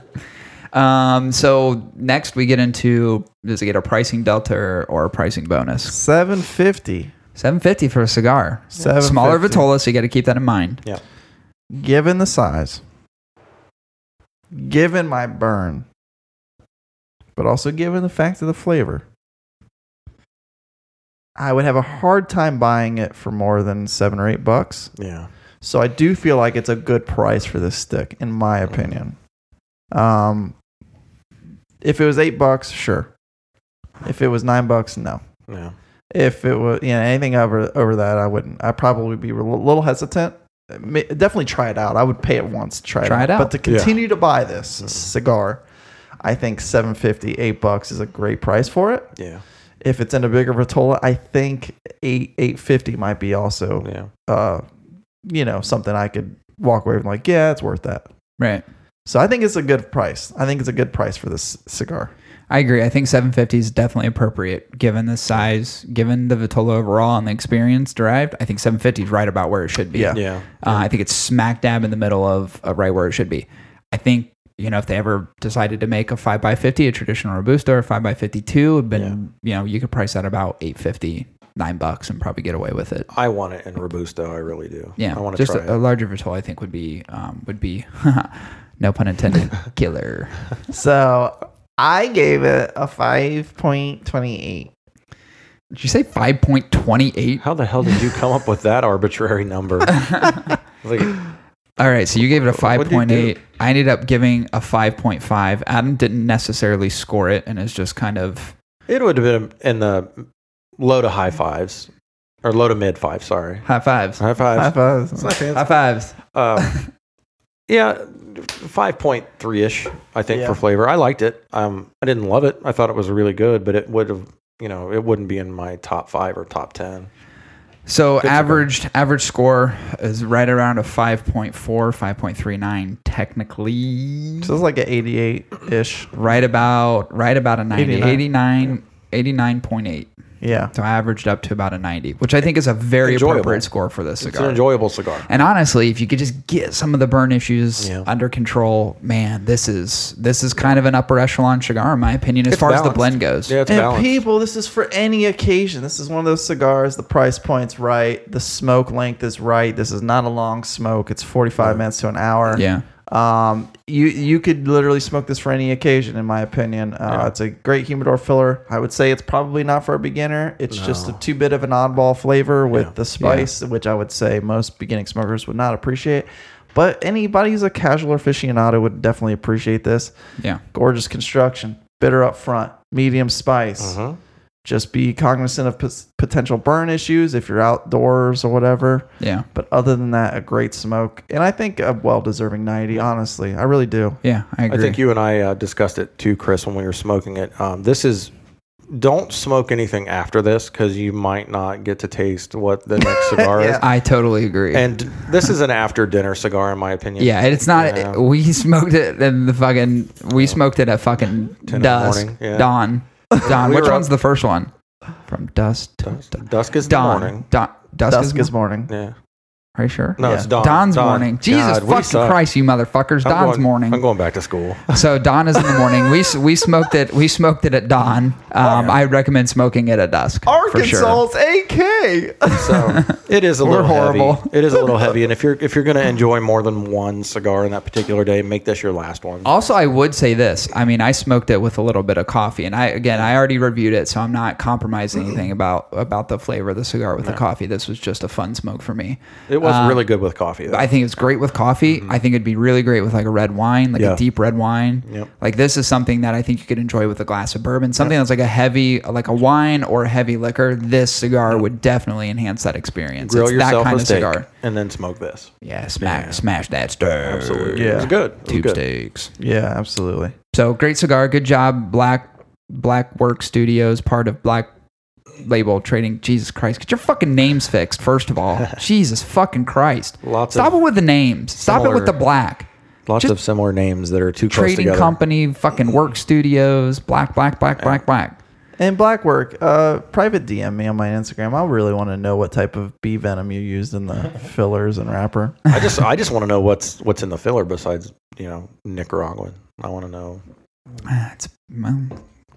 [SPEAKER 1] Um, so next we get into does it get a pricing delta or, or a pricing bonus?
[SPEAKER 2] Seven fifty.
[SPEAKER 1] Seven fifty for a cigar.
[SPEAKER 2] Seven
[SPEAKER 1] Smaller
[SPEAKER 2] fifty.
[SPEAKER 1] vitola, so you got to keep that in mind.
[SPEAKER 3] Yeah.
[SPEAKER 2] Given the size. Given my burn. But also given the fact of the flavor. I would have a hard time buying it for more than seven or eight bucks.
[SPEAKER 3] Yeah.
[SPEAKER 2] So I do feel like it's a good price for this stick, in my opinion. Um, if it was eight bucks, sure. If it was nine bucks, no.
[SPEAKER 3] Yeah.
[SPEAKER 2] If it was you know anything over over that, I wouldn't. I'd probably be a little hesitant. Ma- Definitely try it out. I would pay it once. to Try,
[SPEAKER 1] Try it out. Mm-hmm.
[SPEAKER 2] But to continue to buy this cigar, I think 750, eight bucks is a great price for it.
[SPEAKER 3] Yeah.
[SPEAKER 2] If it's in a bigger vitola, I think eight eight fifty might be also
[SPEAKER 3] Yeah.
[SPEAKER 2] uh, you know, something I could walk away from like, yeah, it's worth that.
[SPEAKER 1] Right.
[SPEAKER 2] So I think it's a good price. I think it's a good price for this cigar.
[SPEAKER 1] I agree. I think 750 is definitely appropriate given the size, given the Vitola overall and the experience derived. I think 750 is right about where it should be.
[SPEAKER 2] Yeah.
[SPEAKER 3] Yeah.
[SPEAKER 1] Uh, I think it's smack dab in the middle of uh, right where it should be. I think you know if they ever decided to make a five x fifty, a traditional robusto or five x fifty two, would been you know you could price that about 850, 9 bucks and probably get away with it.
[SPEAKER 3] I want it in Robusto. I really do.
[SPEAKER 1] Yeah,
[SPEAKER 3] I want to
[SPEAKER 1] just
[SPEAKER 3] try
[SPEAKER 1] a, a
[SPEAKER 3] it.
[SPEAKER 1] larger vitola. I think would be um, would be <laughs> no pun
[SPEAKER 3] <laughs>
[SPEAKER 1] intended killer.
[SPEAKER 2] So I gave it a five point twenty eight.
[SPEAKER 1] Did you say five point twenty eight?
[SPEAKER 3] How the hell did you come up with that
[SPEAKER 1] <laughs>
[SPEAKER 3] arbitrary number? like,
[SPEAKER 1] All right, so you gave it a
[SPEAKER 3] What'd you
[SPEAKER 1] 5.8. I ended up giving a 5.5. Adam didn't necessarily score it and is just kind of
[SPEAKER 3] it would have been in the low to high fives or low to mid five. Sorry,
[SPEAKER 1] high fives.
[SPEAKER 3] high
[SPEAKER 2] I
[SPEAKER 3] fives.
[SPEAKER 2] thought it
[SPEAKER 3] It's
[SPEAKER 2] was-
[SPEAKER 3] not fancy.
[SPEAKER 1] High fives.
[SPEAKER 3] Um, yeah, five point three ish. I think
[SPEAKER 2] Yeah.
[SPEAKER 3] for flavor, I liked it. Um, I didn't love it. I thought it was really good, but it would have, you know, it wouldn't be in my top five or top ten.
[SPEAKER 1] So
[SPEAKER 3] to go.
[SPEAKER 1] averaged average score is right around a 5.4, 5.39 technically.
[SPEAKER 2] so it's like an eighty eight ish.
[SPEAKER 1] right about right about a 90, 89 89.8.
[SPEAKER 2] Yeah.
[SPEAKER 1] So I averaged up to about a 90, which I think is a very
[SPEAKER 3] Enjoyable.
[SPEAKER 1] appropriate score for this
[SPEAKER 3] It's an
[SPEAKER 1] cigar.
[SPEAKER 3] enjoyable cigar.
[SPEAKER 1] And honestly, if you could just get some of the burn issues
[SPEAKER 3] Yeah.
[SPEAKER 1] under control, man, this is this is kind of an upper echelon cigar in my opinion as
[SPEAKER 3] It's
[SPEAKER 1] far as the
[SPEAKER 3] balanced.
[SPEAKER 1] blend goes.
[SPEAKER 3] Yeah, it's
[SPEAKER 2] and
[SPEAKER 3] balanced.
[SPEAKER 2] people, this is for any occasion. This is one of those cigars. The price point's right. The smoke length is right. This is not a long smoke. It's forty five minutes to an hour.
[SPEAKER 1] Yeah.
[SPEAKER 2] Um, you you could literally smoke this for any occasion, in my opinion. Uh, It's a great humidor filler. I would say it's probably not for a beginner. It's just a too bit of an oddball flavor with the spice, which I would say most beginning smokers would not appreciate. But anybody who's a casual aficionado would definitely appreciate this.
[SPEAKER 1] Yeah.
[SPEAKER 2] Gorgeous construction, bitter up front, medium spice.
[SPEAKER 3] Mhm.
[SPEAKER 2] Just be cognizant of p- potential burn issues if you're outdoors or whatever.
[SPEAKER 1] Yeah.
[SPEAKER 2] But other than that, a great smoke, and I think a well-deserving ninety. Honestly, I really do.
[SPEAKER 1] Yeah, I
[SPEAKER 3] I
[SPEAKER 1] agree.
[SPEAKER 3] think you and I uh, discussed it too, Chris, when we were smoking it. Um, this is don't smoke anything after this because you might not get to taste
[SPEAKER 1] <laughs>
[SPEAKER 3] what the next cigar is.
[SPEAKER 1] I totally agree.
[SPEAKER 3] And this is an after dinner cigar, in my opinion.
[SPEAKER 1] yeah, and it's not.
[SPEAKER 3] Yeah.
[SPEAKER 1] We smoked it in the fucking. We smoked it at fucking
[SPEAKER 3] in the
[SPEAKER 1] dusk,
[SPEAKER 3] morning, yeah.
[SPEAKER 1] dawn, dawn.
[SPEAKER 3] <laughs> We
[SPEAKER 1] Which
[SPEAKER 3] were
[SPEAKER 1] one's
[SPEAKER 3] up-
[SPEAKER 1] the first one? From dusk to
[SPEAKER 3] Dusk,
[SPEAKER 1] dusk.
[SPEAKER 3] dusk is the
[SPEAKER 1] dawn.
[SPEAKER 3] morning.
[SPEAKER 1] Dawn. Dusk,
[SPEAKER 2] Dusk
[SPEAKER 1] is,
[SPEAKER 2] is morning.
[SPEAKER 3] Yeah.
[SPEAKER 1] Are you sure?
[SPEAKER 3] No, it's
[SPEAKER 2] Yeah.
[SPEAKER 3] dawn.
[SPEAKER 1] Dawn's
[SPEAKER 3] Dawn.
[SPEAKER 1] morning. Jesus
[SPEAKER 3] God, we
[SPEAKER 1] fucking
[SPEAKER 3] suck.
[SPEAKER 1] Christ, you motherfuckers!
[SPEAKER 3] I'm
[SPEAKER 1] Dawn's
[SPEAKER 3] going-
[SPEAKER 1] morning.
[SPEAKER 3] I'm going back
[SPEAKER 1] <laughs>
[SPEAKER 3] to school.
[SPEAKER 1] So dawn is in the morning. We s- we smoked it. We smoked it at dawn. Um, I recommend smoking it at dusk. for sure.
[SPEAKER 2] Arkansas's AK.
[SPEAKER 3] So it is a little
[SPEAKER 1] horrible.
[SPEAKER 3] heavy. It is a
[SPEAKER 1] <laughs>
[SPEAKER 3] little heavy, and if you're if you're going to enjoy more than one cigar in that particular day, make this your last one.
[SPEAKER 1] Also, I would say this. I mean, I smoked it with a little bit of coffee, and I again, I already reviewed it, so I'm not compromising anything about about the flavor of the cigar with the coffee. This was just a fun smoke for me.
[SPEAKER 3] It was really good with coffee. Though.
[SPEAKER 1] uh, I think it's great with coffee. I think it'd be really great with like a red wine, like
[SPEAKER 3] Mm-hmm. Yeah.
[SPEAKER 1] a deep red wine.
[SPEAKER 3] Yep.
[SPEAKER 1] Like this is something that I think you could enjoy with a glass of bourbon. Something that's like a heavy, like a wine or a heavy liquor. This cigar would definitely enhance that experience.
[SPEAKER 3] Grill
[SPEAKER 1] it's that
[SPEAKER 3] yourself
[SPEAKER 1] kind
[SPEAKER 3] a
[SPEAKER 1] of
[SPEAKER 3] steak
[SPEAKER 1] cigar.
[SPEAKER 3] and then smoke this.
[SPEAKER 1] Yeah, smash, smash that steak. Absolutely.
[SPEAKER 3] It
[SPEAKER 2] Yeah.
[SPEAKER 3] was good. It was
[SPEAKER 1] Tube
[SPEAKER 3] good.
[SPEAKER 1] steaks.
[SPEAKER 2] <laughs> Yeah, absolutely.
[SPEAKER 1] So great cigar, good job, Black Black Work Studios, part of Black Label Trading. Jesus Christ, get your fucking names fixed first of
[SPEAKER 3] <laughs>
[SPEAKER 1] all. Jesus fucking Christ,
[SPEAKER 3] Lots
[SPEAKER 1] stop
[SPEAKER 3] of
[SPEAKER 1] it with the names. Stop it with
[SPEAKER 3] similar-
[SPEAKER 1] the black
[SPEAKER 3] Lots
[SPEAKER 1] Just-
[SPEAKER 3] of similar names that are too close
[SPEAKER 1] trading
[SPEAKER 3] together.
[SPEAKER 1] company, fucking Work Studios, Black Black Black Black Black.
[SPEAKER 2] And Blackwork, uh, private DM me on my Instagram. I really want to know what type of bee venom you used
[SPEAKER 1] <laughs>
[SPEAKER 2] in the fillers and wrapper.
[SPEAKER 3] I just I just want to know what's what's in the filler besides you know Nicaraguan. I want to know.
[SPEAKER 1] Ah, It's well,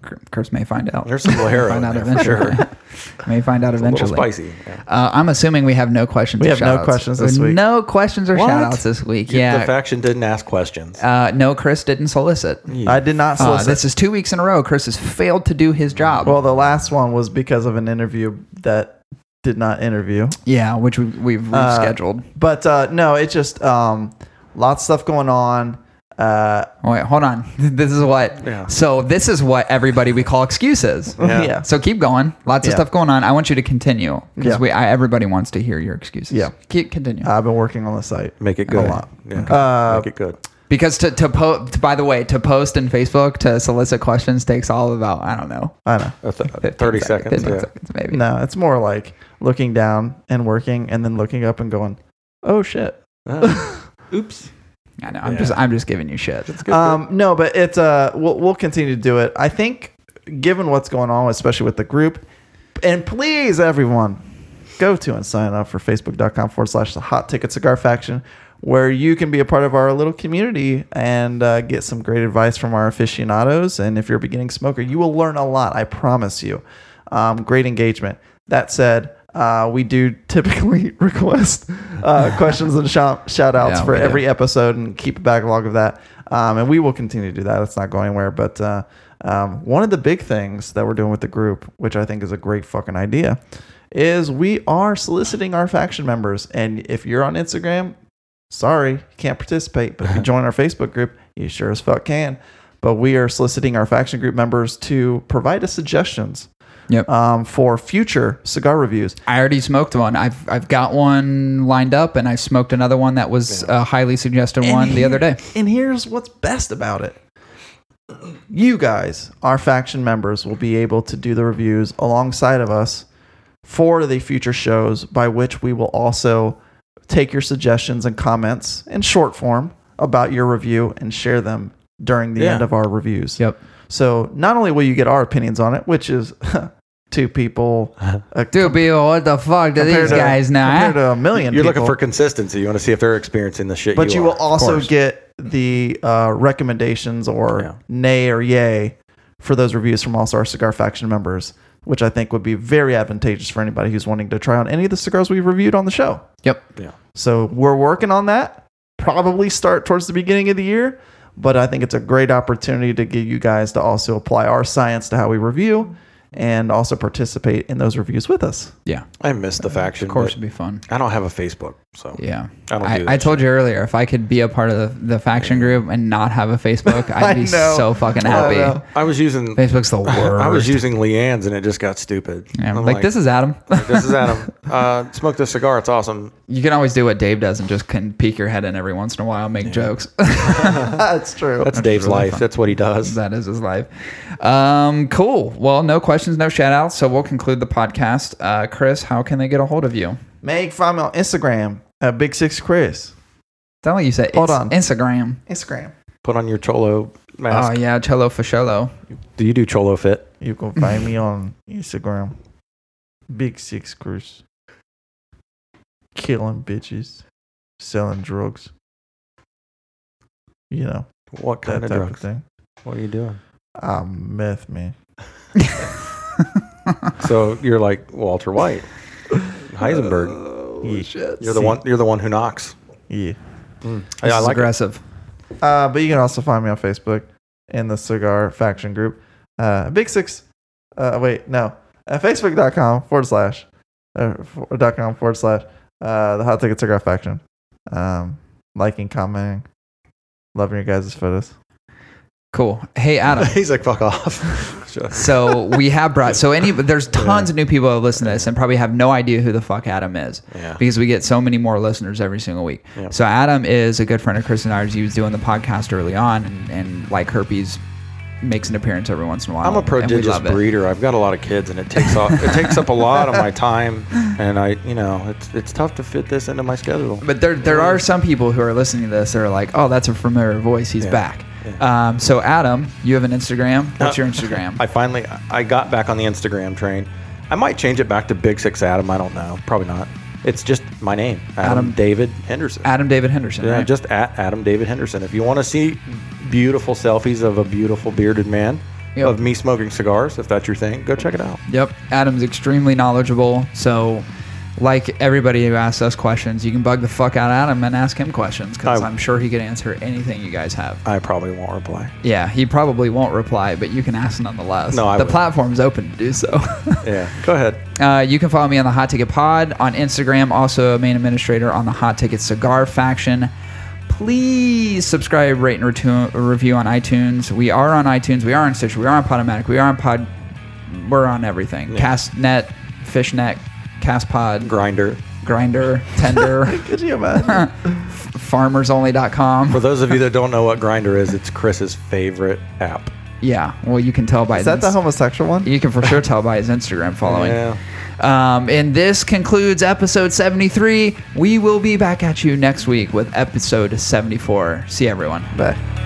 [SPEAKER 1] Cur- Curse may find out. <laughs>
[SPEAKER 3] There's some little hero in
[SPEAKER 1] Find out
[SPEAKER 3] there for sure.
[SPEAKER 1] eventually. <laughs> may find out
[SPEAKER 3] It's a little
[SPEAKER 1] eventually.
[SPEAKER 3] spicy. Yeah.
[SPEAKER 1] Uh, I'm assuming we have no questions.
[SPEAKER 2] We
[SPEAKER 1] or
[SPEAKER 2] have no
[SPEAKER 1] shoutouts.
[SPEAKER 2] questions this week.
[SPEAKER 1] No questions or
[SPEAKER 3] What?
[SPEAKER 1] shout outs this week.
[SPEAKER 3] The
[SPEAKER 1] Yeah.
[SPEAKER 3] faction didn't ask questions.
[SPEAKER 1] Uh, no, Chris didn't solicit.
[SPEAKER 2] I did not
[SPEAKER 1] Uh,
[SPEAKER 2] solicit. <laughs>
[SPEAKER 1] this is two weeks in a row. Chris has failed to do his job.
[SPEAKER 2] well, the last one was because of an interview that did not interview.
[SPEAKER 1] Yeah, which we, we've
[SPEAKER 2] Uh,
[SPEAKER 1] rescheduled.
[SPEAKER 2] But uh, no, it's just um, lots of stuff going on. Uh, <laughs>
[SPEAKER 1] Wait, hold on. <laughs> This is what.
[SPEAKER 3] Yeah.
[SPEAKER 1] So this is what everybody we call excuses.
[SPEAKER 2] yeah.
[SPEAKER 3] Yeah.
[SPEAKER 2] yeah.
[SPEAKER 1] So keep going. Lots of
[SPEAKER 2] Yeah.
[SPEAKER 1] stuff going on. I want you to continue because
[SPEAKER 2] Yeah.
[SPEAKER 1] we. I, everybody wants to hear your excuses.
[SPEAKER 2] Yeah. Uh,
[SPEAKER 1] Keep continue.
[SPEAKER 2] I've been working on the site.
[SPEAKER 3] Make it good.
[SPEAKER 2] lot.
[SPEAKER 3] Yeah.
[SPEAKER 2] Uh,
[SPEAKER 3] Make it good.
[SPEAKER 1] because to to post. By the way, to post in Facebook to solicit questions takes all about I don't know.
[SPEAKER 2] I know.
[SPEAKER 3] A th-
[SPEAKER 1] 15
[SPEAKER 3] Thirty seconds.
[SPEAKER 1] 15
[SPEAKER 3] Yeah.
[SPEAKER 1] seconds maybe.
[SPEAKER 2] No, it's more like looking down and working and then looking up and going, oh shit.
[SPEAKER 3] Uh, oops.
[SPEAKER 1] I know. I'm
[SPEAKER 3] Yeah.
[SPEAKER 1] just I'm just giving you shit.
[SPEAKER 3] That's good.
[SPEAKER 2] Um, no, but it's uh, we'll, we'll continue to do it. I think, given what's going on, especially with the group, and please everyone, go to and sign up for facebook.com forward slash the hot ticket cigar faction, where you can be a part of our little community and uh, get some great advice from our aficionados. And if you're a beginning smoker, you will learn a lot. I promise you. Um, great engagement. That said. Uh, we do typically <laughs> request uh, questions and shout, shout outs
[SPEAKER 1] Yeah,
[SPEAKER 2] for
[SPEAKER 1] we do.
[SPEAKER 2] every episode and keep a backlog of that. Um, and we will continue to do that. It's not going anywhere. But uh, um, one of the big things that we're doing with the group, which I think is a great fucking idea, is we are soliciting our faction members. And if you're on Instagram, sorry, you can't participate. But if you join our Facebook group, you sure as fuck can. But we are soliciting our faction group members to provide us suggestions
[SPEAKER 1] Yep.
[SPEAKER 2] um, for future cigar reviews.
[SPEAKER 1] I already smoked one. I've I've got one lined up, and I smoked another one that was a highly suggested
[SPEAKER 2] And
[SPEAKER 1] one the
[SPEAKER 2] here-
[SPEAKER 1] other
[SPEAKER 2] <laughs>
[SPEAKER 1] day.
[SPEAKER 2] And here's what's best about it. You guys, our faction members, will be able to do the reviews alongside of us for the future shows, by which we will also take your suggestions and comments in short form about your review and share them during the
[SPEAKER 3] Yeah.
[SPEAKER 2] end of our reviews.
[SPEAKER 1] Yep.
[SPEAKER 2] So not only will you get our opinions on it, which is <laughs> two people uh,
[SPEAKER 1] Dude, people, what the fuck do
[SPEAKER 2] compared
[SPEAKER 1] these
[SPEAKER 2] to-
[SPEAKER 1] guys now?
[SPEAKER 2] compared
[SPEAKER 1] eh?
[SPEAKER 2] to a 1000000
[SPEAKER 3] You're looking
[SPEAKER 2] people.
[SPEAKER 3] for consistency. You want to see if they're experiencing the shit.
[SPEAKER 2] But you, will
[SPEAKER 3] are.
[SPEAKER 2] also
[SPEAKER 1] course.
[SPEAKER 2] get the uh, recommendations or
[SPEAKER 3] Yeah.
[SPEAKER 2] nay or yay for those reviews from also our cigar faction members, which I think would be very advantageous for anybody who's wanting to try on any of the cigars we've reviewed on the show.
[SPEAKER 1] Yep.
[SPEAKER 3] Yeah.
[SPEAKER 2] So we're working on that. Probably start towards the beginning of the year, but I think it's a great opportunity to get you guys to also apply our science to how we review and also participate in those reviews with us.
[SPEAKER 1] Yeah.
[SPEAKER 3] I missed the faction.
[SPEAKER 1] Of course, it'd
[SPEAKER 3] but
[SPEAKER 1] be fun.
[SPEAKER 3] I don't have a Facebook, so
[SPEAKER 1] Yeah.
[SPEAKER 3] I don't do
[SPEAKER 1] I,
[SPEAKER 3] that
[SPEAKER 1] I told you earlier, if I could be a part of the, the faction group and not have a
[SPEAKER 3] <laughs>
[SPEAKER 1] Facebook,
[SPEAKER 2] I
[SPEAKER 1] I'd be
[SPEAKER 2] know.
[SPEAKER 1] so fucking
[SPEAKER 2] I know.
[SPEAKER 1] happy.
[SPEAKER 3] I was using. <laughs>
[SPEAKER 1] Facebook's the worst.
[SPEAKER 3] I was using Leanne's and it just got stupid.
[SPEAKER 1] Yeah, I'm
[SPEAKER 3] I'm
[SPEAKER 1] like, this is Adam.
[SPEAKER 3] this is Adam. Uh, smoke this cigar. It's awesome.
[SPEAKER 1] <laughs> you can always do what Dave does and just can peek your head in every once in a while, make jokes.
[SPEAKER 2] That's true.
[SPEAKER 3] That's, Dave's
[SPEAKER 1] really
[SPEAKER 3] life.
[SPEAKER 1] fun.
[SPEAKER 3] That's what he <laughs> does.
[SPEAKER 1] that is his life. Um, cool. Well, no questions, no shout outs. So we'll conclude the podcast. Uh, Chris, how can they get a hold of you?
[SPEAKER 2] Meg, find me on Instagram at Big Six Chris.
[SPEAKER 1] Sound like you said
[SPEAKER 2] Hold
[SPEAKER 1] it's
[SPEAKER 2] on.
[SPEAKER 1] Instagram.
[SPEAKER 2] Instagram.
[SPEAKER 3] Put on your cholo
[SPEAKER 1] Oh
[SPEAKER 3] mask.
[SPEAKER 1] yeah, Cello Fasholo.
[SPEAKER 3] Do you do cholo fit?
[SPEAKER 2] You can find me on Instagram. Big Six Chris. Killing bitches. Selling drugs. You know,
[SPEAKER 3] What
[SPEAKER 2] that
[SPEAKER 3] kind
[SPEAKER 2] type
[SPEAKER 3] of drugs?
[SPEAKER 2] of thing.
[SPEAKER 3] What are you doing?
[SPEAKER 2] I'm meth, man.
[SPEAKER 3] So you're like Walter White, Heisenberg.
[SPEAKER 2] yeah.
[SPEAKER 3] You're the one. You're the one who knocks.
[SPEAKER 2] Yeah.
[SPEAKER 1] Mm. This
[SPEAKER 3] Yeah, I
[SPEAKER 1] is
[SPEAKER 3] like it.
[SPEAKER 1] aggressive.
[SPEAKER 2] Uh, but you can also find me on Facebook in the Cigar Faction Group. Uh, Big Six. Uh, wait, no. At facebook.com forward slash. Uh, for- dot com forward slash. Uh, the Hot Ticket Cigar Faction. Um, liking, commenting, loving your guys' photos.
[SPEAKER 1] Cool. Hey Adam.
[SPEAKER 3] <laughs> He's like,
[SPEAKER 1] <laughs>
[SPEAKER 3] fuck off. Just-
[SPEAKER 1] So we have brought so any there's tons of new people that listen to this and probably have no idea who the fuck Adam is
[SPEAKER 3] yeah.
[SPEAKER 1] because we get so many more listeners every single week.
[SPEAKER 3] Yeah.
[SPEAKER 1] So Adam is a good friend of Chris and ours. He was doing the podcast early on and, and like herpes makes an appearance every once in a while.
[SPEAKER 3] I'm a
[SPEAKER 1] and we
[SPEAKER 3] prodigious
[SPEAKER 1] love it.
[SPEAKER 3] breeder. I've got a lot of kids, and it takes off. it takes up a lot of my time, and I, you know, it's it's tough to fit this into my schedule.
[SPEAKER 1] But there, there are some people who are listening to this that are like, oh, that's a familiar voice. He's
[SPEAKER 3] Yeah. Uh,
[SPEAKER 1] back. Um, so Adam, you have an Instagram. What's your Instagram?
[SPEAKER 3] <laughs> I finally I got back on the Instagram train. I might change it back to Big Six Adam. I don't know. Probably not. It's just my name, Adam,
[SPEAKER 1] Adam-
[SPEAKER 3] David Henderson.
[SPEAKER 1] Adam David Henderson.
[SPEAKER 3] yeah,
[SPEAKER 1] right?
[SPEAKER 3] just at Adam David Henderson. If you want to see beautiful selfies of a beautiful bearded man,
[SPEAKER 1] Yep.
[SPEAKER 3] of me smoking cigars, if that's your thing, go check it out.
[SPEAKER 1] Yep. Adam's extremely knowledgeable. So like everybody who asks us questions, you can bug the fuck out at him and ask him questions because
[SPEAKER 3] I-
[SPEAKER 1] I'm sure he could answer anything you guys have.
[SPEAKER 3] I probably won't reply.
[SPEAKER 1] Yeah, he probably won't reply, but you can ask nonetheless.
[SPEAKER 3] No, I
[SPEAKER 1] the
[SPEAKER 3] will.
[SPEAKER 1] platform's open to do so. <laughs>
[SPEAKER 3] Yeah, go ahead.
[SPEAKER 1] Uh, you can follow me on the Hot Ticket Pod on Instagram, also a main administrator on the Hot Ticket Cigar Faction. Please subscribe, rate, and retu- review on iTunes. We are on iTunes. We are on Stitcher. We are on Podomatic. We are on Pod. We're on everything. Castnet, Fishnet, Castpod,
[SPEAKER 3] Grinder.
[SPEAKER 1] Grinder,
[SPEAKER 2] <laughs>
[SPEAKER 1] Tender,
[SPEAKER 2] Could you imagine?
[SPEAKER 3] For
[SPEAKER 1] FarmersOnly.com.
[SPEAKER 3] those of you that don't know what Grinder is, it's Chris's favorite app.
[SPEAKER 1] Yeah, well, you can tell by
[SPEAKER 2] Is that the
[SPEAKER 1] this-
[SPEAKER 2] homosexual one?
[SPEAKER 1] You can for sure tell by his Instagram following.
[SPEAKER 3] Yeah.
[SPEAKER 1] Um, and this concludes episode 73. We will be back at you next week with episode 74. See everyone.
[SPEAKER 2] Bye.